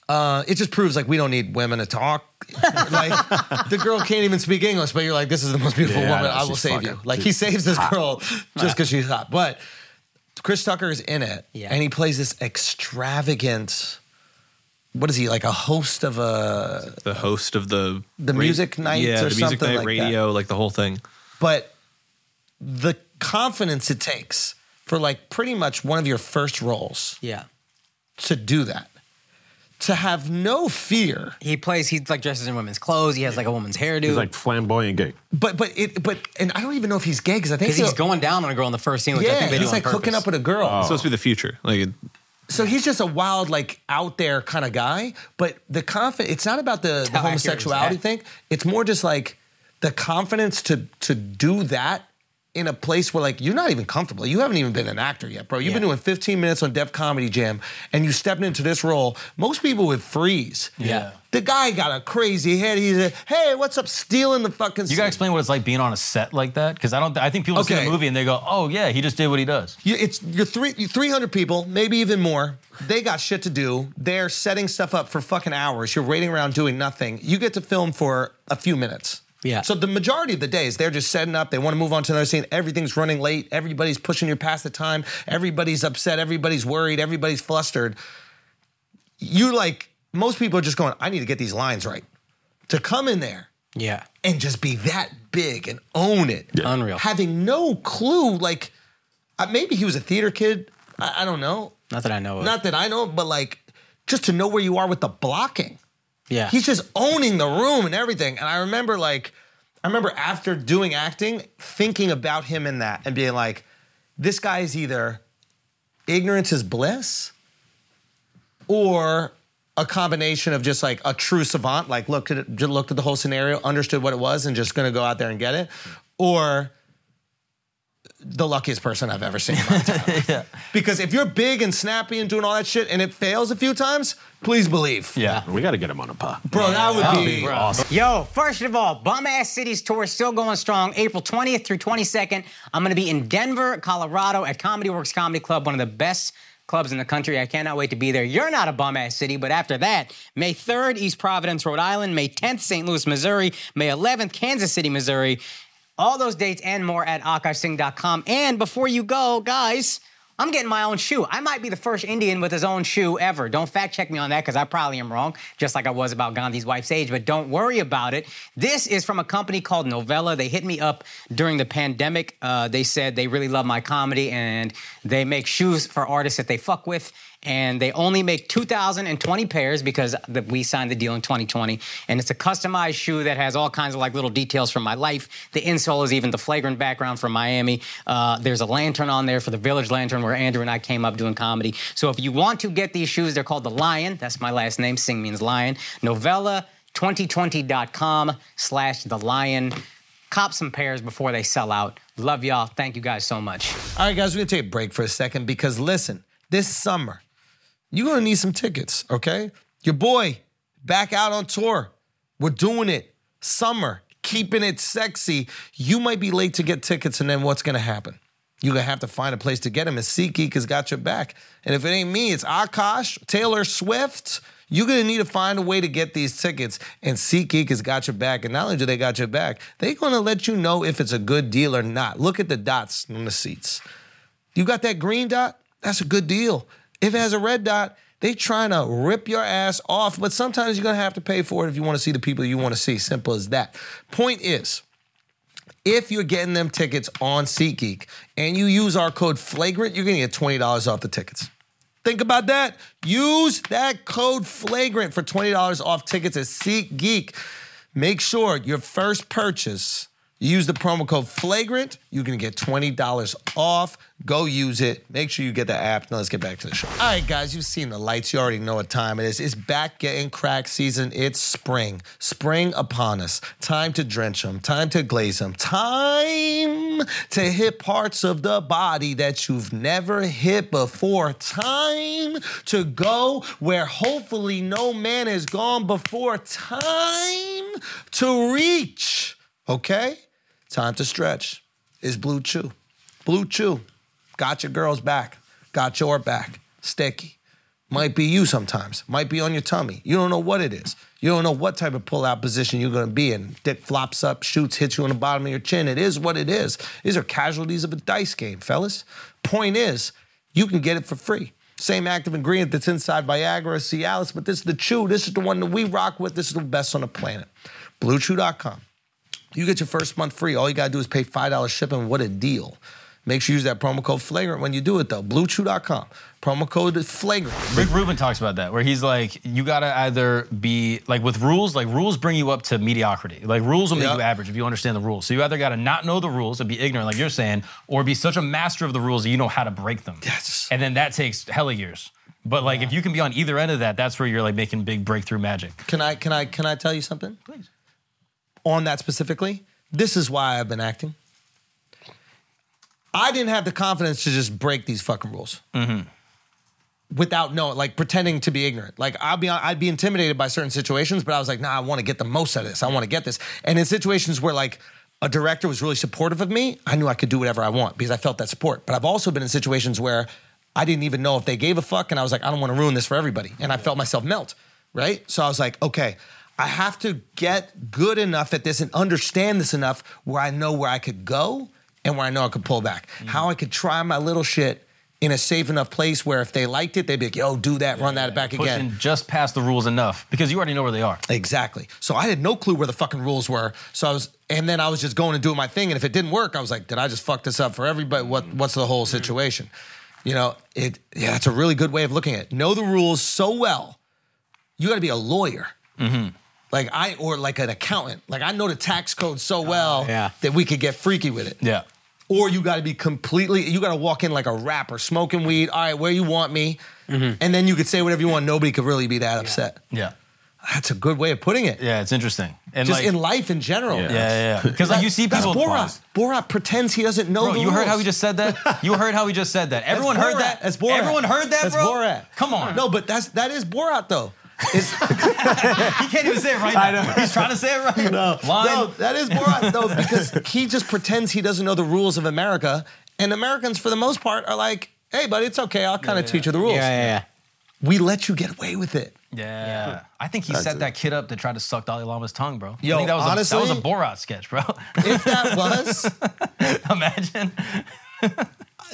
S1: uh, it just proves like we don't need women to talk. like the girl can't even speak English, but you're like, this is the most beautiful
S5: Yeah, I
S1: woman.
S5: know.
S1: I, will
S5: She's
S1: save
S5: fucking-
S1: you. Like he
S5: she's
S1: saves this girl just because she's hot. But Chris Tucker is in it,
S3: Yeah.
S1: and he plays this extravagant. What is he like? A host of a
S2: The host of the
S1: The music nights
S2: yeah,
S1: or
S2: the music
S1: something
S2: night,
S1: like
S2: radio, like the whole thing.
S1: but the confidence it takes for like pretty much one of your first roles
S3: Yeah.
S1: to do that, to have no fear,
S3: He plays, he like dresses in women's clothes. He has like a woman's hairdo.
S5: He's like flamboyant gay.
S1: but but it but and I don't even know if he's gay because I think
S3: Because he's
S1: he'll-
S3: going down on a girl in the first scene, which I
S1: Yeah,
S3: think they do
S1: he's
S3: on
S1: like hooking
S3: purpose.
S1: up with a girl.
S2: It's supposed to be the future. Like
S1: So he's just a wild, like out there kind of guy. But the confidence, it's not about the, the
S3: How accurate is
S1: homosexuality
S3: that?
S1: thing. It's more just like the confidence to to do that in a place where like you're not even comfortable. You haven't even been an actor yet, bro. You've been
S3: Yeah.
S1: doing 15 minutes on Def Comedy Jam and you stepped into this role. Most people would freeze.
S4: Yeah.
S1: The guy got a crazy head. He's like, hey, what's up? Stealing the fucking
S4: You
S1: scene.
S4: gotta explain what it's like being on a set like that, because I don't. I think people see
S1: Okay.
S4: the movie and they go, "Oh yeah, he just did what he does."
S1: You, it's you're three, you're 300 people, maybe even more. They got shit to do. They're setting stuff up for fucking hours. You're waiting around doing nothing. You get to film for a few minutes.
S3: Yeah.
S1: So the majority of the days, they're just setting up. They want to move on to another scene. Everything's running late. Everybody's pushing you past the time. Everybody's upset. Everybody's worried. Everybody's flustered. You're like, most people are just going, I need to get these lines right. To come in there
S3: Yeah.
S1: and just be that big and own it.
S3: Unreal.
S1: Having no clue, like uh, maybe he was a theater kid. I, I don't know.
S3: Not that I know of.
S1: Not that I know, but like just to know where you are with the blocking.
S3: yeah.
S1: He's just owning the room and everything. And I remember like, I remember after doing acting, thinking about him in that and being like, this guy is either ignorance is bliss or a combination of just like a true savant, like looked at it, just looked at the whole scenario, understood what it was, and just gonna go out there and get it, or the luckiest person I've ever seen. In my entire life. Because if you're big and snappy and doing all that shit and it fails a few times, please believe.
S4: Yeah.
S5: We gotta get him on a pod.
S1: Bro, that would be,
S5: awesome.
S3: Yo, first of all, Bum Ass Cities Tour is still going strong. April 20th through 22nd. I'm going to be in Denver, Colorado at Comedy Works Comedy Club, one of the best clubs in the country. I cannot wait to be there. You're not a bum ass city, but after that, May 3rd, East Providence, Rhode Island. May 10th, St. Louis, Missouri. May 11th, Kansas City, Missouri. All those dates and more at akashsing.com. And before you go, guys, I'm getting my own shoe. I might be the first Indian with his own shoe ever. Don't fact check me on that because I probably am wrong, just like I was about Gandhi's wife's age, but don't worry about it. This is from a company called Novella. They hit me up during the pandemic. Uh, they said they really love my comedy and they make shoes for artists that they fuck with. And they only make 2,020 pairs because the, we signed the deal in 2020. And it's a customized shoe that has all kinds of like little details from my life. The insole is even the flagrant background from Miami. Uh, there's a lantern on there for the Village Lantern where Andrew and I came up doing comedy. So if you want to get these shoes, they're called the Lion. That's my last name. Sing means lion. Novella 2020.com slash the lion. Cop some pairs before they sell out. Love y'all. Thank you guys so much.
S1: All right, guys, we're gonna take a break for a second because listen, this summer, you're gonna need some tickets, okay? Your boy, back out on tour. We're doing it. Summer, keeping it sexy. You might be late to get tickets, and then what's gonna happen? You're gonna have to find a place to get them, and SeatGeek has got your back. And if it ain't me, it's Akash, Taylor Swift. You're gonna need to find a way to get these tickets, and SeatGeek has got your back. And not only do they got your back, they're gonna let you know if it's a good deal or not. Look at the dots on the seats. You got that green dot? That's a good deal. If it has a red dot, They trying to rip your ass off, but sometimes you're gonna have to pay for it if you want to see the people you want to see. Simple as that. Point is, if you're getting them tickets on SeatGeek and you use our code Flagrant, you're gonna get twenty dollars off the tickets. Think about that. Use that code Flagrant for twenty dollars off tickets at SeatGeek. Make sure your first purchase. You use the promo code Flagrant. You can get twenty dollars off. Go use it. Make sure you get the app. Now let's get back to the show. All right, guys, you've seen the lights. You already know what time it is. It's back getting crack season. It's spring. Spring upon us. Time to drench them. Time to glaze them. Time to hit parts of the body that you've never hit before. Time to go where hopefully no man has gone before. Time to reach. Okay? Time to stretch. Is Blue Chew. Blue Chew. Got your girl's back. Got your back. Sticky. Might be you sometimes. Might be on your tummy. You don't know what it is. You don't know what type of pull-out position you're gonna be in. Dick flops up, shoots, hits you on the bottom of your chin. It is what it is. These are casualties of a dice game, fellas. Point is, you can get it for free. Same active ingredient that's inside Viagra or Cialis, but this is the chew. This is the one that we rock with. This is the best on the planet. BlueChew.com. You get your first month free. All you gotta do is pay five dollars shipping. What a deal! Make sure you use that promo code flagrant when you do it though. BlueChew.com. Promo code is flagrant.
S4: Rick Rubin talks about that, where he's like, you gotta either be like with rules, like rules bring you up to mediocrity. Like rules will make
S1: Yeah.
S4: you average if you understand the rules. So you either gotta not know the rules and be ignorant, like you're saying, or be such a master of the rules that you know how to break them.
S1: Yes.
S4: And then that takes hella years. But like if you can be on either end of that, that's where you're like making big breakthrough magic.
S1: Can I can I can I tell you something? Please. On that specifically, this is why I've been acting. I didn't have the confidence to just break these fucking rules. Without knowing, like pretending to be ignorant. Like I'll be, I'd be intimidated by certain situations, but I was like, nah, I want to get the most out of this. I want to get this. And in situations where like a director was really supportive of me, I knew I could do whatever I want because I felt that support. But I've also been in situations where I didn't even know if they gave a fuck, and I was like, I don't want to ruin this for everybody. And I felt myself melt. Right. So I was like, okay, I have to get good enough at this and understand this enough where I know where I could go and where I know I could pull back. How I could try my little shit in a safe enough place where if they liked it, they'd be like, yo, do that, run that back
S4: Pushing
S1: again.
S4: just past the rules enough because you already know where they are.
S1: Exactly. So I had no clue where the fucking rules were. So I was, and then I was just going and doing my thing. And if it didn't work, I was like, did I just fuck this up for everybody? What, what's the whole situation? You know, it, yeah, that's a really good way of looking at it. Know the rules so well, you gotta be a lawyer.
S4: Mm-hmm.
S1: Like I, or like an accountant. Like I know the tax code so well
S3: yeah.
S1: that we could get freaky with it
S4: Oh, Yeah.
S1: or you got to be completely you got to walk in like a rapper smoking weed all right where you want me and then you could say whatever you want nobody could really be that upset
S4: Mm-hmm. Yeah.
S1: that's a good way of putting it
S4: Yeah, it's interesting. And
S1: just
S4: like,
S1: in life in general
S4: Yeah, yeah. Because like you see
S1: that's
S4: people
S1: borat borat pretends he doesn't know
S4: Bro,
S1: the
S4: you heard
S1: rules.
S4: how he just said
S1: (laughs)
S4: that? You heard how he just said that. Everyone heard
S1: Borat.
S4: that?
S1: That's Borat.
S4: Everyone heard that,
S1: That's
S4: bro?
S1: Borat.
S4: Come on.
S1: no but that's that is borat though
S4: (laughs)
S1: it's,
S4: he can't even say it
S1: (laughs)
S4: right now. He's trying to say it right. No. Line.
S1: no that is borat though because he just pretends he doesn't know the rules of america and americans for the most part are like hey buddy it's okay i'll kind of teach you the rules
S3: Yeah, yeah, yeah.
S1: we let you get away with it
S4: Yeah. I think he set that kid up to try to suck Dalai Lama's tongue, bro.
S1: Yo,
S4: I think that was
S1: honestly-
S4: a, that was a Borat sketch, bro. (laughs)
S1: if that was
S4: Imagine.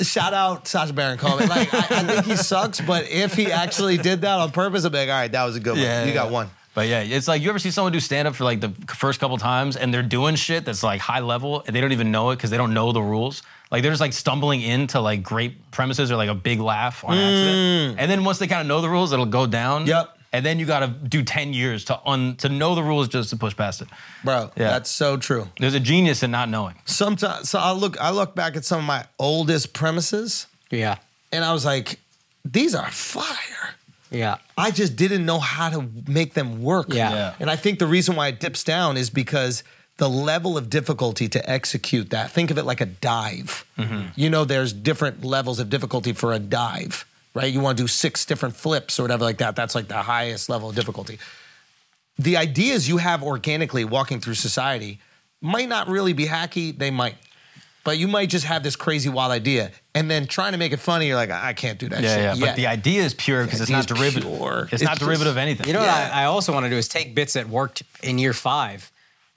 S1: shout out Sasha Baron Cohen. (laughs) Like I, I think he sucks, but if he actually did that on purpose, I'd be like, all right, that was a good
S4: Yeah,
S1: one. You
S4: yeah,
S1: got
S4: yeah.
S1: one.
S4: But yeah, it's like you ever see someone do stand up for like the first couple times and they're doing shit that's like high level and they don't even know it because they don't know the rules. Like they're just like stumbling into like great premises or like a big laugh on accident. And then once they kind of know the rules, it'll go down.
S1: Yep.
S4: And then you got to do 10 years to un to know the rules just to push past it.
S1: Bro,
S4: Yeah.
S1: that's so true.
S4: There's a genius in not knowing.
S1: Sometimes so I look I look back at some of my oldest premises
S3: Yeah.
S1: and I was like, these are fire.
S3: Yeah.
S1: I just didn't know how to make them work.
S3: Yeah. Yeah.
S1: And I think the reason why it dips down is because the level of difficulty to execute that, think of it like a dive.
S4: Mm-hmm.
S1: You know, there's different levels of difficulty for a dive, right? You want to do six different flips or whatever like that. That's like the highest level of difficulty. The ideas you have organically walking through society might not really be hacky, they might. But you might just have this crazy wild idea. And then trying to make it funny, you're like, I can't do that shit.
S4: Yeah, yeah.
S1: yet.
S4: But the idea is pure because it's
S1: idea
S4: not
S1: is
S4: derivative.
S1: pure.
S4: It's,
S1: It's
S4: not
S1: just-
S4: derivative of anything.
S3: You know what I, I also want to do is take bits that worked in year five,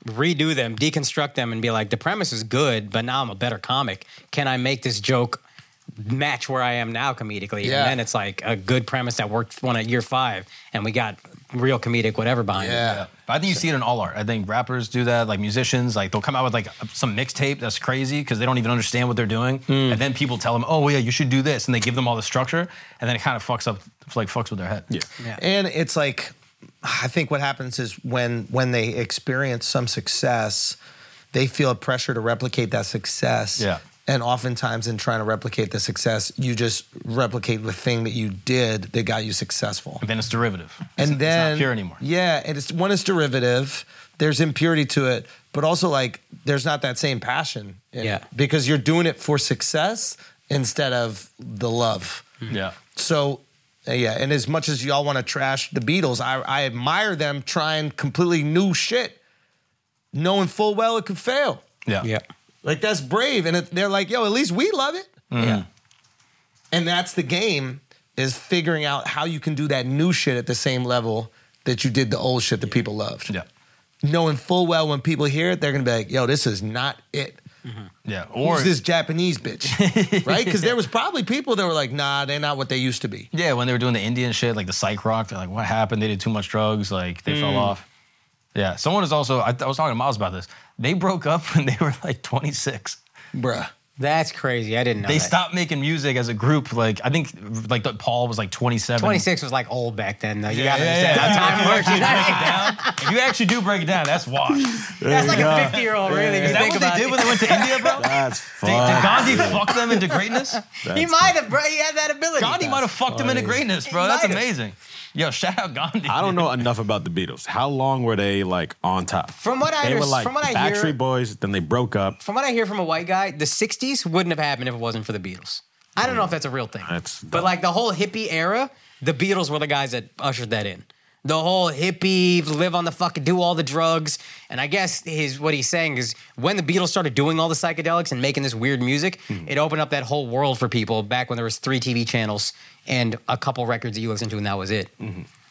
S3: redo them, deconstruct them, and be like, the premise is good, but now I'm a better comic. Can I make this joke match where I am now comedically.
S1: Yeah.
S3: And then it's like a good premise that worked one at year five, and we got real comedic whatever behind it.
S1: Yeah.
S4: But I think you see it in all art. I think rappers do that, like musicians, like they'll come out with like some mixtape that's crazy because they don't even understand what they're doing, and then people tell them, "Oh yeah, you should do this," and they give them all the structure, and then it kind of fucks up, like fucks with their head. Yeah.
S1: And it's like, I think what happens is when when they experience some success, they feel a pressure to replicate that success.
S4: Yeah.
S1: And oftentimes, in trying to replicate the success, you just replicate the thing that you did that got you successful.
S4: Then it's derivative. It's-
S1: and then
S4: it's not pure anymore.
S1: Yeah, and it's one is derivative. There's impurity to it, but also like there's not that same passion. in it
S3: Yeah.
S1: because you're doing it for success instead of the love.
S4: Yeah.
S1: So uh, yeah, and as much as y'all want to trash the Beatles, I, I admire them trying completely new shit, knowing full well it could fail.
S4: Yeah.
S3: Yeah.
S1: Like that's brave, and it, they're like, yo, at least we love it.
S4: Mm-hmm.
S3: Yeah.
S1: And that's the game is figuring out how you can do that new shit at the same level that you did the old shit that people loved.
S4: Yeah.
S1: Knowing full well when people hear it, they're gonna be like, yo, this is not it.
S4: Yeah.
S1: Or
S4: Mm-hmm. Or
S1: Who's this Japanese
S4: (laughs)
S1: bitch? right? Because there was probably people that were like, nah, they're not what they used to be.
S4: yeah, when they were doing the Indian shit, like the psych rock, they're like, "What happened? They did too much drugs. Like they fell off." Yeah. Someone is also. I, I was talking to Miles about this. They broke up (laughs) when they were like 26.
S1: Bruh.
S3: That's crazy. I didn't know.
S4: They
S3: that.
S4: stopped making music as a group. Like I think, like Paul was like 27.
S3: 26 was like old back then, though. You
S4: Yeah,
S3: gotta
S4: yeah,
S3: understand
S4: yeah.
S3: how
S4: (laughs)
S3: time works. You know?
S4: If you actually do break it down, that's wash.
S3: That's like a 50 year old, really. if
S4: Is
S3: you
S4: that
S3: think
S4: what they
S3: about
S4: did
S3: it.
S4: when they went to India, bro? Did,
S5: That's
S4: did
S5: fucked.
S4: Gandhi fuck them into greatness?
S3: He might have, bro. He had that ability.
S4: Gandhi might have fucked them into greatness, bro.
S3: He
S4: That's
S3: might've.
S4: amazing. Yo, shout out Gandhi.
S5: I don't know enough about the Beatles. How long were they like on top?
S3: From what I
S5: they were
S3: underst-
S5: like
S3: from what I hear-
S5: Backstreet Boys, then they broke up.
S3: From what I hear from a white guy, the 60s wouldn't have happened if it wasn't for the Beatles. I don't know if that's a real thing.
S5: That's
S3: but like the whole hippie era, the Beatles were the guys that ushered that in. The whole hippie live on the fucking do all the drugs, and I guess his what he's saying is when the Beatles started doing all the psychedelics and making this weird music, it opened up that whole world for people. Back when there was three TV channels and a couple records that you listened to, and that was it.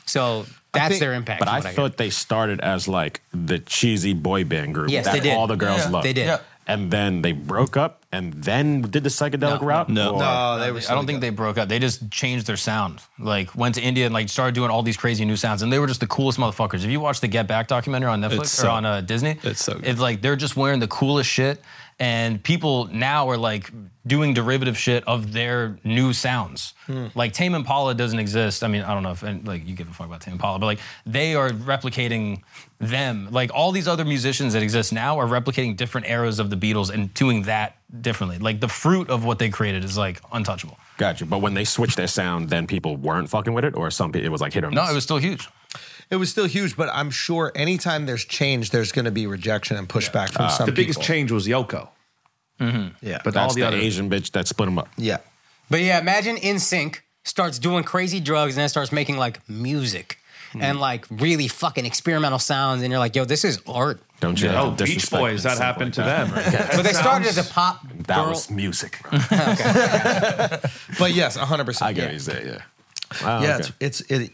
S3: So that's
S1: think-
S3: their impact.
S5: But
S3: is
S5: Mm-hmm. I
S3: what hear.
S5: thought they started as like the cheesy boy band group
S3: Yes,
S5: that
S3: they did.
S5: all the girls
S4: Yeah,
S5: loved.
S3: they did.
S4: Yeah.
S5: And then they broke up and then did the psychedelic
S4: No.
S5: route?
S2: No.
S5: Or-
S1: No, they were
S4: I don't think they broke up. They just changed their sound. Like went to India and like started doing all these crazy new sounds, and they were just the coolest motherfuckers. If you watch the Get Back documentary on Netflix
S2: It's
S4: or
S2: so-
S4: on uh, Disney,
S2: it's so good.
S4: it's like they're just wearing the coolest shit, and people now are like doing derivative shit of their new sounds. Like Tame Impala doesn't exist. I mean, I don't know if and, like you give a fuck about Tame Impala, but like they are replicating them. Like all these other musicians that exist now are replicating different eras of the Beatles and doing that differently. Like the fruit of what they created is like untouchable.
S5: Gotcha. But when they switched their sound, then people weren't fucking with it, or some people it was like hit or miss.
S4: No, it was still huge.
S1: It was still huge, but I'm sure anytime there's change, there's going to be rejection and pushback from
S5: Ah,
S1: some
S2: The biggest
S1: people.
S2: change was Yoko.
S1: Yeah,
S2: But
S5: That's
S2: all the,
S5: the,
S2: other
S5: Asian bitch that split them up.
S1: yeah,
S3: But yeah, imagine NSYNC starts doing crazy drugs and then starts making like music
S5: Hmm.
S3: and like really fucking experimental sounds, and you're like, yo, this is art.
S5: Don't you?
S2: Oh,
S5: have to
S2: Beach
S5: disrespect
S2: Boys,
S5: and
S2: that
S5: stuff
S2: happened
S5: like (laughs) that. (laughs)
S2: to them. right?
S3: But they started as a pop
S5: That
S3: girl.
S5: was music. bro.
S2: (laughs)
S1: but yes, 100. percent
S5: I get what you say, yeah. Wow,
S1: Yeah,
S5: okay.
S1: it's, it's it.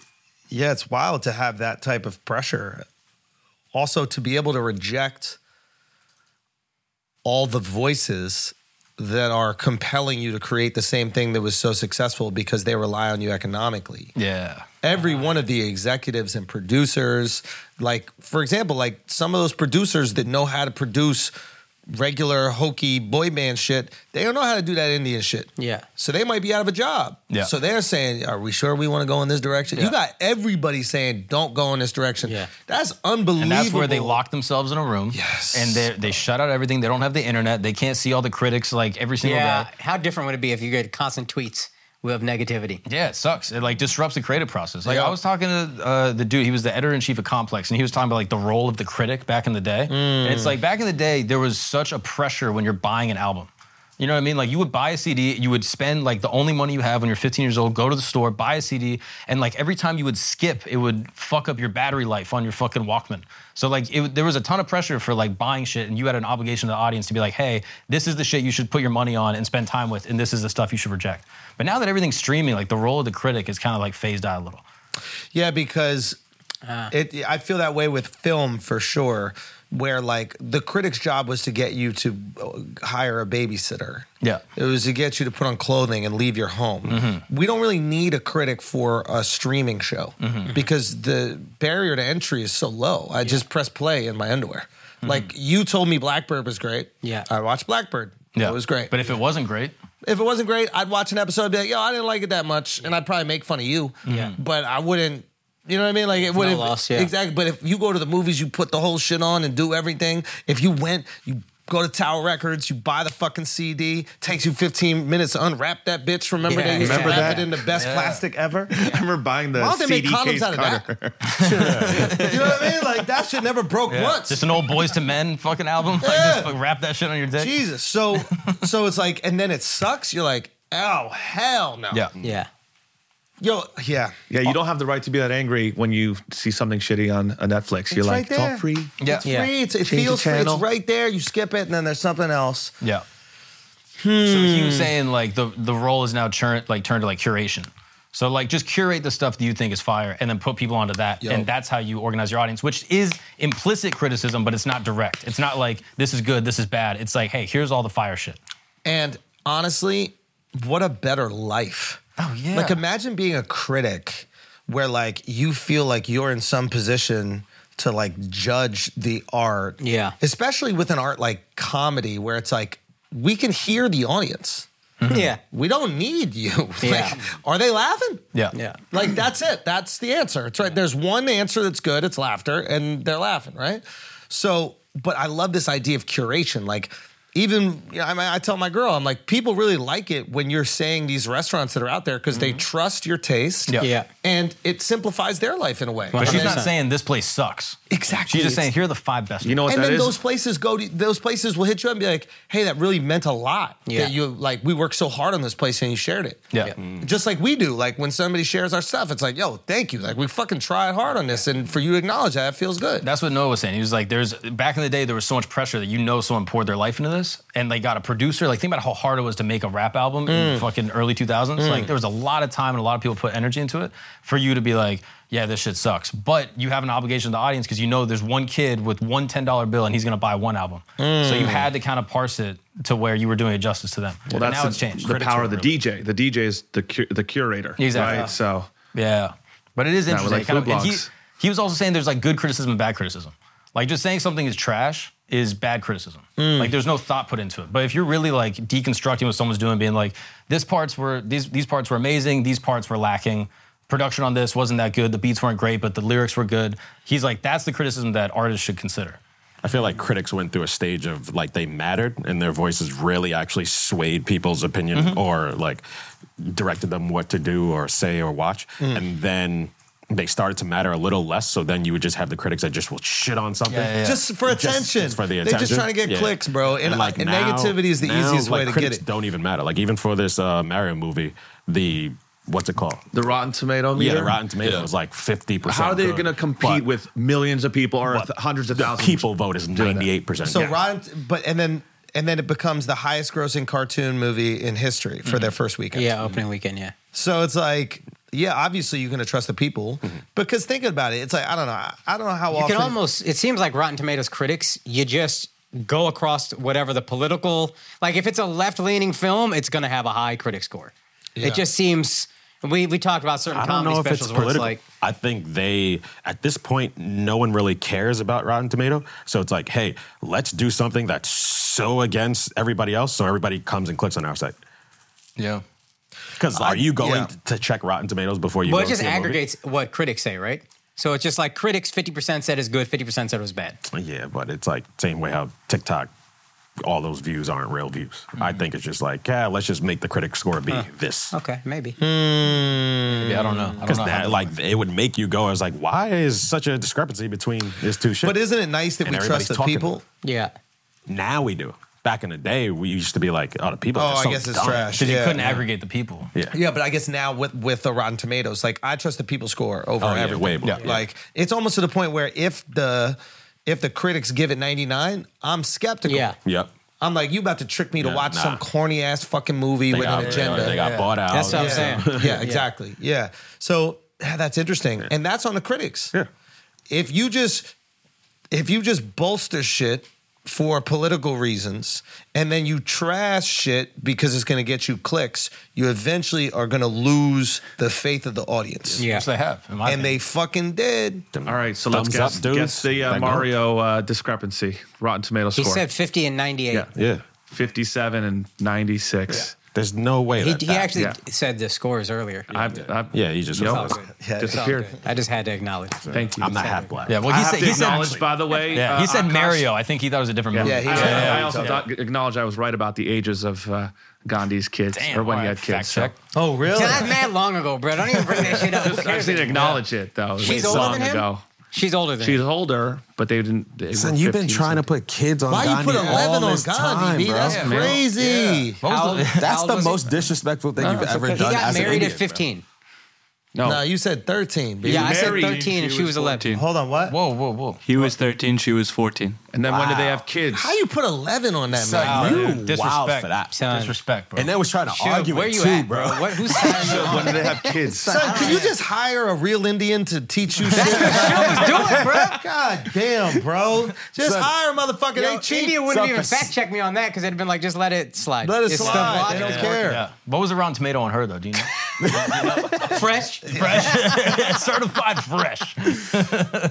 S1: Yeah, it's wild to have that type of pressure. Also, to be able to reject all the voices that are compelling you to create the same thing that was so successful because they rely on you economically.
S4: Yeah.
S1: every one of the executives and producers like for example like some of those producers that know how to produce regular hokey boy band shit they don't know how to do that indian shit
S3: Yeah.
S1: so they might be out of a job
S4: Yeah.
S1: so they're saying are we sure we want to go in this direction you got everybody saying don't go in this direction
S3: Yeah.
S1: that's unbelievable
S4: And that's where they lock themselves in a room.
S1: Yes.
S4: And they they shut out everything. They don't have the internet. They can't see all the critics like every single
S3: yeah.
S4: day.
S3: How different would it be if you get constant tweets of negativity?
S4: Yeah, it sucks. It like disrupts the creative process. Like
S1: Yeah.
S4: I was talking to uh, the dude, he was the editor in chief of Complex, and he was talking about like the role of the critic back in the day. And it's like back in the day, there was such a pressure when you're buying an album. You know what I mean? Like you would buy a CD, you would spend like the only money you have when you're 15 years old, go to the store, buy a CD, and like every time you would skip, it would fuck up your battery life on your fucking Walkman. So like it, there was a ton of pressure for like buying shit, and you had an obligation to the audience to be like, hey, this is the shit you should put your money on and spend time with, and this is the stuff you should reject. But now that everything's streaming, like the role of the critic is kind of like phased out a little.
S1: yeah because It, I feel that way with film for sure, where like the critic's job was to get you to uh, hire a babysitter.
S4: Yeah. Mm-hmm.
S1: It was to get you to put on clothing and leave your home. We don't really need a critic for a streaming show
S4: Mm-hmm.
S1: because the barrier to entry is so low. I just press play in my underwear.
S4: Mm-hmm.
S1: Like you told me Blackbird was great.
S3: Yeah.
S1: I watched Blackbird.
S4: Yeah.
S1: It was great.
S4: But if it wasn't great,
S1: If it wasn't great, I'd watch an episode and be like, yo, I didn't like it that much. And I'd probably make fun of you.
S3: Yeah.
S1: But I wouldn't, you know what I mean? Like, it wouldn't.
S3: loss, yeah.
S1: Exactly. But if you go to the movies, you put the whole shit on and do everything. If you went, you go to Tower Records, you buy the fucking CD, takes you 15 minutes to unwrap that bitch. Remember
S3: Yeah.
S1: they used
S2: Remember
S1: to wrap
S2: that?
S1: it in the best plastic ever?
S2: I remember buying the
S1: Why don't they make
S2: CD
S1: condoms
S2: case
S1: out of
S2: cutter.
S1: that? (laughs) you know what I mean? Like, that shit never broke once.
S4: just an old Boys to Men fucking album, like
S1: Yeah.
S4: just fuck- wrap that shit on your dick.
S1: Jesus. So, so it's like, and then it sucks. You're like, oh, hell no.
S5: Hmm.
S4: Yeah.
S3: Yeah.
S1: Yo, yeah.
S2: Yeah, you don't have the right to be that angry when you see something shitty on a Netflix. You're
S1: It's
S2: like,
S1: right there.
S2: it's all free.
S4: Yeah.
S1: It's free. It's, it
S2: Change the
S1: feels free. It's
S2: channel.
S1: right there. You skip it, and then there's something else.
S4: Yeah. So he was saying like the the role is now turned like turned to like curation. So like just curate the stuff that you think is fire and then put people onto that.
S1: Yo.
S4: And that's how you organize your audience, which is implicit criticism, but it's not direct. It's not like this is good, this is bad. It's like, hey, here's all the fire shit.
S1: And honestly, what a better life.
S4: Oh, yeah.
S1: Like imagine being a critic where like you feel like you're in some position to like judge the art.
S3: Yeah.
S1: Especially with an art like comedy where it's like we can hear the audience.
S5: Hmm.
S3: Yeah.
S1: We don't need you. (laughs)
S3: Yeah.
S1: Like, are they laughing?
S4: Yeah.
S3: Yeah.
S1: Like that's it. That's the answer. It's right. There's one answer that's good. It's laughter, and they're laughing, right? So, but I love this idea of curation. Like, even you know, I, mean, I tell my girl, I'm like, people really like it when you're saying these restaurants that are out there because they trust your taste.
S4: Yeah.
S3: Yeah.
S1: And it simplifies their life in a way.
S4: But she's
S1: And
S4: not
S1: then-
S4: saying this place sucks.
S1: exactly.
S4: She's just
S1: It's-
S4: saying here are the five best.
S2: You know what
S1: and
S2: that
S1: then
S2: is?
S1: those places go to those places will hit you up and be like, hey, that really meant a lot.
S3: Yeah.
S1: That you like we worked so hard on this place and you shared it.
S4: Yeah.
S1: Just like we do. Like when somebody shares our stuff, it's like, yo, thank you. Like we fucking tried hard on this. And for you to acknowledge that, it feels good.
S4: That's what Noah was saying. He was like, "There's back in the day, there was so much pressure that you know someone poured their life into this, and they got a producer. Like, think about how hard it was to make a rap album in
S2: Mm.
S4: the fucking early 2000s. Like, there was a lot of time and a lot of people put energy into it. For you to be like, yeah, this shit sucks, but you have an obligation to the audience because you know there's one kid with one ten dollar bill and he's gonna buy one album. So you had to kind of parse it to where you were doing it justice to them.
S2: Mm.
S4: And
S2: Well, that's
S4: now
S2: the,
S4: it's changed.
S2: the
S4: Critics
S2: power
S4: are
S2: of the
S4: really-
S2: DJ. The DJ is the cu- the curator.
S4: Exactly.
S2: Right. So
S4: Yeah. But it is
S2: Not with,
S4: interesting.
S2: like,
S4: Kind
S2: food
S4: of- and he,
S2: blogs.
S4: he was also saying there's like good criticism and bad criticism. Like just saying something is trash is bad criticism. Like there's no thought put into it. But if you're really like deconstructing what someone's doing, being like, this parts were these these parts were amazing, these parts were lacking. Production on this wasn't that good. The beats weren't great, but the lyrics were good. He's like, that's the criticism that artists should consider.
S5: I feel like critics went through a stage of like they mattered and their voices really actually swayed people's opinion
S2: Mm-hmm.
S5: or like directed them what to do or say or watch.
S2: Mm.
S5: And then they started to matter a little less. So then you would just have the critics that just will shit on something.
S4: Yeah, yeah, yeah.
S1: Just for
S5: Just-
S1: attention.
S5: just for the
S1: They're just
S5: attention.
S1: trying to get
S5: Yeah.
S1: clicks, bro. And, like and negativity is the
S5: now,
S1: easiest
S5: like,
S1: way to get
S5: critics
S1: it.
S5: Don't even matter. Like even for this uh, Mario movie, the what's it called?
S2: the Rotten Tomato
S5: Yeah,
S2: meter.
S5: the Rotten Tomatoes was like fifty percent.
S2: How are they going to compete with millions of people or
S5: But
S2: th- hundreds of
S5: the
S2: thousands?
S5: people vote is ninety eight percent?
S1: So Rotten, but and then and then it becomes the highest grossing cartoon movie in history for their first weekend.
S3: Yeah. Opening weekend. Yeah.
S1: So it's like, yeah, obviously you're going to trust the people because thinking about it, it's like I don't know, I, I don't know how
S3: You
S1: often.
S3: can almost. It seems like Rotten Tomatoes critics. You just go across whatever the political. Like if it's a left-leaning film, it's going to have a high critic score.
S1: Yeah.
S3: It just seems. We we talked about certain
S5: I don't
S3: comedy
S5: know if
S3: specials
S5: it's
S3: where
S5: political.
S3: it's like.
S5: I think they, at this point, no one really cares about Rotten Tomato. So it's like, hey, let's do something that's so against everybody else, so everybody comes and clicks on our site.
S4: Yeah.
S5: Because are you going
S1: yeah.
S5: to check Rotten Tomatoes before you?
S3: Well,
S5: go
S3: it just
S5: see a movie?
S3: aggregates what critics say, right? So it's just like critics 50% said it's good, 50% said it was bad.
S5: Yeah, but it's like same way how TikTok, all those views aren't real views. I think it's just like, yeah, let's just make the critic score be this.
S3: Okay, maybe.
S4: Yeah, I don't know. I don't
S5: Because
S4: know how
S5: that,
S4: to-
S5: like, it would make you go. I was like, why is such a discrepancy between these two shit?
S1: but isn't it nice that
S5: And
S1: we
S5: everybody's
S1: trust the
S5: talking
S1: people?
S5: about it.
S3: Yeah.
S5: Now we do. Back in the day, we used to be like, oh, the people.
S1: Oh,
S5: are just
S1: I
S5: so
S1: guess it's
S5: dumb.
S1: trash.
S4: 'cause you
S1: Yeah.
S4: couldn't aggregate the people.
S5: Yeah.
S1: Yeah, but I guess now with with the Rotten Tomatoes, like I trust the people score over
S5: Oh, yeah,
S1: everything.
S5: way more. Yeah.
S1: Like it's almost to the point where if the if the critics give it 99, I'm skeptical.
S3: Yeah.
S5: Yep.
S1: I'm like, you about to trick me to
S5: Yeah,
S1: watch
S5: nah.
S1: some corny ass fucking movie
S5: They
S1: with
S5: got,
S1: an agenda.
S5: They got bought out.
S3: That's what I'm
S1: (laughs) Yeah.
S3: saying.
S1: yeah, exactly. Yeah. So yeah, that's interesting. And that's on the critics.
S5: Yeah.
S1: if you just if you just bolster shit for political reasons and then you trash shit because it's going to get you clicks, you eventually are going to lose the faith of the audience.
S3: Yeah.
S4: Which they have. In my
S1: And they fucking did.
S2: All right, so let's
S5: Thumbs
S2: guess,
S5: up, dudes.
S2: guess the uh,
S5: Thank God.
S2: Mario uh, discrepancy, Rotten Tomato
S3: He
S2: score.
S3: said 50 and 98.
S2: yeah,
S5: Yeah.
S2: 57 and 96.
S5: There's no way.
S3: He,
S5: that
S3: he
S5: that-
S3: actually
S2: yeah.
S3: said the scores earlier.
S2: I've, I've,
S5: Yeah, you just.
S2: Yep.
S3: It's all good.
S1: Yeah, it's all
S2: disappeared.
S3: I just had to acknowledge.
S2: Thank you.
S5: I'm not half black.
S4: Yeah, well, he
S2: I have
S4: said
S2: to
S4: he said
S2: acknowledge, by the way.
S4: yeah, he
S2: uh,
S4: said
S2: Akash-
S4: Mario. I think he thought it was a different movie.
S1: Yeah, he
S2: I,
S1: was-
S2: I
S1: yeah,
S2: also
S1: yeah.
S2: thought- acknowledge I was right about the ages of uh, Gandhi's kids
S4: Damn,
S2: or when he
S4: all
S2: had
S4: right, fact
S2: kids. so- (laughs)
S4: check.
S1: Oh, really?
S3: That's mad long ago, bro. Don't even bring that shit up. Who
S2: I just
S3: cares
S2: need to
S3: anymore?
S2: acknowledge it though. It was
S3: She's older
S2: long
S3: than him?
S2: ago.
S3: She's older than
S2: She's
S3: him.
S2: older, but they didn't. They
S5: Son,
S2: were
S5: you've been
S2: 50s.
S5: trying to put kids on
S1: Why you
S5: Gandhi
S1: put 11
S5: all
S1: on Gandhi,
S5: this time,
S1: B?
S5: bro.
S1: That's
S4: Yeah, man.
S1: crazy.
S4: What was
S3: How old-
S4: the-
S3: how
S5: (laughs) That's
S3: old
S5: the
S3: was he?
S5: most disrespectful thing you've
S2: it's
S5: ever
S2: okay.
S5: done.
S3: He got
S5: as an
S3: married at
S5: idiot, bro.
S3: 15.
S2: No,
S1: No, you said 13, B.
S3: Yeah, I said
S2: married
S3: 13 and she was 11.
S1: Hold on, what?
S4: Whoa, whoa, whoa.
S7: He was 13, she was 14.
S2: and then when did they have kids?
S1: How you put 11 on that, man?
S5: You
S4: Disrespect.
S5: wild for that.
S3: Son.
S4: Disrespect, bro.
S5: And then was trying to
S3: Dude,
S5: argue
S3: where
S5: it
S3: you
S5: too,
S3: at,
S5: bro.
S3: bro? What, who's signing
S2: (laughs)
S3: you on?
S2: when did they have kids?
S1: Son, can you just hire a real Indian to teach you shit?
S3: Do it, bro.
S1: God damn, bro. Just
S5: Son.
S1: hire a motherfucker.
S3: Yo,
S1: they cheat.
S3: India wouldn't
S5: Some
S3: even
S5: pers-
S3: fact check me on that because it'd been like, just let it slide.
S1: Let it
S3: It's
S1: slide. They
S3: stuff
S1: don't
S3: logic.
S1: care.
S4: yeah. What was the round tomato on her though? Do you know?
S3: Fresh.
S4: fresh, certified fresh.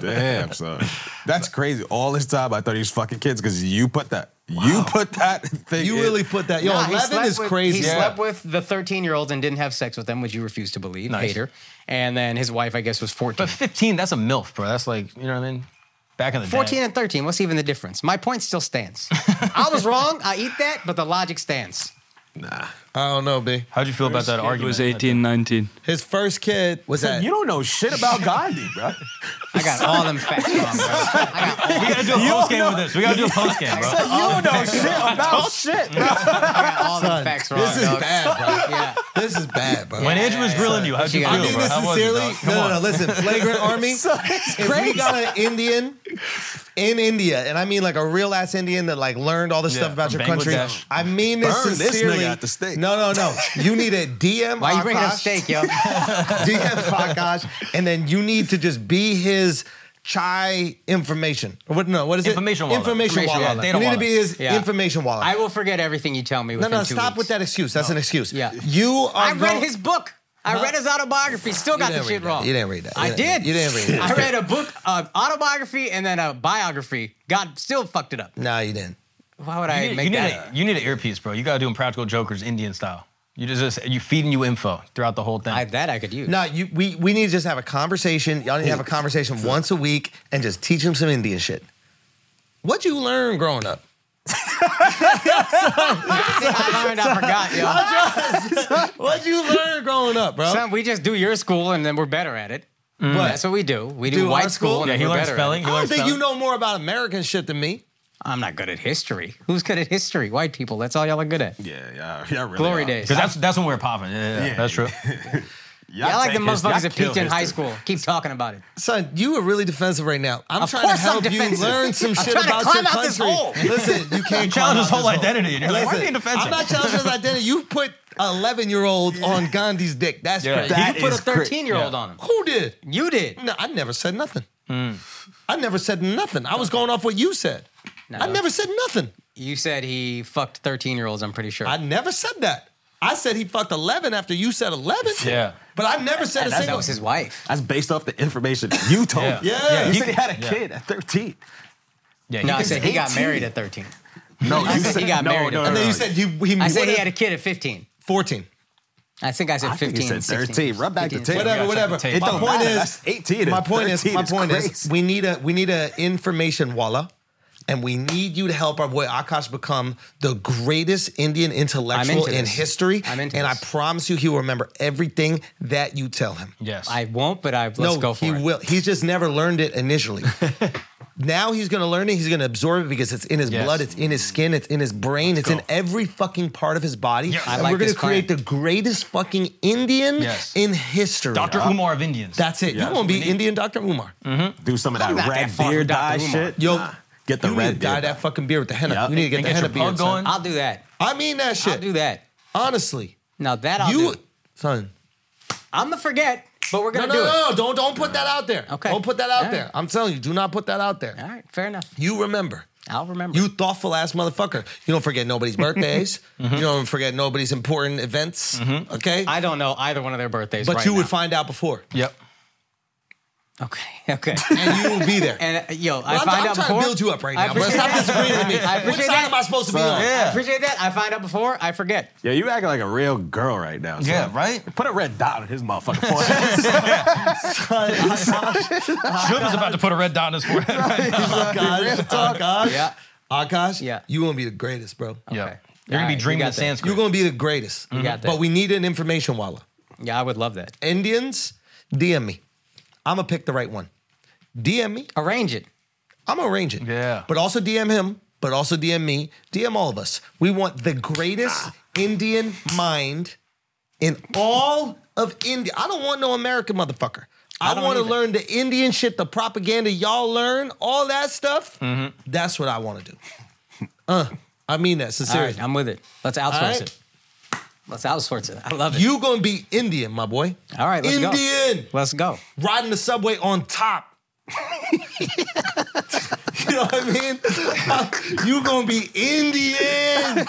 S4: (laughs)
S5: Damn, son. That's crazy. All this time I thought he was fucking kids because you put that. You put that thing.
S1: You
S5: in.
S1: really put that. Yo,
S3: Nah, he
S1: 11
S3: slept
S1: is
S3: with-
S1: crazy.
S3: He slept with the 13 year olds and didn't have sex with them, which you refuse to believe.
S4: Nice.
S3: Hater. And then his wife, I guess, was 14.
S4: But 15, that's a milf, bro. That's like, you know what I mean? Back in the
S3: 14
S4: day.
S3: and 13, what's even the difference? My point still (laughs) stands. I was wrong. I eat that, but the logic stands.
S1: I don't know, B.
S4: How'd you feel about that
S7: He
S4: argument?
S7: was 18, 19.
S1: His first kid was that.
S5: You don't know shit about Gandhi, bro.
S3: I got all them facts wrong, bro. (laughs) I got all,
S4: We gotta do a post game with this. We gotta do a post game, bro.
S5: you don't know shit
S1: Oh,
S5: about shit, bro.
S3: I got all them facts wrong.
S1: This is
S3: dog.
S1: bad,
S3: Yeah.
S1: bro. This is bad, bro.
S4: When Andrew was grilling you, how'd you
S3: Yeah,
S4: feel,
S1: I
S3: yeah.
S1: mean,
S4: bro?
S1: this
S4: How was it,
S1: sincerely.
S4: dog? Come
S1: No, no,
S4: on.
S1: no.
S4: (laughs)
S1: Listen, flagrant army. if we got an Indian in India, and I mean like a real ass Indian that like learned all this
S4: Yeah,
S1: stuff about your
S4: from
S1: country,
S4: Bangladesh.
S1: I mean this
S5: Burn this nigga
S1: sincerely.
S5: at the stake.
S1: No, no, no. You need a DM.
S3: Why you bringing up
S1: Akash. (laughs)
S3: steak, yo?
S1: DM Prakash, and then you need to just be his chai information. Or What? No, what is it?
S4: Information wallet.
S1: Information
S3: Information
S1: wallet.
S3: wallet.
S1: You
S4: Data
S1: need to
S4: wallet.
S1: be his
S3: Yeah.
S1: information wallet.
S3: I will forget everything you tell me
S1: no,
S3: within
S1: no,
S3: two
S1: stop
S3: weeks.
S1: with that excuse. That's an excuse.
S3: Yeah.
S1: You are.
S3: I read
S1: go-
S3: his book. I read his autobiography. Still
S1: You
S3: got the
S1: didn't read
S3: shit
S1: that.
S3: wrong.
S1: You didn't read that.
S3: I
S1: You didn't-
S3: did.
S1: You didn't
S3: (laughs)
S1: read
S3: I
S1: it.
S3: read a book, an autobiography, and then a biography. God still fucked it up.
S1: no, you didn't.
S3: Why would I
S4: You need-
S3: make
S4: you need,
S3: that?
S4: a, you need an earpiece, bro. You gotta do impractical jokers Indian style. You just you feeding you info throughout the whole thing.
S3: I, that I could use.
S1: No, you. We we need to just have a conversation. Y'all need to have a conversation once a week and just teach him some Indian shit. What you learn growing up?
S3: (laughs) I learned. I
S1: (laughs)
S3: forgot, yo.
S1: What you learn growing up, bro?
S3: Son, we just do your school, and then we're better at it. That's what we do. We do,
S1: Do our
S3: white
S1: school?
S3: school. and
S4: Mm. yeah,
S3: then
S4: he
S3: we're
S4: learned
S3: better at
S4: spelling.
S1: I
S4: He
S1: don't
S4: learned
S1: think
S4: spelling.
S1: you know more about American shit than me.
S3: it. I'm not good at history. Who's good at history? White people. That's all y'all are good at.
S5: Yeah, yeah, yeah. Really
S3: Glory
S5: are.
S3: days.
S4: Because that's that's when we were popping. Yeah, yeah, yeah. that's true.
S5: Y'all
S3: Yeah, I like the
S5: take
S3: motherfuckers
S5: his- y'all
S3: that
S5: kill
S3: peaked in
S5: his
S3: high
S5: dude.
S3: school. Keep talking about it.
S1: Son, you are really defensive right now. I'm
S3: Of
S1: trying to
S3: course I'm
S1: help you
S3: defensive.
S1: learn some
S3: I'm
S1: shit
S3: trying to
S1: about
S3: climb
S1: your
S3: out this
S1: country.
S3: hole.
S1: Listen, you can't
S4: Challenge
S1: climb
S4: his
S1: out
S4: whole
S1: this
S4: identity, and you're like, why
S1: Listen,
S4: are you being defensive?
S1: I'm not challenging his identity. You put an 11 year old on Gandhi's dick. That's
S4: Yeah.
S1: crazy.
S5: That
S3: you put a
S5: is cra-
S3: 13 year old
S4: Yeah.
S3: on him.
S1: Who did?
S3: You did.
S1: No, I never said nothing.
S3: Mm.
S1: I never said nothing. I was going off what you said. I never said nothing.
S3: You said he fucked 13 year olds, I'm pretty sure.
S1: I never said that. I said he fucked 11 after you said 11.
S4: Yeah.
S1: But I never said a
S3: that, that
S1: single.
S3: was his wife.
S5: That's based off the information you told
S4: Yeah.
S5: me.
S1: Yeah.
S5: You
S1: He
S5: said he had a
S4: yeah.
S5: kid at 13.
S4: Yeah,
S3: No, I
S4: he's-
S3: said he got
S5: 18.
S3: married at 13.
S5: No,
S3: I
S4: (laughs)
S5: you
S3: said he got
S5: no,
S3: married
S5: No,
S3: at
S5: no,
S1: and then
S5: no.
S1: you said you, he,
S3: I said he
S1: would've-
S3: had a kid at 15.
S1: 14.
S3: I think I said
S5: I
S3: 15.
S5: think you said
S3: 16,
S5: 13. Rub back the
S3: 15.
S5: tape.
S1: whatever,
S4: Yeah,
S1: whatever.
S4: take-
S1: my
S5: don't
S1: point
S5: matter.
S1: is,
S5: That's 18 and
S1: My point is,
S5: 13
S1: my
S5: is
S1: point is,
S5: crazy.
S1: we need a we need a information walla, and we need you to help our boy Akash become the greatest Indian intellectual in
S3: this.
S1: history.
S3: I'm into
S1: and I
S3: this.
S1: promise you, he will remember everything that you tell him.
S4: yes.
S3: I won't, but I let's
S1: no,
S3: go for
S1: he
S3: it.
S1: will. He's just never learned it initially. now he's going to learn it. He's going to absorb it because it's in his
S4: Yes.
S1: blood, it's in his skin, it's in his brain, it's in
S4: go.
S1: every fucking part of his body.
S4: Yes. I
S1: And
S3: like
S1: we're gonna
S3: this plan.
S1: create the greatest fucking Indian
S4: Yes.
S1: in history.
S4: Dr. Umar of Indians.
S1: That's it.
S5: Yeah.
S1: you want to be Indian Dr. Umar.
S5: Do some of that
S3: I'm not
S5: red
S3: that far
S5: deer
S3: from Dr.
S5: dye
S3: Umar.
S5: shit.
S1: Yo,
S5: Nah. get the
S1: you
S5: red
S1: need to dye
S5: deer
S1: that fucking beard with the henna.
S5: Yup.
S1: You need to get
S4: And
S1: the
S4: get
S1: henna
S4: your pug
S1: beard. Son.
S4: going.
S3: I'll do that.
S1: I mean that shit.
S3: I'll do that.
S1: Honestly,
S3: Now that I'll
S1: you
S3: do.
S1: son.
S3: I'm going to forget. But we're
S1: No, no,
S3: gonna do it.
S1: no, no, don't don't put that out there.
S3: Okay.
S1: Don't put that out
S3: All
S1: there.
S3: right.
S1: I'm telling you, do not put that out there.
S3: All right, fair enough.
S1: You remember.
S3: I'll remember.
S1: You thoughtful ass motherfucker. You don't forget nobody's
S3: (laughs)
S1: birthdays. You don't forget nobody's important events. Okay?
S3: Mm-hmm. I don't know either one of their birthdays.
S1: but
S3: right
S1: you would
S3: now.
S1: find out before.
S4: Yep.
S3: Okay, (laughs) okay.
S1: (laughs) And you will be there.
S3: (laughs) And uh, yo, I
S1: Well, I'm,
S3: find
S1: I'm
S3: out
S1: trying
S3: before.
S1: to build you up right
S3: I
S1: now, bro.
S3: appreciate
S1: Stop
S3: that.
S1: disagreeing with me.
S3: (laughs) I
S1: What
S3: appreciate
S1: side
S3: that.
S1: am I supposed to be on?
S3: I appreciate that. I find out before. I forget.
S5: Yeah, you acting like a real girl right now. son.
S4: Yeah, (laughs) right?
S5: Put a red dot on his motherfucking forehead.
S4: Jim is about to put a red dot on his (laughs) forehead.
S1: Akash, Akash,
S3: Yeah.
S1: Akash,
S3: Yeah.
S1: you gonna be the greatest, bro.
S4: Yeah. You're
S3: All
S4: going
S3: right,
S4: to
S3: you
S4: be dreaming
S3: got
S4: in
S3: that.
S4: Sanskrit.
S1: You're gonna be the greatest.
S3: got that.
S1: But we need an information wallet.
S3: Yeah, I would love that.
S1: Indians, DM me. I'm gonna pick the right one. DM me.
S3: Arrange it.
S1: I'm gonna arrange it.
S4: Yeah.
S1: But also DM him, but also DM me, DM all of us. We want the
S3: Ah.
S1: greatest Indian mind in all of India. I don't want no American motherfucker. I,
S3: don't
S1: want to
S3: either.
S1: learn the Indian shit, the propaganda y'all learn, all that stuff.
S3: Mm-hmm.
S1: That's what I want to do. Uh, I mean that
S3: All
S1: sincerely.
S3: right, I'm with it. Let's outsource
S1: right.
S3: it. Let's outsource it. I love it.
S1: you gonna be Indian, my boy.
S3: All right, let's go.
S1: Indian.
S3: Let's go.
S1: riding the subway on top. (laughs) you know what I mean? (laughs) you gonna be Indian,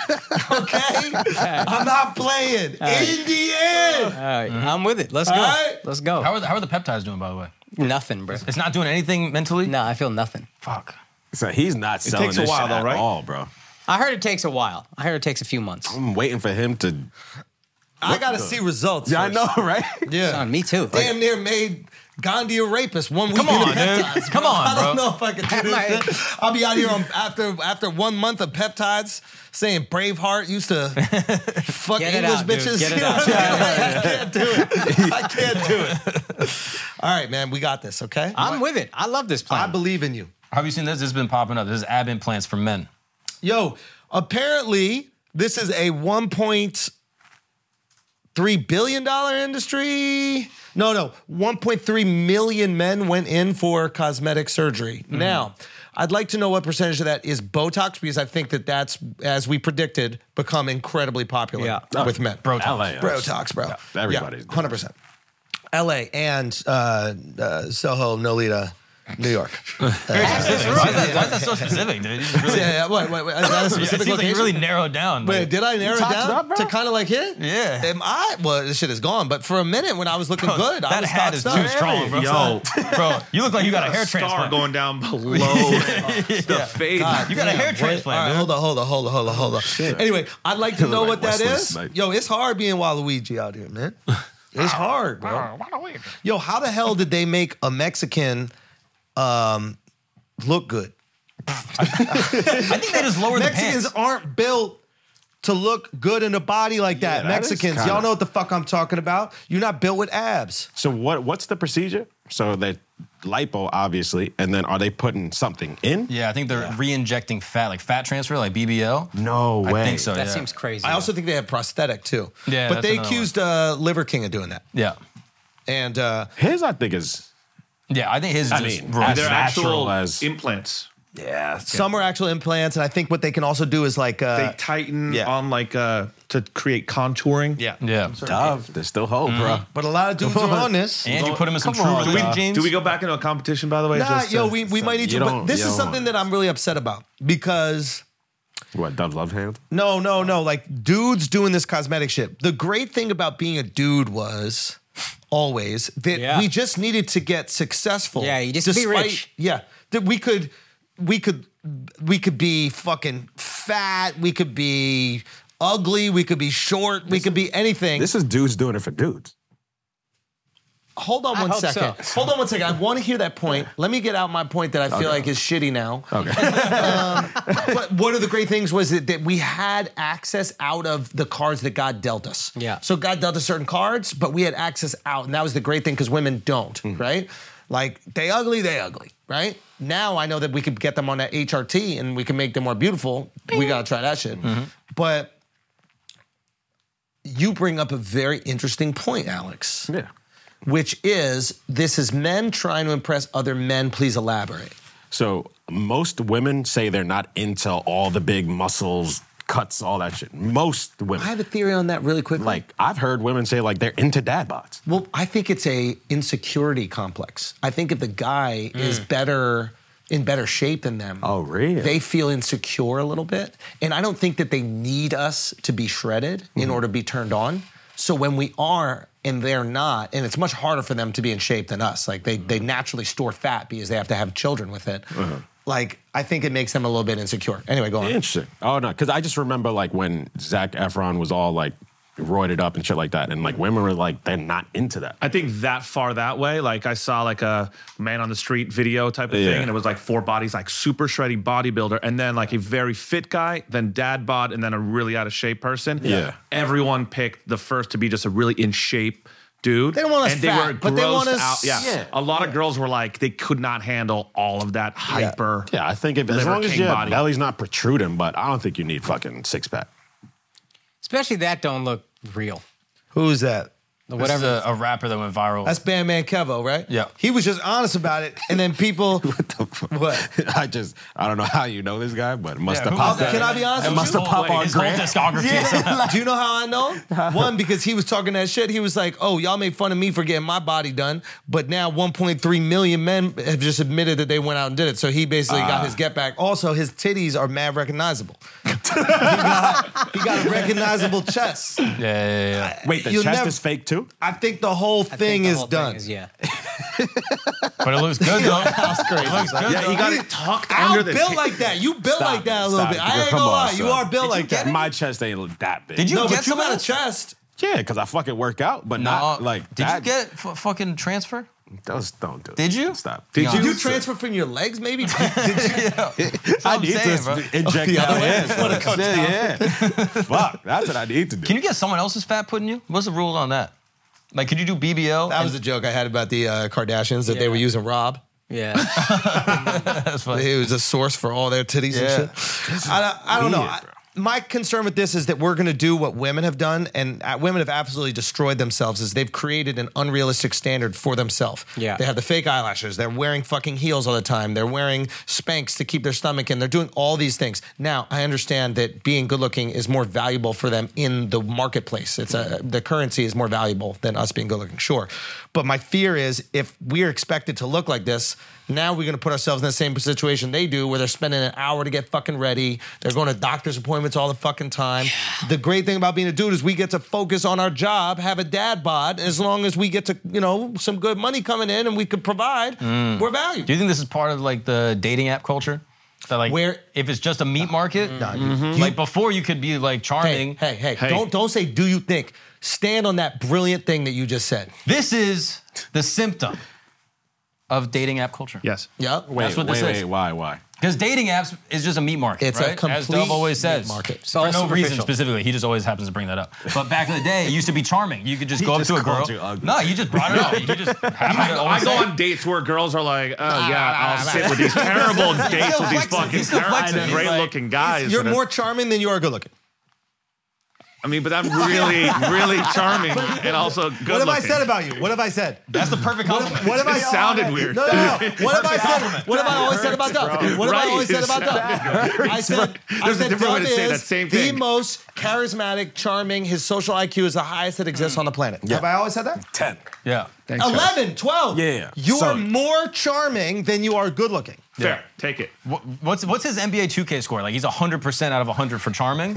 S1: okay? I'm not playing Indian.
S3: All right, I'm with it. Let's go.
S1: Mm-hmm. right.
S3: Let's go.
S4: How are, the, how are the peptides doing, by the way?
S3: Nothing, bro.
S4: It's not doing anything mentally?
S3: No, I feel nothing.
S4: Fuck.
S5: so he's not selling
S2: takes a
S5: this
S2: while,
S5: shit
S2: though,
S5: at
S2: right?
S5: all, bro.
S3: I heard it takes a while. I heard it takes a few months.
S5: I'm waiting for him to.
S1: I gotta see results.
S5: Yeah, I
S1: first.
S5: know, (laughs) right?
S1: Yeah,
S3: Son, me too. Like,
S1: damn near made Gandhi a rapist one week.
S4: Come
S1: into
S4: on, dude.
S1: peptides.
S4: Come
S1: (laughs)
S4: on,
S1: I don't
S4: bro.
S1: know if I
S3: (laughs)
S1: can do
S3: Like-
S1: this. shit. I'll be out here on, after after one month of peptides saying Braveheart used to fuck
S3: Get it
S1: English
S3: out, dude.
S1: bitches.
S3: Get
S1: (laughs)
S3: it
S1: You know
S3: out.
S1: what I, mean? Like, I can't do it. I can't do it. (laughs) All right, man, we got this. Okay,
S3: I'm with it. I love this plan.
S1: I believe in you.
S4: Have you seen this? This has been popping up. This is ab implants for men.
S1: Yo, apparently this is a one point three billion dollar industry. No, no, one point three million men went in for cosmetic surgery.
S4: Mm-hmm.
S1: Now, I'd like to know what percentage of that is Botox because I think that that's, as we predicted, become incredibly popular
S3: Yeah.
S1: with men.
S5: LA.
S1: Botox, bro.
S5: everybody's doing
S1: hundred percent. L.A. and uh, uh, Soho, Nolita, New
S4: (laughs)
S1: York.
S4: Why is, that, why is that so specific, dude? You just (laughs) really-
S1: yeah, yeah. Wait, wait, wait. Is that a
S4: it
S1: specific
S4: seems like you
S1: location?
S4: really narrowed down.
S1: Wait,
S4: like-
S1: did I narrow it
S5: topped
S1: down
S5: it up, bro?
S1: to kind of like here?
S4: Yeah.
S1: Am I? Well, this shit is gone. But for a minute, when I was looking good, I
S4: that
S1: was
S4: hat
S1: topped
S4: is
S1: up.
S4: too strong, bro.
S2: Yo.
S4: bro, you look like you, got,
S2: (laughs)
S4: a hair
S2: star
S4: transplant.
S2: going down below the fade.
S1: God
S4: You got a
S1: damn,
S4: hair
S1: boy.
S4: transplant,
S1: All right,
S4: dude.
S1: hold on, hold on, hold on, hold on, hold on. Anyway, I'd
S4: (laughs)
S1: like to know
S5: Like
S1: what that
S5: Wesley
S1: is.
S5: Snipes.
S1: Yo, it's hard being Waluigi out here, man. It's hard, bro. Yo, how the hell did they make a Mexican um, look good?
S4: I think they just lowered the
S1: Mexicans
S4: pants.
S1: aren't built to look good in a body like that.
S5: Yeah, that is
S1: Mexicans,
S5: kinda-
S1: y'all know what the fuck I'm talking about. You're not built with abs.
S5: So what? What's the procedure? So they lipo, obviously, and then are they putting something in?
S4: Yeah, I think they're re-injecting fat, like fat transfer, like BBL.
S5: No way.
S4: I think so.
S3: that
S4: yeah.
S3: seems crazy.
S1: I also think they have prosthetic too.
S4: Yeah,
S1: but
S4: that's
S1: they
S4: another one.
S1: accused uh, Liver King of doing that,
S4: Yeah,
S1: and uh,
S5: His, I think, is
S4: yeah. I think his.
S5: I
S4: is just
S5: mean,
S4: raw.
S5: as
S2: They're
S5: natural
S2: actual
S5: as-
S2: implants.
S5: yeah.
S1: some are actual implants. And I think what they can also do is like,
S2: They
S1: uh,
S2: tighten
S1: yeah.
S2: on like uh to create contouring.
S1: yeah,
S4: yeah.
S5: Dove. There's still hope, bro.
S1: But a lot of dudes are on
S5: (laughs)
S1: this.
S4: And you put him in some
S5: Come
S4: true
S5: on,
S4: religion
S5: uh,
S4: jeans.
S2: Do we go back into a competition, by the way?
S1: Nah,
S2: just
S1: yo,
S2: to-
S1: we, we might need
S5: you
S1: to. But
S5: don't-
S1: this
S5: you
S1: is
S5: don't
S1: something
S5: want
S1: that I'm really upset about because
S5: What Dove love hand?
S1: no, no, no, like dudes doing this cosmetic shit. The great thing about being a dude was always that
S3: Yeah.
S1: we just needed to get successful.
S3: Yeah, you just be
S1: despite-
S3: rich.
S1: Yeah, that we could, we could, we could be fucking fat. We could be ugly. We could be short. we could be anything.
S5: This is dudes doing it for dudes.
S1: Hold on
S3: I
S1: one
S3: hope so.
S1: second. Hold on one second. I want to hear that point. Let me get out my point that I feel like is shitty now. Okay. Um, but one of the great things was that, that we had access out of the cards that God dealt us.
S3: Yeah.
S1: So God dealt us certain cards, but we had access out, and that was the great thing because women don't,
S5: Mm-hmm.
S1: right? Like they ugly, they ugly, right? Now I know that we could get them on that HRT and we can make them more beautiful. We gotta try that shit.
S5: Mm-hmm.
S1: But you bring up a very interesting point, Alex
S5: Yeah.
S1: which is this is men trying to impress other men. Please elaborate.
S5: So most women say they're not into all the big muscles, cuts, all that shit. Most women.
S1: I have a theory on that really quickly.
S5: like I've heard women say like they're into dad bots.
S1: Well, I think it's a insecurity complex. I think if the guy is better in better shape than them,
S5: Hmm. Oh, really?
S1: They feel insecure a little bit, and I don't think that they need us to be shredded
S5: Hmm.
S1: in order to be turned on. So when we are and they're not, and it's much harder for them to be in shape than us. Like
S5: Hmm.
S1: they they naturally store fat because they have to have children with it. Like I think it makes them a little bit insecure. Anyway, go on.
S5: Uh-huh. Interesting. Oh no, because I just remember like when Zach Efron was all like roided up and shit like that, and like women were like they're not into that.
S2: I think that far that way. Like I saw like a man on the street video type of
S5: Yeah.
S2: thing, and it was like four bodies, like super shreddy bodybuilder, and then like a very fit guy, then dad bod, and then a really out of shape person.
S5: Yeah.
S2: Everyone picked the first to be just a really in shape dude.
S1: They don't want us
S2: and they
S1: fat,
S2: were
S1: but they
S2: grossed
S1: want us-
S2: out. Yeah.
S1: yeah.
S2: A lot of girls were like they could not handle all of that hyper.
S5: Yeah, I think if, as
S2: Liver
S5: long as
S2: king
S5: your
S2: body.
S5: belly's not protruding, but I don't think you need fucking six pack. (laughs)
S3: Especially that don't look real.
S1: Who's that?
S4: Whatever. a, a rapper that went viral.
S1: That's Bam Mankevo, right?
S4: Yeah.
S1: He was just honest about it,
S5: (laughs)
S1: and then people. what the fuck? What?
S5: I just I don't know how you know this guy, but it must
S4: Yeah,
S5: have
S4: who
S5: popped.
S4: was
S5: up.
S4: that?
S1: Can I be honest
S5: It
S1: with
S5: must
S1: you?
S5: have popped on
S4: his whole
S5: Grant.
S4: discography. is on-
S1: Do you know how I know? One, because he was talking that shit. He was like, oh, y'all made fun of me for getting my body done, but now 1.3 million men have just admitted that they went out and did it. So he basically
S5: Ah.
S1: got his get back. Also, his titties are mad recognizable. he, got, he got a recognizable chest.
S4: Yeah, yeah, yeah, yeah.
S5: Wait, the
S1: You'll
S5: chest
S1: never-
S5: is fake too.
S1: I think the whole
S3: I
S1: thing
S3: think the
S1: is
S3: whole
S1: done.
S3: yeah.
S4: But it looks
S1: (laughs)
S4: good though.
S1: Crazy.
S4: It looks good.
S2: Yeah,
S4: though.
S2: he got it tucked
S1: I'm
S2: under the
S1: built
S2: chin.
S1: like that. You built
S5: Stop
S1: like that a
S5: it,
S1: little
S5: stop
S1: bit.
S5: it.
S1: I ain't
S5: Come
S1: gonna
S5: on,
S1: lie. You
S5: son.
S1: are built
S5: Did
S1: like that.
S5: My chest ain't that big.
S4: Did you
S1: no,
S4: get
S1: but you
S4: some of
S1: got a
S4: that?
S1: chest.
S5: Yeah, because I fucking work out, but not
S4: Uh,
S5: like
S4: Did you
S5: that.
S4: get f- fucking transfer?
S5: Those don't do. it.
S4: Did you?
S5: Stop.
S2: Did
S1: Did
S2: you?
S1: you transfer from your legs, maybe? Did you?
S5: I
S4: I'm
S5: need
S4: saying,
S5: to
S4: bro.
S5: (laughs) inject the
S1: other
S5: other
S1: way?
S5: Yeah, yeah. (laughs) Fuck, that's what I need to do.
S4: Can you get someone else's fat put in you? What's the rules on that? Like, could you do BBL?
S1: That was a joke I had about the uh, Kardashians that they
S3: Yeah.
S1: were using Rob. (laughs)
S3: Yeah.
S4: That's funny.
S1: He was a source for all their titties
S4: Yeah.
S1: and shit. I, don't- I don't know.
S5: weird,
S1: I-
S5: bro.
S1: my concern with this is that we're going to do what women have done, and uh, women have absolutely destroyed themselves. Is they've created an unrealistic standard for themselves.
S3: Yeah.
S1: they have the fake eyelashes. They're wearing fucking heels all the time. They're wearing Spanx to keep their stomach in. They're doing all these things. Now, I understand that being good looking is more valuable for them in the marketplace. It's a the currency is more valuable than us being good looking. Sure, but my fear is if we're expected to look like this, now we're going to put ourselves in the same situation they do, where they're spending an hour to get fucking ready. They're going to doctor's appointments all the fucking time. The great thing about being a dude is we get to focus on our job, have a dad bod, as long as we get to, you know, some good money coming in and we could provide, we're valued.
S4: Mm. Do you think this is part of like the dating app culture? That like,
S1: Where-
S4: if it's just a meat market,
S5: Mm-hmm.
S4: like before you could be like
S1: Hey,
S4: charming.
S1: hey, hey,
S2: Hey.
S1: Don't don't say do you think. Stand on that brilliant thing that you just said.
S4: This is the symptom of dating app culture.
S2: Yes.
S1: Yep.
S5: Wait,
S4: That's what
S5: wait,
S4: this
S5: wait,
S4: is.
S5: why, why?
S4: Because dating apps is just a meat market.
S1: It's a
S4: right? As
S1: complete
S4: Dove always says.
S1: meat market. It's
S4: For
S3: all
S4: no reason
S3: superficial.
S4: specifically. He just always happens to bring that up. But back in the day, it used to be charming. You could just
S5: He
S4: go
S5: just
S4: up to a girl.
S5: called you ugly.
S4: No, you just brought it
S5: (laughs)
S4: up. You just happened to
S2: I
S4: always
S2: go
S4: say it.
S2: on dates where girls are like, oh
S1: Ah,
S2: yeah, I'll
S1: (laughs)
S2: sit with these terrible dates with these
S4: flexing.
S2: fucking
S4: He's still flexing. He's
S2: great
S4: like-
S2: looking guys.
S1: You're
S2: and it's-
S1: more charming than you are good looking.
S2: I mean, but I'm really,
S1: (laughs)
S2: really charming and also good
S1: What have I
S2: looking.
S1: said about you? What have I said?
S4: That's the perfect compliment.
S1: What have I
S2: It sounded weird.
S1: No, no, no. What have I said? What have I always said about
S2: bro.
S1: Doug? What have I
S2: Right.
S1: always said about Doug? I said, I
S2: There's a
S1: said
S2: different way
S1: Doug
S2: to say that
S1: is
S2: same
S1: the
S2: thing.
S1: most charismatic, charming. His social IQ is the highest that
S3: Hmm.
S1: exists on the planet. Have I always said that?
S5: Ten.
S4: Yeah.
S2: Thanks, guys.
S1: 11, 12.
S5: Yeah.
S1: You
S5: So-
S1: are more charming than you are good looking.
S2: Fair. Take it.
S4: What- What's what's his NBA 2K score? Like he's 100% out of 100 for charming.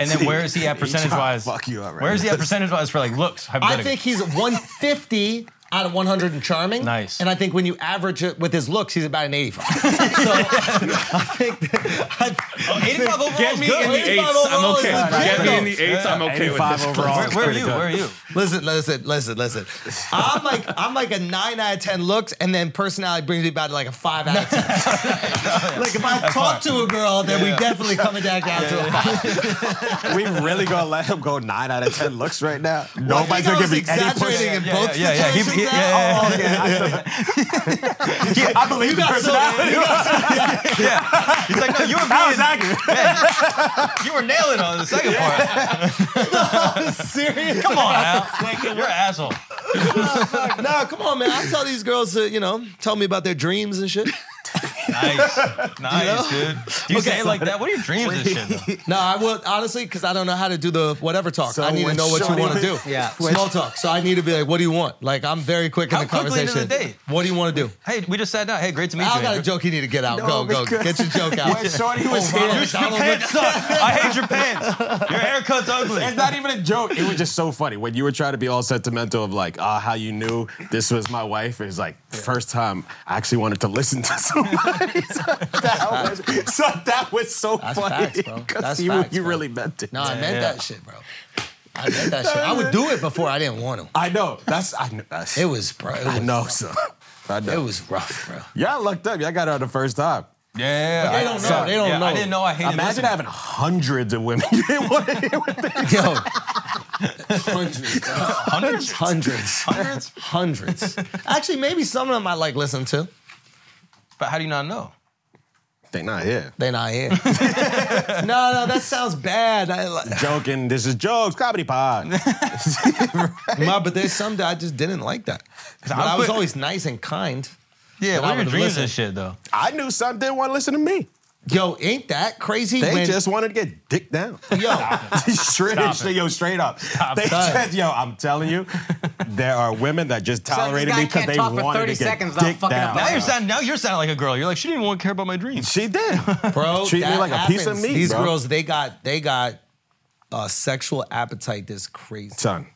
S4: And
S5: (laughs)
S4: then where is he at
S5: He's trying
S4: percentage
S5: to
S4: wise?
S5: fuck you up right
S4: Where is he at
S5: now.
S4: percentage wise for like looks?
S1: I
S4: hypothetically?
S1: think he's 150 (laughs) out of 100 and charming.
S4: Nice.
S1: And I think when you average it with his looks, he's about an 85.
S3: (laughs)
S1: so I think that, I,
S4: 85 overall is
S2: Get me
S4: good.
S2: in the
S1: 85
S2: eights. I'm
S1: overall is
S2: okay.
S1: legit,
S2: Get me in the
S1: though.
S2: eights. I'm okay with
S5: 85
S2: this.
S5: overall.
S4: Where, where are
S5: Pretty
S4: you?
S5: good.
S4: Where are you?
S1: Listen, listen, listen, listen. I'm like I'm like a nine out of ten looks, and then personality brings me back to like a five out of ten. like if I talk to a girl, then we definitely coming back down to a five.
S5: (laughs) We really gonna let him go nine out of ten looks right now? Nobody's
S1: I was
S5: gonna give me any push.
S1: exaggerating in
S4: Yeah,
S1: both
S4: yeah, yeah, yeah. He-
S1: situations.
S4: he-
S1: now?
S4: yeah,
S1: Oh, yeah.
S5: I believe
S1: You got so you got so-
S4: Yeah. He's like, no, you were
S5: That was
S4: being-
S5: accurate.
S4: you were nailing on the
S5: (laughs)
S4: second part.
S1: serious.
S4: Come on,
S5: (laughs)
S4: Al. You're an asshole.
S1: Nah, come on, man. I tell these girls to (laughs) you know tell me about their dreams and shit.
S4: Nice, nice, dude. Do you
S1: Okay,
S4: say it like that? What are your dreams and shit? Though?
S1: No, I will honestly because I don't know how to do the whatever talk.
S5: So
S1: I need to
S5: when
S1: know what
S5: Shawty
S1: you want to
S4: (laughs)
S1: do.
S5: was-
S3: Yeah.
S1: small talk. So I need to be like, what do you want? Like I'm very quick in
S4: How
S1: the
S4: quickly
S1: conversation.
S4: into the date?
S1: What do you want to
S4: (laughs)
S1: do?
S4: Hey, we just sat down. Hey, great to meet you.
S1: I got a
S4: Andrew.
S1: joke you need to get out. go, go, get your joke out.
S5: When Shorty was
S1: Ronald
S5: here,
S1: McDonald
S4: Your pants suck.
S1: (laughs)
S4: I hate your pants. Your haircut's ugly.
S5: (laughs) It's not even a joke. It was just so funny when you were trying to be all sentimental of like, ah, how you knew this was my wife. It was like first time I actually wanted to listen to (laughs) somebody. so, that was, so that was so
S1: That's
S5: funny
S1: facts, bro.
S5: (laughs) 'cause
S1: That's
S5: you,
S1: facts,
S5: you
S1: bro.
S5: really meant it.
S1: No, I meant
S4: Yeah.
S1: that shit, bro. I meant that shit. I would do it before I didn't want to.
S5: I know. That's I know. That's,
S1: It was, bro. It was, (laughs)
S5: I know. So I
S1: It
S5: know.
S1: was rough, bro.
S5: Y'all lucked up. Y'all got her on the first time.
S4: Yeah,
S1: They don't know. They don't
S4: yeah,
S1: know.
S4: I didn't know I hated
S5: Imagine
S4: listening.
S5: having hundreds of women (laughs) you didn't want to hear with them.
S1: Yo. Hundreds, bro.
S3: (laughs)
S4: hundreds,
S1: hundreds,
S4: hundreds.
S1: hundreds. Actually, maybe some of them I like listen to.
S4: But how do you not know?
S5: They not here.
S1: They not here. no, no, that sounds bad. I, like,
S5: Joking. This is jokes. Comedy pod.
S1: (laughs) Ma, but there's some that I just didn't like that. But
S4: I'm
S1: I was
S4: quit-
S1: always nice and kind.
S4: Yeah,
S1: But I
S4: what are your
S1: would've
S4: dreams
S1: listened.
S4: and shit though?
S5: I knew some didn't want to listen to me.
S1: Yo, ain't that crazy?
S5: They
S1: when-
S5: just wanted to get dicked down.
S1: yo,
S5: (laughs) straight, yo, straight up. they
S1: Stop.
S5: just, yo, I'm telling you, there are women that just
S3: this
S5: tolerated
S3: guy
S5: me because
S3: can't
S5: they
S3: talk for
S5: wanted
S3: 30
S5: to get
S3: seconds without
S5: dicked
S3: fucking
S5: down.
S3: up
S4: Now you're sounding. Now you're sounding like a girl. You're like, she didn't want to care about my dreams.
S5: she did.
S1: bro,
S5: Treat
S1: that
S5: me like a piece of
S1: happens.
S5: meat,
S1: These
S5: bro.
S1: girls, they got, they got a sexual appetite that's crazy.
S5: Son,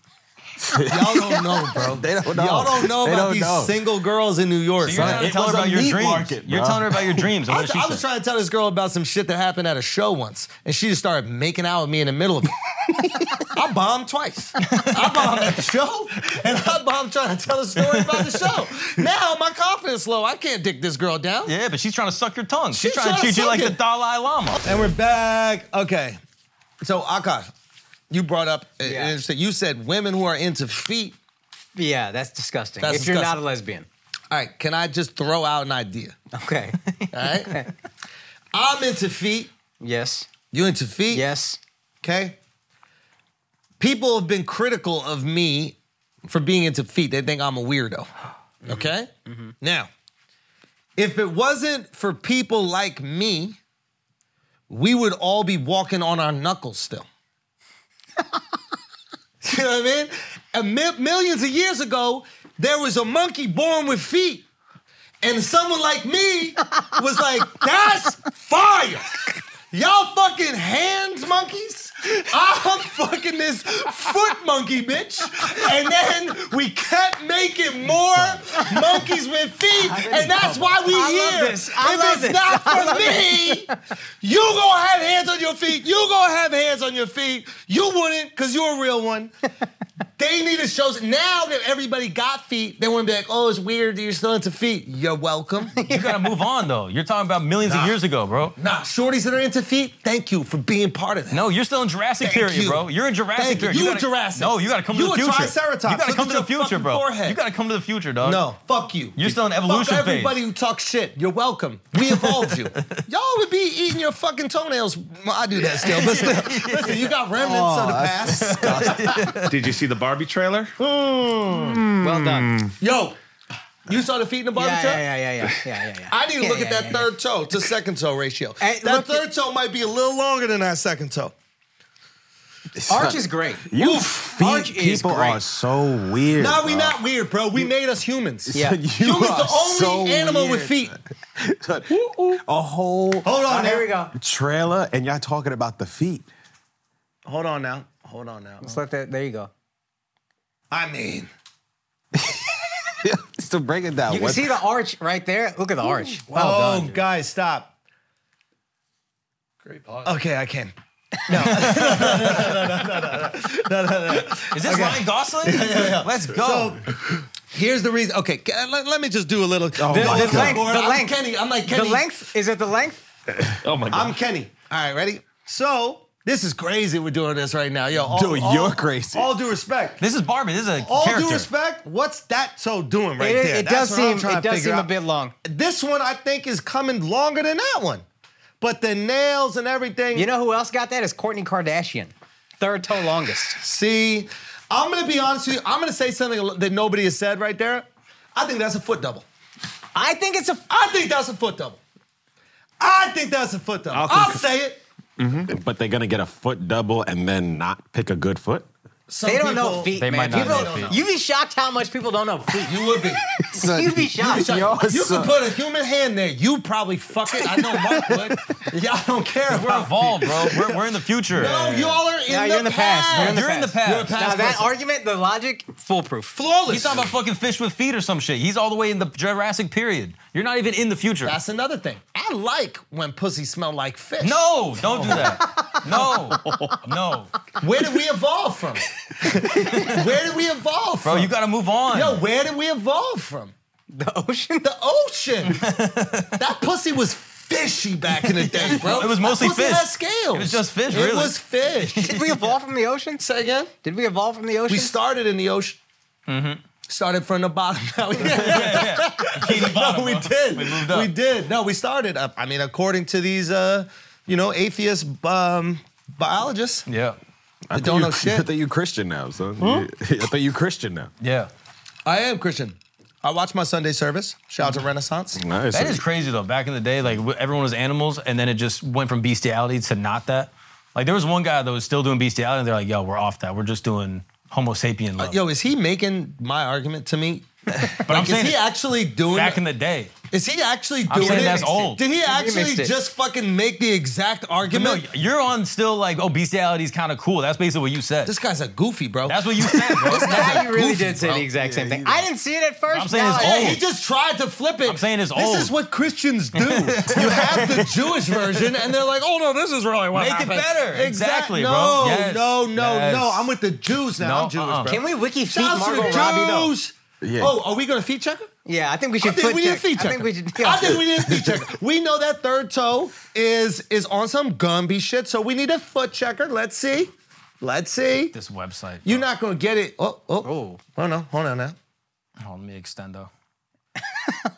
S1: Y'all don't
S5: (laughs)
S1: know, bro.
S5: They don't know.
S1: Y'all don't know
S5: They
S1: about
S5: don't
S1: these
S5: know.
S1: single girls in New York.
S4: So you're
S1: bro.
S4: not
S5: it
S4: telling
S5: was
S4: her
S5: a
S4: about your
S5: meat
S4: dreams.
S5: market,
S4: you're
S5: bro.
S4: telling her about your dreams.
S1: (laughs)
S4: and
S1: I
S4: What
S1: was,
S4: did she
S1: I was
S4: say?
S1: trying to tell this girl about some shit that happened at a show once, and she just started making out with me in the middle
S5: (laughs)
S1: of it. I bombed twice. I bombed at the show, and I bombed trying to tell a story about the show. Now my confidence is low. I can't dick this girl down.
S4: Yeah, but she's trying to suck your tongue. She's,
S1: She's
S4: trying,
S1: trying to
S4: to treat you
S1: suck
S4: like the
S1: it.
S4: Dalai Lama.
S1: And we're back. Okay. So Akash, you brought up an
S3: Yeah.
S1: interesting. You said women who are into feet.
S3: Yeah, that's disgusting.
S1: That's
S3: if you're not a
S1: disgusting.
S3: lesbian.
S1: All right, can I just throw out an idea?
S3: (laughs) Okay.
S1: (laughs) All right. I'm into feet.
S3: yes.
S1: You into feet?
S3: Yes.
S1: Okay. People have been critical of me for being into feet. They think I'm a weirdo. Okay? Now, if it wasn't for people like me, we would all be walking on our knuckles still. (laughs) you know what I mean? A mi- millions of years ago, there was a monkey born with feet. And someone like me was like, that's fire. Y'all fucking hands monkeys. I'm fucking this foot monkey, bitch. And then we kept making more monkeys with feet, and that's why we
S3: I love
S1: here.
S3: this. I
S1: if
S3: love
S1: it's
S3: this.
S1: not for me, you gonna have hands on your feet. You gonna have hands on your feet. You wouldn't, cause you're a real one. They need to show now that everybody got feet. They want to be like, "Oh, it's weird that you're still into feet." You're welcome.
S3: (laughs)
S4: You gotta move on though. You're talking about millions of years ago, bro.
S1: nah, shorties that are into feet, thank you for being part of that.
S4: No, you're still in Jurassic
S1: Thank
S4: period,
S1: you.
S4: bro. You're in Jurassic
S1: Thank you.
S4: period.
S1: You a
S4: gotta-
S1: Jurassic.
S4: No, you gotta come
S1: You
S4: to the
S1: a
S4: future.
S1: triceratops.
S4: You gotta
S1: Look
S4: come
S1: at
S4: to the
S1: your
S4: future,
S1: fucking
S4: bro.
S1: forehead.
S4: You gotta come to the future, dog.
S1: No, fuck you.
S4: You're still in evolution
S1: Fuck
S4: phase.
S1: everybody who talks shit. You're welcome. We evolved you. Y'all would be eating your fucking toenails. Well, I do that still, but still, listen, you got remnants of the past.
S2: (laughs) Did you see the Barbie trailer?
S3: Well done.
S1: Yo, you saw the feet in the barbie
S3: Yeah,
S1: truck?
S3: yeah, yeah, yeah, yeah, yeah, yeah, yeah.
S1: I need to
S3: Yeah,
S1: look
S3: yeah,
S1: at that
S3: yeah,
S1: third toe to second toe ratio.
S3: Hey,
S1: that
S3: look
S1: third toe might be a little longer than that second toe.
S3: yeah. Arch is great.
S5: you
S3: Arch
S5: feet
S3: is
S5: people
S3: great.
S5: are so weird.
S1: Nah, we
S5: bro.
S1: not weird, bro. We made us humans.
S3: Yeah.
S5: (laughs) You
S1: Humans
S5: are
S1: the only
S5: so
S1: animal with
S5: weird.
S1: feet.
S5: A whole
S1: Hold
S3: Oh,
S1: on,
S3: here
S1: now.
S3: we go.
S5: trailer, and y'all talking about the feet.
S1: Hold on now. Hold on now.
S3: Let's let that. There you go.
S1: I mean,
S5: Still break it down.
S3: You can
S5: What-
S3: see the arch right there. Look at the arch. Well
S1: oh,
S3: done.
S1: guys, stop. Great pause. Okay, I can.
S4: Is this Ryan Gosling?
S1: (laughs)
S4: Let's go.
S1: Here's the reason. Okay, ca- let, let me just do a little. Oh
S5: my
S3: The length. The
S1: I'm
S3: length.
S1: Kenny. I'm like
S3: The
S1: Kenny.
S3: length. Is it the length?
S2: Oh my god.
S1: I'm Kenny. All right, ready? So this is crazy. We're doing this right now, yo. All,
S5: Dude,
S1: all-
S5: you're crazy.
S1: All due respect.
S4: this is Barbie. This is a
S1: All
S4: character.
S1: due respect, what's that toe doing right
S3: it,
S1: there?
S3: it
S1: That's
S3: does
S1: what I'm
S3: seem.
S1: trying
S3: It
S1: to
S3: does
S1: figure
S3: seem a
S1: out.
S3: bit long.
S1: This one I think is coming longer than that one, but the nails and everything.
S3: You know who else got that? Is Courtney Kardashian. Third toe longest.
S1: see, I'm gonna be honest with you. I'm gonna say something that nobody has said right there. I think that's a foot double.
S3: I think it's a.
S1: I think that's a foot double. I think that's a foot double. I'll,
S2: I'll conc-
S1: say it.
S5: But they're gonna get a foot double and then not pick a good foot.
S1: Some
S3: They don't know
S1: people-
S3: feet,
S4: They
S3: man.
S4: might not
S3: people,
S4: know feet.
S3: You'd be shocked how much people don't know feet.
S1: You would be.
S3: (laughs) You'd be shocked.
S5: Yo,
S1: You
S5: son.
S1: could put a human hand there. You probably fuck it. I know Mark would. Y'all don't care.
S4: We're
S1: We're
S4: evolved, bro. We're, we're in the future.
S1: no, y'all are in,
S3: Yeah,
S1: the,
S3: you're in the past. You're in the
S4: You're in the
S3: past.
S1: You're a
S4: past.
S1: past
S3: Now that
S1: person.
S3: argument, the logic, foolproof.
S1: flawless.
S4: He's talking about fucking fish with feet or some shit. He's all the way in the Jurassic period. You're not even in the future.
S1: That's another thing. I like when pussy smell like fish.
S4: no, don't
S1: (laughs)
S4: do that. No, no,
S1: Where did we evolve from? where did we evolve
S4: bro,
S1: from?
S4: you gotta move on.
S1: Yo, where did we evolve from?
S3: The ocean.
S1: The
S4: (laughs)
S1: ocean. that pussy was fishy back in the day, bro.
S4: It was mostly
S1: That pussy
S4: fish.
S1: Had scales.
S4: It was just fish,
S1: It
S4: really.
S1: was
S4: (laughs)
S1: fish.
S3: Did we evolve from the ocean?
S1: Say again.
S3: Did we evolve from the ocean?
S1: We started in the ocean.
S4: Mm-hmm.
S1: Started from the bottom. (laughs) Now we, (laughs) no, we did. We,
S4: moved up.
S1: did. No, we started up. I mean, according to these, uh, you know, atheist um, biologists,
S4: Yeah,
S5: I
S1: don't
S5: you,
S1: know shit.
S5: I thought you Christian now, son. I thought you Christian now.
S4: yeah.
S1: I am Christian. I watch my Sunday service. Shout out to Renaissance.
S5: Nice.
S4: That is crazy though. Back in the day, like w- everyone was animals, and then it just went from bestiality to not that. Like there was one guy that was still doing bestiality, and they're like, "Yo, we're off that. We're just doing Homo sapien love."
S1: Yo, is he making my argument to
S4: (laughs)
S1: me?
S4: but
S1: Like,
S4: I'm saying
S1: is he actually doing?
S4: back in the day.
S1: is he actually doing?
S4: saying
S1: it?
S4: that's old.
S1: Did he
S3: Remixed
S1: actually
S3: it.
S1: just fucking make the exact
S4: No,
S1: argument?
S4: you're on still like, "Oh, bestiality is kind of cool." That's basically what you said.
S1: this guy's a goofy, bro.
S4: That's what you said, bro. (laughs)
S3: Now you really
S1: goofy,
S3: did say
S1: bro.
S3: the exact same thing. I didn't see it at first.
S4: I'm saying
S3: Now
S4: it's
S3: I-
S1: Yeah,
S4: old.
S1: he just tried to flip it.
S4: I'm saying it's
S1: This
S4: old.
S1: is what Christians
S4: (laughs)
S1: do. you have the Jewish version, and they're like, "Oh no, this is really what
S4: Make it
S1: happened."
S4: better.
S1: Exact-
S4: Exactly, bro.
S1: no,
S4: Yes.
S1: No, no,
S4: Yes.
S1: no. I'm with the Jews now.
S4: No,
S1: I'm Jewish,
S4: uh-uh.
S1: bro.
S3: Can we wiki feed
S1: Shout out to
S3: Margot
S1: the
S3: Robbie though?
S1: Jews.
S5: Yeah.
S1: Oh, are we gonna feet check her?
S3: Yeah, I think we
S1: I
S3: should.
S1: think
S3: foot
S1: we need a
S3: check.
S1: feet check.
S3: I think we should.
S1: I think we need a
S3: (laughs)
S1: feet checker. We know that third toe is is on some Gumby shit, so we need a foot checker. Let's see. Let's see.
S4: this website.
S1: You're not gonna get it. Oh, oh,
S3: Oh.
S1: Hold on, hold on now.
S4: Hold on, let me
S1: (laughs)
S4: extend though.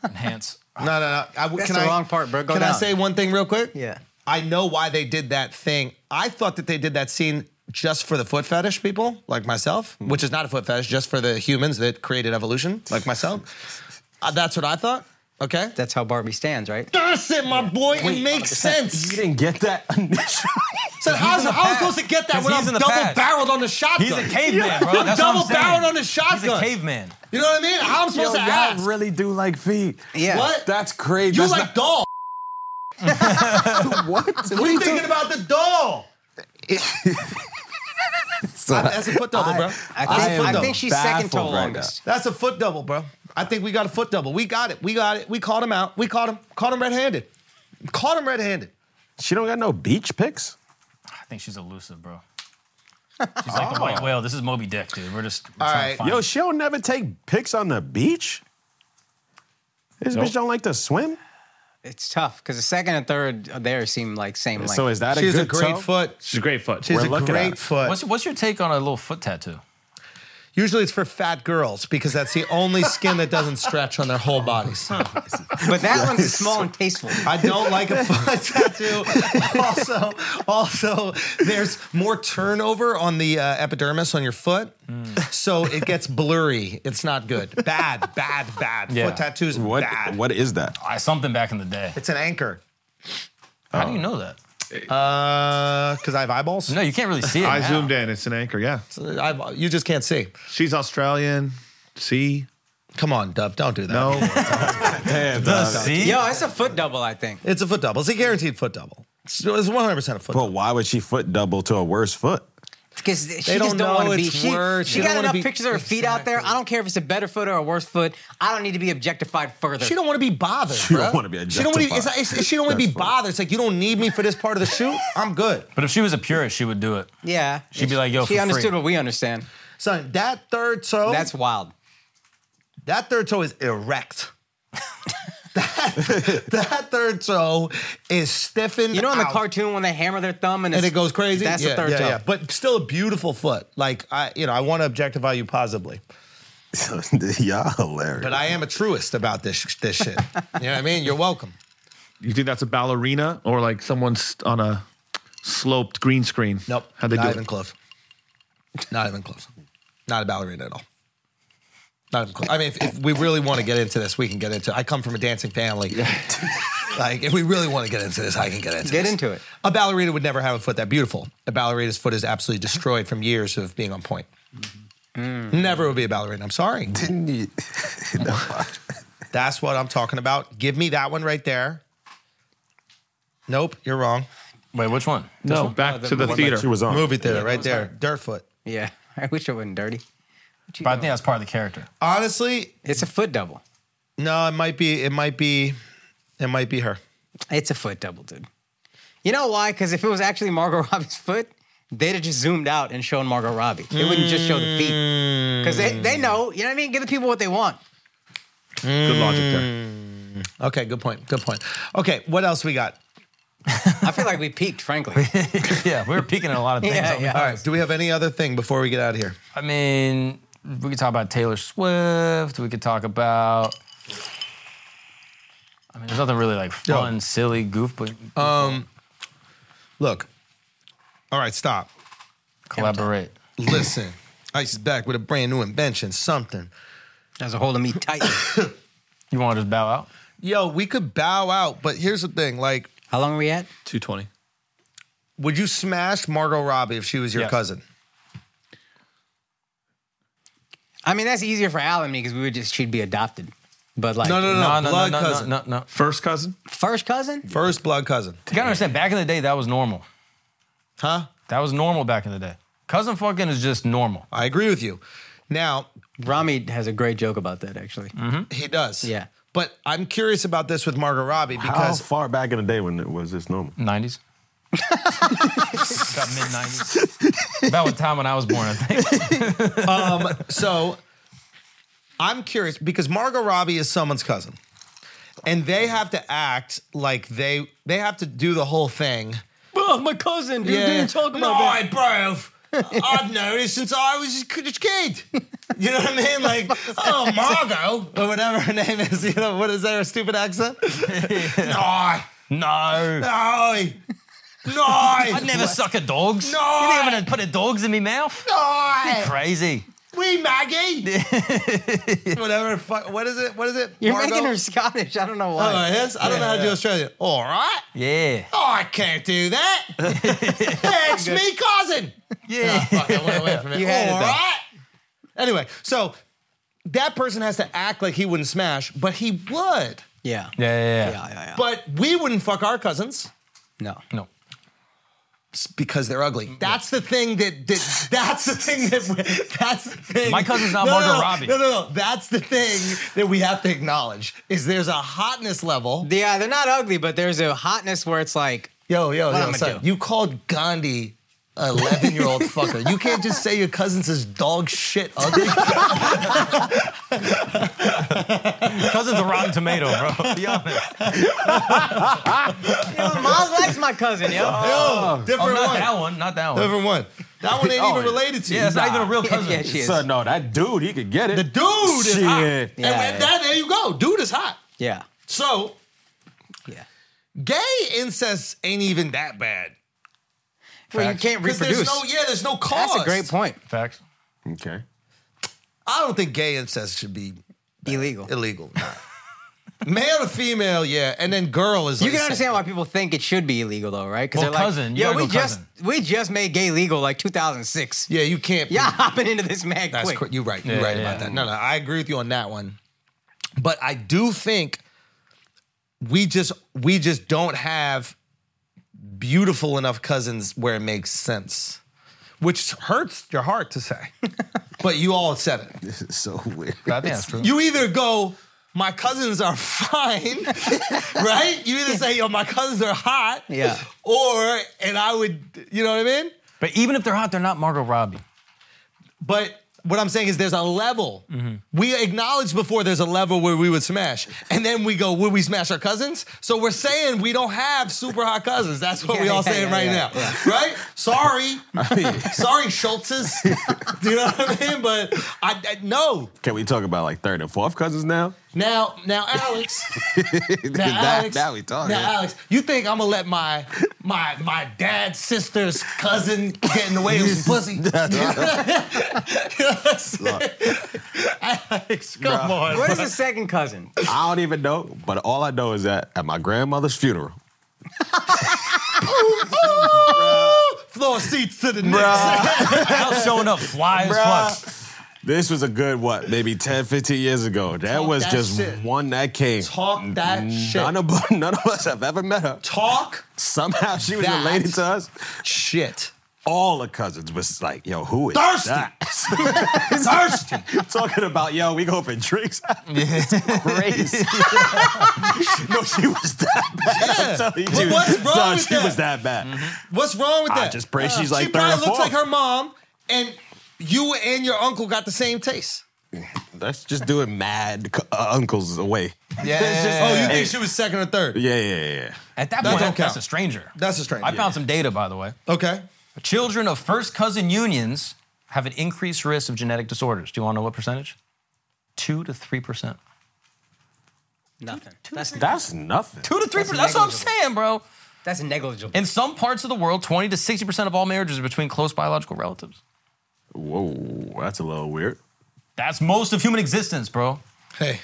S4: Enhance.
S1: No, no, no. I, That's
S3: the wrong part, bro. Go
S1: can I
S3: down.
S1: say one thing real quick?
S3: Yeah.
S1: I know why they did that thing. I thought that they did that scene just for the foot fetish people like myself, which is not a foot fetish, just for the humans that created evolution like
S3: (laughs)
S1: myself. Uh, that's what I thought. Okay.
S3: That's how Barbie stands, right?
S1: That's it, my boy. it makes sense.
S5: You didn't get
S4: (laughs)
S5: that initially.
S1: So how's,
S4: in the
S1: how am I
S4: past.
S1: supposed to get that
S4: 'Cause
S1: when
S4: he's
S1: I'm
S4: in the
S1: double
S4: past.
S1: barreled on the shotgun?
S4: He's a caveman, bro. That's what I'm
S1: double barreled
S4: saying.
S1: on the
S4: He's a
S1: shotgun.
S4: caveman.
S1: you know what I mean? How am I supposed
S5: Yo,
S1: to
S5: y'all
S1: ask?
S5: really do like feet.
S3: Yeah.
S1: What?
S5: That's crazy.
S1: You
S5: That's
S1: like doll.
S5: not, what? What
S1: What are you thinking about the
S5: (laughs)
S1: doll? That's a foot double, bro.
S3: I
S1: That's a
S3: think,
S1: foot
S3: I
S1: double.
S3: think she's second to
S5: baffled right
S3: longest.
S1: That's a foot double, bro. I think we got a foot double. We got it. We got it. We caught him out. We caught him. Caught him red-handed. Caught him red-handed.
S5: She don't got no beach pics.
S4: I think she's elusive, bro. She's like the white whale. This is Moby Dick, dude. We're just we're
S1: All
S4: trying
S1: right.
S4: to find
S5: Yo, she don't never take pics on the beach. This bitch don't like to swim.
S3: It's tough because the second and third there seem like same length.
S5: so is that a
S1: She's
S5: good
S1: a great
S5: toe?
S1: foot.
S2: She's a great foot.
S1: She's
S5: We're
S1: a
S5: looking at
S1: great
S5: it.
S1: foot.
S4: What's, what's your take on a little foot tattoo?
S1: Usually it's for fat girls because that's the only skin that doesn't stretch on their whole bodies. (laughs)
S3: but that one's small and tasteful.
S1: I don't like a foot tattoo. Also, also, there's more turnover on the uh, epidermis on your foot, so it gets blurry. It's not good. Bad, bad, bad.
S4: Yeah.
S1: Foot tattoos.
S5: What?
S1: Bad.
S5: What is that?
S4: I, something back in the day.
S1: It's an anchor.
S4: How do you know that?
S1: Uh, because I have eyeballs.
S4: No, you can't really see it.
S2: I
S4: now.
S2: zoomed in. It's an anchor. Yeah.
S1: I, you just can't see.
S2: She's Australian. See?
S1: Come on, Dub, don't do that.
S2: No.
S1: (laughs)
S5: Damn,
S4: The
S5: dog.
S4: sea?
S3: Yo, it's a foot double, I (laughs) think.
S1: It's a foot double. It's a guaranteed foot double. It's it's 100% a foot
S5: But why would she foot double to a worse foot?
S3: Because she
S1: don't
S3: just don't want
S1: know
S3: to be.
S1: it's
S3: She,
S1: worse.
S3: she
S1: They don't
S3: got
S1: wanna
S3: enough
S1: be-
S3: pictures of her feet out there. I don't care if it's a better foot or a worse foot. I don't need to be objectified further.
S1: She don't want to be bothered.
S5: She don't
S1: bruh.
S5: wanna be
S1: She don't want to. It's,
S5: objectified.
S1: it's- she don't want to be
S5: That's funny.
S1: bothered. It's like you don't need me for this part of the shoot. I'm good,
S4: But if she was a purist, she would do it.
S3: yeah.
S4: She'd be like, yo,
S3: She
S4: for
S3: understood
S4: free.
S3: what we understand.
S1: son. That third toe.
S3: That's wild.
S1: that third toe is erect. (laughs) that, that third toe is stiffened.
S3: You know, in the
S1: out.
S3: cartoon when they hammer their thumb and,
S1: and
S3: it's-
S1: it goes crazy.
S3: That's
S1: yeah,
S3: the third
S1: yeah,
S3: toe.
S1: yeah. But still a beautiful foot. Like I, you know, I want to objectify you positively.
S5: (laughs) Y'all hilarious.
S1: But
S5: (laughs)
S1: I am a truist about this this
S3: (laughs)
S1: shit. you know what I mean? You're welcome.
S2: you think that's a ballerina or like someone's on a sloped green screen?
S1: Nope.
S2: How'd they
S1: not
S2: do
S1: even
S2: it?
S1: close. Not even close. Not a ballerina at all.
S8: Not even close. I mean, if, if we really want to get into this, we can get into. I come from a dancing family. (laughs) like, if we really want to get into this, I can get into.
S3: Get
S8: this.
S3: into it.
S8: A ballerina would never have a foot that beautiful. A ballerina's foot is absolutely destroyed from years of being on point. Never would be a ballerina. I'm sorry. That's what I'm talking about. Give me that one right there. Nope, you're wrong.
S4: Wait, which one?
S2: No, back to the theater.
S5: She was on.
S8: Movie theater, right there. Dirtfoot.
S3: Yeah, (laughs) I wish it wasn't dirty.
S4: But I think that's part of the character.
S8: Honestly,
S3: It's a foot double.
S8: no, it might be. It might be. It might be her.
S3: It's a foot double, dude. You know why? Because if it was actually Margot (laughs) Robbie's foot, they'd have just zoomed out and shown Margot Robbie. They wouldn't just show the feet. Because they, they know, you know what I mean? Give the people what they want.
S2: Good logic there.
S8: Okay, good point. Good point. Okay, what else we got?
S3: I feel like we peaked,
S8: (laughs)
S3: frankly.
S4: yeah, we were peeking at a (laughs) lot of things.
S3: Yeah,
S4: I'll be
S3: yeah.
S8: All right, do we have any other thing before we get out of here?
S4: I mean, we could talk about Taylor Swift. We could talk about. I mean, there's nothing really like fun, silly, goof, but
S8: Uh, Um, Look. All right, stop.
S4: collaborate.
S8: Listen. (clears throat) Ice is back with a brand new invention, something.
S3: That was a holding me tight.
S4: You want to just bow out?
S8: Yo, we could bow out, but here's the thing. Like,
S3: How long are we at?
S9: 220.
S8: would you smash Margot Robbie if she was your
S4: Yes.
S8: cousin?
S3: I mean, that's easier for Al and me because we would just, she'd be adopted. But like,
S8: No, no,
S4: No,
S8: no, no,
S4: no, no,
S8: blood
S4: no, no,
S8: cousin.
S4: no, no.
S2: First cousin.
S3: first cousin?
S8: First blood cousin.
S4: You gotta understand. Back in the day, that was normal.
S8: Huh?
S4: That was normal back in the day. Cousin fucking is just normal.
S8: I agree with you. Now,
S3: Rami has a great joke about that, actually.
S8: he does.
S3: Yeah.
S8: But I'm curious about this with Margot Robbie
S5: How
S8: because
S5: far back in the day when it was this normal?
S4: 90s. About mid 90s. About what time when I was born, I think.
S8: So I'm curious because Margot Robbie is someone's cousin. And they have to act like they they have to do the whole thing.
S3: Oh, my cousin, dude.
S8: Yeah.
S3: Didn't talk about
S8: no,
S3: that.
S8: I, bro. I've known it since I was a kid- kid. You know what I mean? Like, oh, Margot, or whatever her name is. You know, what is that, her
S3: (laughs)
S8: stupid accent? no,
S4: (laughs) No.
S8: no,
S3: (laughs)
S8: no,
S4: I'd never suck at dogs.
S8: No.
S4: You ain't even put a dogs in my mouth.
S8: no.
S4: Crazy.
S8: We
S3: (laughs)
S8: Maggie. whatever. Fuck, what is it? What is it?
S3: You're
S8: Margot?
S3: making her Scottish. I don't know
S8: Oh,
S3: why.
S8: it is? I don't know how to do Australian. All right.
S4: Yeah.
S8: Oh, I can't do that. That's me cousin.
S4: Yeah.
S3: You had it,
S8: All
S3: though.
S8: right. Anyway, so that person has to act like he wouldn't smash, but he would.
S3: Yeah.
S4: Yeah, yeah,
S3: Yeah,
S4: yeah.
S3: yeah, yeah.
S8: But we wouldn't fuck our cousins
S3: No.
S4: No.
S8: s- because they're ugly. That's the thing that, that that's the thing that we- that's the thing.
S4: My cousin's not Margot
S8: no,
S4: Robbie.
S8: No, no, no. That's the thing that we have to acknowledge is there's a hotness level.
S3: Yeah, they're not ugly, but there's a hotness where it's like,
S8: Yo, yo,
S3: What
S8: yo,
S3: I'ma
S8: son,
S3: do?
S8: you called Gandhi a 11 year (laughs) old fucker. You can't just say your cousin's is dog shit (laughs) ugly.
S4: Cousin's a rotten tomato,
S8: (laughs)
S4: bro. Be honest.
S3: (laughs) yo, Maz likes my cousin, (laughs) yo.
S4: Oh,
S8: Different
S4: not
S8: one.
S4: that one. Not that one.
S8: Different one. That one ain't
S5: Oh,
S8: even related to you.
S4: Yeah, it's not even a real cousin.
S3: yeah, she is.
S5: So no, that dude, he could get it.
S8: The dude is hot.
S5: Shit.
S8: and
S3: Yeah,
S8: with
S3: yeah.
S8: that, there you go. Dude is hot.
S3: Yeah.
S8: So,
S3: Yeah.
S8: gay incest ain't even that bad.
S3: Well, you can't
S8: Because there's
S3: reproduce.
S8: no, yeah, there's no cause.
S3: That's a great point.
S4: Facts.
S5: okay.
S8: I don't think gay incest should be
S3: Illegal.
S8: illegal. Nah. (laughs) Male to female, yeah. And then girl is
S3: You
S8: like
S3: can understand why people think it should be illegal, though, right? Because
S4: Well,
S3: they're
S4: cousin,
S3: like,
S4: you
S3: yeah,
S4: gotta
S3: we
S4: go
S3: just
S4: cousin."
S3: we just made gay legal like 2006.
S8: Yeah, you can't. be-
S3: Yeah, hopping into this mag
S8: That's
S3: quick.
S8: cor- you're right. You're
S4: Yeah,
S8: right
S4: yeah.
S8: about that. No, no, I agree with you on that one. But I do think we just we just don't have beautiful enough cousins where it makes sense, which hurts your heart
S4: (laughs)
S8: to say. but you all said it.
S5: This is so weird.
S4: I think that's true.
S8: You either go. My cousins are fine, (laughs) right? You either say, "Yo, my cousins are hot,"
S3: Yeah.
S8: or and I would, you know what I mean?
S4: But even if they're hot, they're not Margot
S8: (laughs)
S4: Robbie.
S8: But what I'm saying is there's a level. We acknowledged before there's a level where we would smash. And then we go, would we smash our cousins? So we're saying we don't have super hot cousins. That's what we
S3: Yeah,
S8: all
S3: yeah,
S8: saying
S3: yeah,
S8: right
S3: yeah,
S8: now. Right?
S3: (laughs)
S8: Sorry. Sorry, (laughs) Schultz's. Do you know what I mean? But I, I no.
S5: Can we talk about like third and fourth cousins now?
S8: Now, now, Alex.
S5: (laughs)
S8: now,
S5: Now-
S8: Alex.
S5: now we talking.
S8: Now, Alex, you think I'm gonna let my my my dad's sister's cousin get in the way of some
S5: (laughs)
S8: pussy? (laughs) Alex, come on.
S3: What is (laughs) the second cousin?
S5: I don't even know, but all I know is that at my grandmother's funeral,
S8: Floor seats to the Knicks.
S4: How's showing up fly as fuck.
S5: this was a good what, maybe 10, 15 years ago. That
S8: Talk
S5: was
S8: that
S5: just
S8: shit.
S5: one that came.
S8: Talk that shit.
S5: None of (laughs) none of us have ever met her.
S8: Talk
S5: Somehow she was
S8: That-
S5: related to us.
S8: shit.
S5: All the cousins was like, "Yo, who is
S8: Thirsty.
S5: that?" Thirsty. Talking about, "Yo, we go for drinks." (laughs) Crazy. no, she was that bad.
S8: Yeah.
S5: I'm telling
S8: But
S5: you,
S8: what's wrong
S5: no,
S8: with
S5: she
S8: that? Mm-hmm.
S5: was that bad.
S8: What's wrong with
S5: I
S8: that? Uh,
S5: just pray she's like
S8: she
S5: third or
S8: probably looks
S5: fourth.
S8: like her mom, and you and your uncle got the same taste.
S5: That's just doing mad c- uh, uncles away. (laughs)
S4: Yeah.
S8: Oh, you think she was second or third?
S5: Yeah, yeah, yeah.
S4: At that point,
S8: That don't
S4: that's,
S8: count.
S4: a stranger.
S8: That's a stranger.
S4: I found some data, by the way.
S8: Okay.
S4: Children of first cousin unions have an increased risk of genetic disorders. Do you want to know what percentage? Two to three percent.
S3: Nothing. That's
S5: That's nothing.
S4: Two to three percent. That's what I'm saying, bro.
S3: that's negligible.
S4: In some parts of the world, 20 to 60 percent of all marriages are between close biological relatives.
S5: Whoa, that's a little weird.
S4: That's most of human existence, bro.
S8: Hey.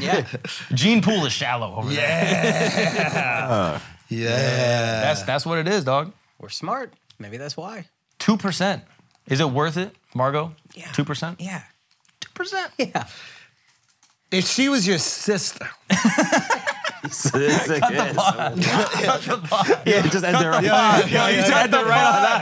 S3: yeah.
S4: Gene pool is shallow over there.
S8: Yeah.
S4: That's that's what it is, dog.
S3: We're smart. Maybe that's why.
S4: Two percent. Is it worth it, Margot? Two percent.
S3: Yeah.
S4: Two percent.
S3: Yeah.
S8: If she was your sister,
S5: (laughs) yeah, just end it right.
S8: yeah, yeah,
S5: You just end it right on that.